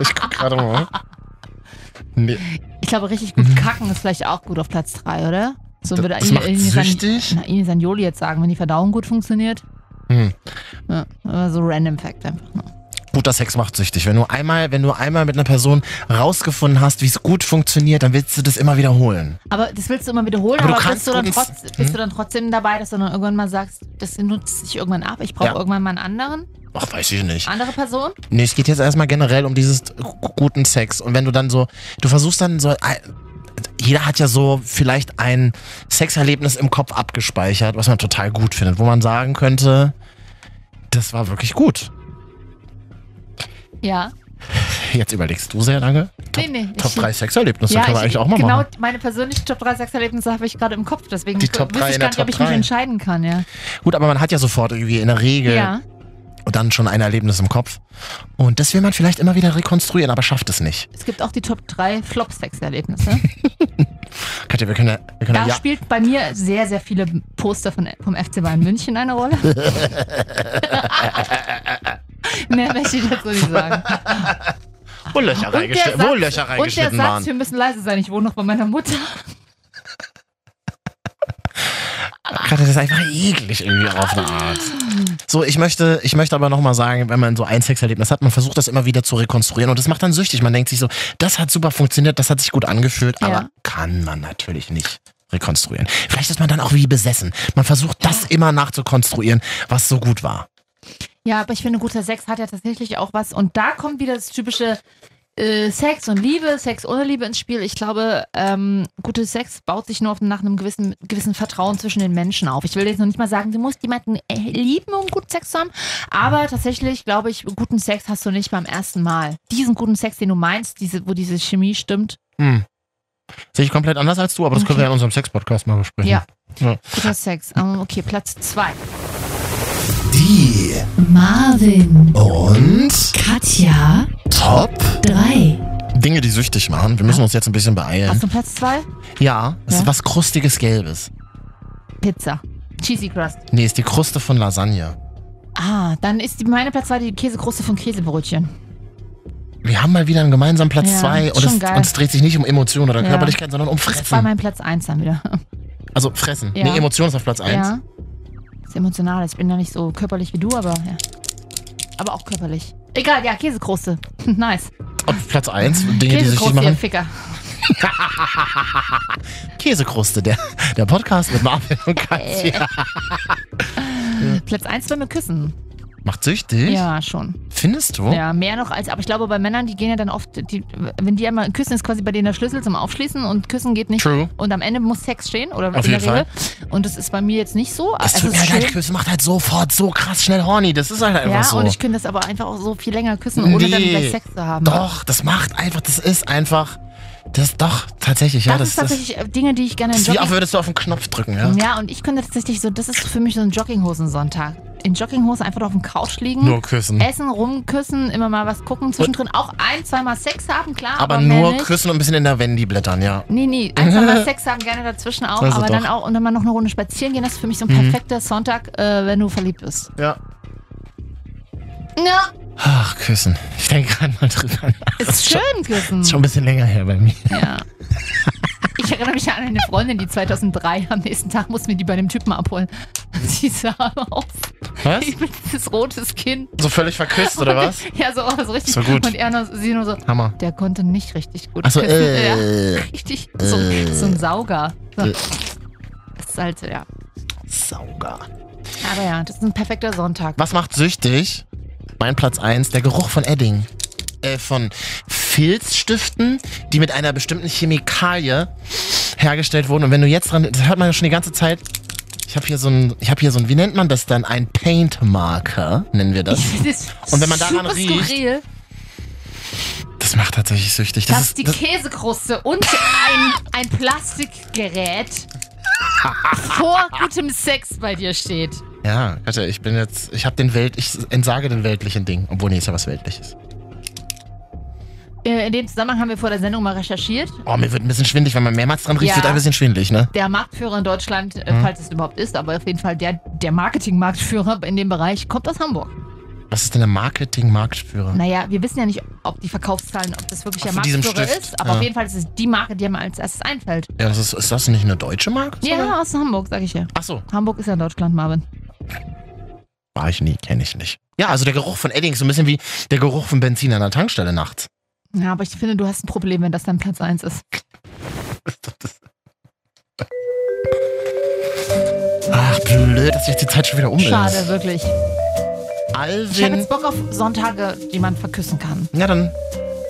[SPEAKER 1] Ich guck gerade mal. Nee.
[SPEAKER 2] Ich glaube, richtig gut kacken ist vielleicht auch gut auf Platz 3, oder?
[SPEAKER 1] Mhm.
[SPEAKER 2] So
[SPEAKER 1] Das-
[SPEAKER 2] würde
[SPEAKER 1] das macht süchtig?
[SPEAKER 2] Na, Ines an Joli jetzt sagen, wenn die Verdauung gut funktioniert.
[SPEAKER 1] Hm.
[SPEAKER 2] Ja, aber so random Fact einfach. nur.
[SPEAKER 1] Guter Sex macht süchtig. Wenn du einmal, wenn du einmal mit einer Person rausgefunden hast, wie es gut funktioniert, dann willst du das immer wiederholen.
[SPEAKER 2] Aber das willst du immer wiederholen,
[SPEAKER 1] Aber
[SPEAKER 2] aber,
[SPEAKER 1] du kannst hm.
[SPEAKER 2] bist, du dann
[SPEAKER 1] guten-
[SPEAKER 2] trotz, bist du dann trotzdem dabei, dass du dann irgendwann mal sagst, das nutzt sich irgendwann ab, ich brauche
[SPEAKER 1] Ja.
[SPEAKER 2] irgendwann mal einen anderen,
[SPEAKER 1] Ach, weiß ich nicht.
[SPEAKER 2] andere Person?
[SPEAKER 1] Nee, es geht jetzt erstmal generell um dieses g- guten Sex. Und wenn du dann so, du versuchst dann so, ein- jeder hat ja so vielleicht ein Sexerlebnis im Kopf abgespeichert, was man total gut findet, wo man sagen könnte, das war wirklich gut.
[SPEAKER 2] Ja.
[SPEAKER 1] Jetzt überlegst du sehr lange.
[SPEAKER 2] Nee, nee.
[SPEAKER 1] Top
[SPEAKER 2] ich-
[SPEAKER 1] 3 Sexerlebnisse
[SPEAKER 2] Ja,
[SPEAKER 1] können wir
[SPEAKER 2] ich-
[SPEAKER 1] eigentlich auch mal
[SPEAKER 2] genau
[SPEAKER 1] machen.
[SPEAKER 2] meine persönlichen Top 3 Sexerlebnisse habe ich gerade im Kopf, deswegen
[SPEAKER 1] Die
[SPEAKER 2] k-
[SPEAKER 1] Top
[SPEAKER 2] wüsste
[SPEAKER 1] 3
[SPEAKER 2] ich
[SPEAKER 1] in der
[SPEAKER 2] gar nicht,
[SPEAKER 1] Top
[SPEAKER 2] ob ich mich
[SPEAKER 1] 3.
[SPEAKER 2] entscheiden kann, ja.
[SPEAKER 1] Gut, aber man hat ja sofort irgendwie in der Regel
[SPEAKER 2] Ja.
[SPEAKER 1] dann schon ein Erlebnis im Kopf. Und das will man vielleicht immer wieder rekonstruieren, aber schafft es nicht.
[SPEAKER 2] Es gibt auch die Top 3 Flop-Sexerlebnisse.
[SPEAKER 1] Katja, wir können ja, wir können
[SPEAKER 2] Da
[SPEAKER 1] ja, ja
[SPEAKER 2] spielt bei mir sehr, sehr viele Poster von, vom FC Bayern München eine Rolle. Mehr möchte ich dazu nicht sagen.
[SPEAKER 1] Wo Löcher, reingeste wo Löcher
[SPEAKER 2] und der
[SPEAKER 1] reingeschnitten
[SPEAKER 2] Satz,
[SPEAKER 1] waren.
[SPEAKER 2] wir müssen leise sein, ich wohne noch bei meiner Mutter.
[SPEAKER 1] Katja, das ist einfach eklig irgendwie auf eine Art. So, ich möchte, ich möchte aber nochmal sagen, wenn man so ein Sexerlebnis hat, man versucht das immer wieder zu rekonstruieren und das macht dann süchtig. Man denkt sich so, das hat super funktioniert, das hat sich gut angefühlt,
[SPEAKER 2] Ja.
[SPEAKER 1] aber kann man natürlich nicht rekonstruieren. Vielleicht ist man dann auch wie besessen. Man versucht das immer nachzukonstruieren, was so gut war.
[SPEAKER 2] Ja, aber ich finde, guter Sex hat ja tatsächlich auch was. Und da kommt wieder das typische äh, Sex und Liebe, Sex ohne Liebe ins Spiel. Ich glaube, ähm, guter Sex baut sich nur auf, nach einem gewissen, gewissen Vertrauen zwischen den Menschen auf. Ich will jetzt noch nicht mal sagen, du musst jemanden äh, lieben, um guten Sex zu haben. Aber tatsächlich glaube ich, guten Sex hast du nicht beim ersten Mal. Diesen guten Sex, den du meinst, diese, wo diese Chemie stimmt.
[SPEAKER 1] Hm. Sehe ich komplett anders als du, aber das können wir ja in unserem Sex-Podcast mal besprechen.
[SPEAKER 2] Ja.
[SPEAKER 1] Ja.
[SPEAKER 2] Guter Sex. Ähm, okay, Platz zwei.
[SPEAKER 1] Die
[SPEAKER 10] Marvin,
[SPEAKER 1] und
[SPEAKER 10] Katja,
[SPEAKER 1] Top
[SPEAKER 10] 3.
[SPEAKER 1] Dinge, die süchtig machen. Wir müssen uns jetzt ein bisschen beeilen.
[SPEAKER 2] Hast du Platz zwei?
[SPEAKER 1] Ja, es ist
[SPEAKER 2] Ja?
[SPEAKER 1] was Krustiges Gelbes.
[SPEAKER 2] Pizza. Cheesy Crust.
[SPEAKER 1] Nee, ist die Kruste von Lasagne.
[SPEAKER 2] Ah, dann ist die, meine Platz zwei die Käsekruste von Käsebrötchen.
[SPEAKER 1] Wir haben mal wieder einen gemeinsamen Platz
[SPEAKER 2] Ja,
[SPEAKER 1] zwei
[SPEAKER 2] ist
[SPEAKER 1] und es,
[SPEAKER 2] schon geil.
[SPEAKER 1] und es dreht sich nicht um Emotionen oder
[SPEAKER 2] Ja.
[SPEAKER 1] Körperlichkeit, sondern um
[SPEAKER 2] Das war
[SPEAKER 1] Fressen.
[SPEAKER 2] mein Platz 1 dann wieder.
[SPEAKER 1] Also Fressen.
[SPEAKER 2] Ja.
[SPEAKER 1] Nee, Emotionen ist auf Platz eins.
[SPEAKER 2] Ja. Ist emotional. Ich bin ja nicht so körperlich wie du, aber ja. Aber auch körperlich. Egal, ja, Käsekruste. nice.
[SPEAKER 1] Auf Platz eins Dinge, die süchtig
[SPEAKER 2] Käsekruste, ihr
[SPEAKER 1] machen.
[SPEAKER 2] Ficker.
[SPEAKER 1] Käsekruste, der, der Podcast mit Marvin und Katja. Hm.
[SPEAKER 2] Platz 1 bei mir küssen.
[SPEAKER 1] Macht süchtig?
[SPEAKER 2] Ja, schon.
[SPEAKER 1] Findest du?
[SPEAKER 2] Ja, mehr noch als. Aber ich glaube, bei Männern, die gehen ja dann oft. Die, wenn die einmal küssen, ist quasi bei denen der Schlüssel zum Aufschließen und küssen geht nicht.
[SPEAKER 1] True.
[SPEAKER 2] Und am Ende muss Sex stehen. Oder
[SPEAKER 1] Auf
[SPEAKER 2] in
[SPEAKER 1] jeden
[SPEAKER 2] der Regel. Und das ist bei mir jetzt nicht so.
[SPEAKER 1] Das
[SPEAKER 2] Es
[SPEAKER 1] tut
[SPEAKER 2] ist
[SPEAKER 1] mir leid,
[SPEAKER 2] schön.
[SPEAKER 1] Küssen macht halt sofort so krass schnell horny. Das ist halt einfach
[SPEAKER 2] Ja,
[SPEAKER 1] so.
[SPEAKER 2] und ich könnte das aber einfach auch so viel länger küssen, ohne dann
[SPEAKER 1] Nee.
[SPEAKER 2] gleich Sex zu haben.
[SPEAKER 1] doch, das macht einfach, das ist einfach, das doch, tatsächlich, ja.
[SPEAKER 2] das,
[SPEAKER 1] Das,
[SPEAKER 2] ist
[SPEAKER 1] das,
[SPEAKER 2] tatsächlich äh, Dinge, die ich gerne
[SPEAKER 1] das
[SPEAKER 2] im
[SPEAKER 1] ist wie, ne?
[SPEAKER 2] Jogging...
[SPEAKER 1] als würdest du auf den Knopf drücken, ja.
[SPEAKER 2] Ja, und ich könnte tatsächlich so, das ist für mich so ein Jogginghosensonntag. In Jogginghose einfach auf dem Couch liegen,
[SPEAKER 1] Nur küssen.
[SPEAKER 2] essen, rumküssen, immer mal was gucken, zwischendrin auch ein, zweimal Sex haben, klar, aber,
[SPEAKER 1] Aber
[SPEAKER 2] mehr
[SPEAKER 1] nur
[SPEAKER 2] nicht.
[SPEAKER 1] küssen und ein bisschen in der Wendy blättern, ja.
[SPEAKER 2] Nee, nee, ein, zweimal Sex haben, gerne dazwischen auch,
[SPEAKER 1] Also
[SPEAKER 2] aber dann
[SPEAKER 1] doch. Mhm.
[SPEAKER 2] auch und dann mal noch eine Runde spazieren gehen, das ist für mich so ein perfekter Sonntag, äh, wenn du verliebt bist.
[SPEAKER 1] Ja.
[SPEAKER 2] Ja,
[SPEAKER 1] Ach, küssen. Ich denke gerade mal drüber nach.
[SPEAKER 2] ist schön küssen.
[SPEAKER 1] Ist schon ein bisschen länger her bei mir.
[SPEAKER 2] Ja. Ich erinnere mich an eine Freundin, die 2003 am nächsten Tag musste mir die bei einem Typen abholen. Sie sah aber aus
[SPEAKER 1] Was?
[SPEAKER 2] wie dieses rotes Kind.
[SPEAKER 1] So völlig verküsst, oder was?
[SPEAKER 2] Ja, so, so richtig.
[SPEAKER 1] So gut.
[SPEAKER 2] Und er nur, sie nur so,
[SPEAKER 1] Hammer.
[SPEAKER 2] der konnte nicht richtig gut
[SPEAKER 1] Achso,
[SPEAKER 2] küssen. Ja,
[SPEAKER 1] äh.
[SPEAKER 2] richtig. So,
[SPEAKER 1] äh.
[SPEAKER 2] so ein Sauger. So.
[SPEAKER 1] Äh.
[SPEAKER 2] Das ist halt, ja.
[SPEAKER 1] Sauger.
[SPEAKER 2] Aber ja, das ist ein perfekter Sonntag.
[SPEAKER 1] Was macht süchtig? Mein Platz 1, der Geruch von Edding. Äh, von Filzstiften, die mit einer bestimmten Chemikalie hergestellt wurden. Und wenn du jetzt dran, das hört man ja schon die ganze Zeit. Ich habe hier so ein, ich habe hier so ein, wie nennt man das dann? Ein Paintmarker, nennen wir das.
[SPEAKER 2] Das ist
[SPEAKER 1] Und wenn man daran
[SPEAKER 2] super
[SPEAKER 1] riecht,
[SPEAKER 2] skurril,
[SPEAKER 1] Das macht tatsächlich süchtig. Das,
[SPEAKER 2] dass
[SPEAKER 1] ist,
[SPEAKER 2] die
[SPEAKER 1] das,
[SPEAKER 2] Käsekruste und ein, ein Plastikgerät vor gutem Sex bei dir steht.
[SPEAKER 1] Ja, Katja, ich bin jetzt, ich habe den Welt, ich entsage den weltlichen Dingen, obwohl nee, ist ja was Weltliches.
[SPEAKER 2] Äh, In dem Zusammenhang haben wir vor der Sendung mal recherchiert.
[SPEAKER 1] Oh, mir wird ein bisschen schwindelig, wenn man mehrmals dran riecht,
[SPEAKER 2] Ja.
[SPEAKER 1] wird ein bisschen schwindelig, ne?
[SPEAKER 2] Der Marktführer in Deutschland, äh,
[SPEAKER 1] Hm?
[SPEAKER 2] falls es überhaupt ist, aber auf jeden Fall der, der Marketing-Marktführer in dem Bereich, kommt aus Hamburg.
[SPEAKER 1] Was ist denn der Marketing-Marktführer?
[SPEAKER 2] Naja, wir wissen ja nicht, ob die Verkaufszahlen, ob das wirklich
[SPEAKER 1] Ach,
[SPEAKER 2] der
[SPEAKER 1] von diesem
[SPEAKER 2] Marktführer
[SPEAKER 1] Stift.
[SPEAKER 2] ist, aber
[SPEAKER 1] Ja.
[SPEAKER 2] auf jeden Fall ist es die Marke, die mir als erstes einfällt.
[SPEAKER 1] Ja, das ist, ist das nicht eine deutsche Marke?
[SPEAKER 2] Ja, aus Hamburg, sag ich ja.
[SPEAKER 1] Ach so,
[SPEAKER 2] Hamburg ist ja Deutschland, Marvin.
[SPEAKER 1] war ich nie, kenne ich nicht. Ja, also der Geruch von Edding ist so ein bisschen wie der Geruch von Benzin an der Tankstelle nachts.
[SPEAKER 2] Ja, aber ich finde, du hast ein Problem, wenn das dein Platz 1 ist.
[SPEAKER 1] Ach, blöd, dass jetzt die Zeit schon wieder um
[SPEAKER 2] Schade,
[SPEAKER 1] ist.
[SPEAKER 2] wirklich. Ich habe
[SPEAKER 1] Alvin.
[SPEAKER 2] jetzt Bock auf Sonntage, die man verküssen kann.
[SPEAKER 1] Ja, dann.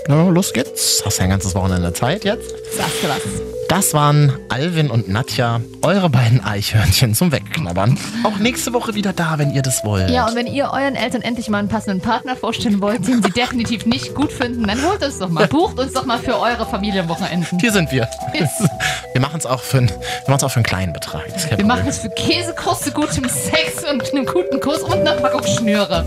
[SPEAKER 1] Na, los geht's. Hast ja ein ganzes Wochenende Zeit jetzt.
[SPEAKER 2] Sagst du was?
[SPEAKER 1] Das waren Alvin und Nadja, eure beiden Eichhörnchen zum Wegknabbern. Auch nächste Woche wieder da, wenn ihr das wollt.
[SPEAKER 2] Ja, und wenn ihr euren Eltern endlich mal einen passenden Partner vorstellen wollt, den sie definitiv nicht gut finden, dann holt uns doch mal. Bucht uns doch mal für eure Familienwochenenden.
[SPEAKER 1] hier sind wir. Wir machen es auch, für einen- wir machen's auch für einen kleinen Betrag. Das ist kein
[SPEAKER 2] Wir
[SPEAKER 1] Problem.
[SPEAKER 2] machen es für Käsekruste, gutem Sex und einem guten Kuss und einer Packung Schnüre.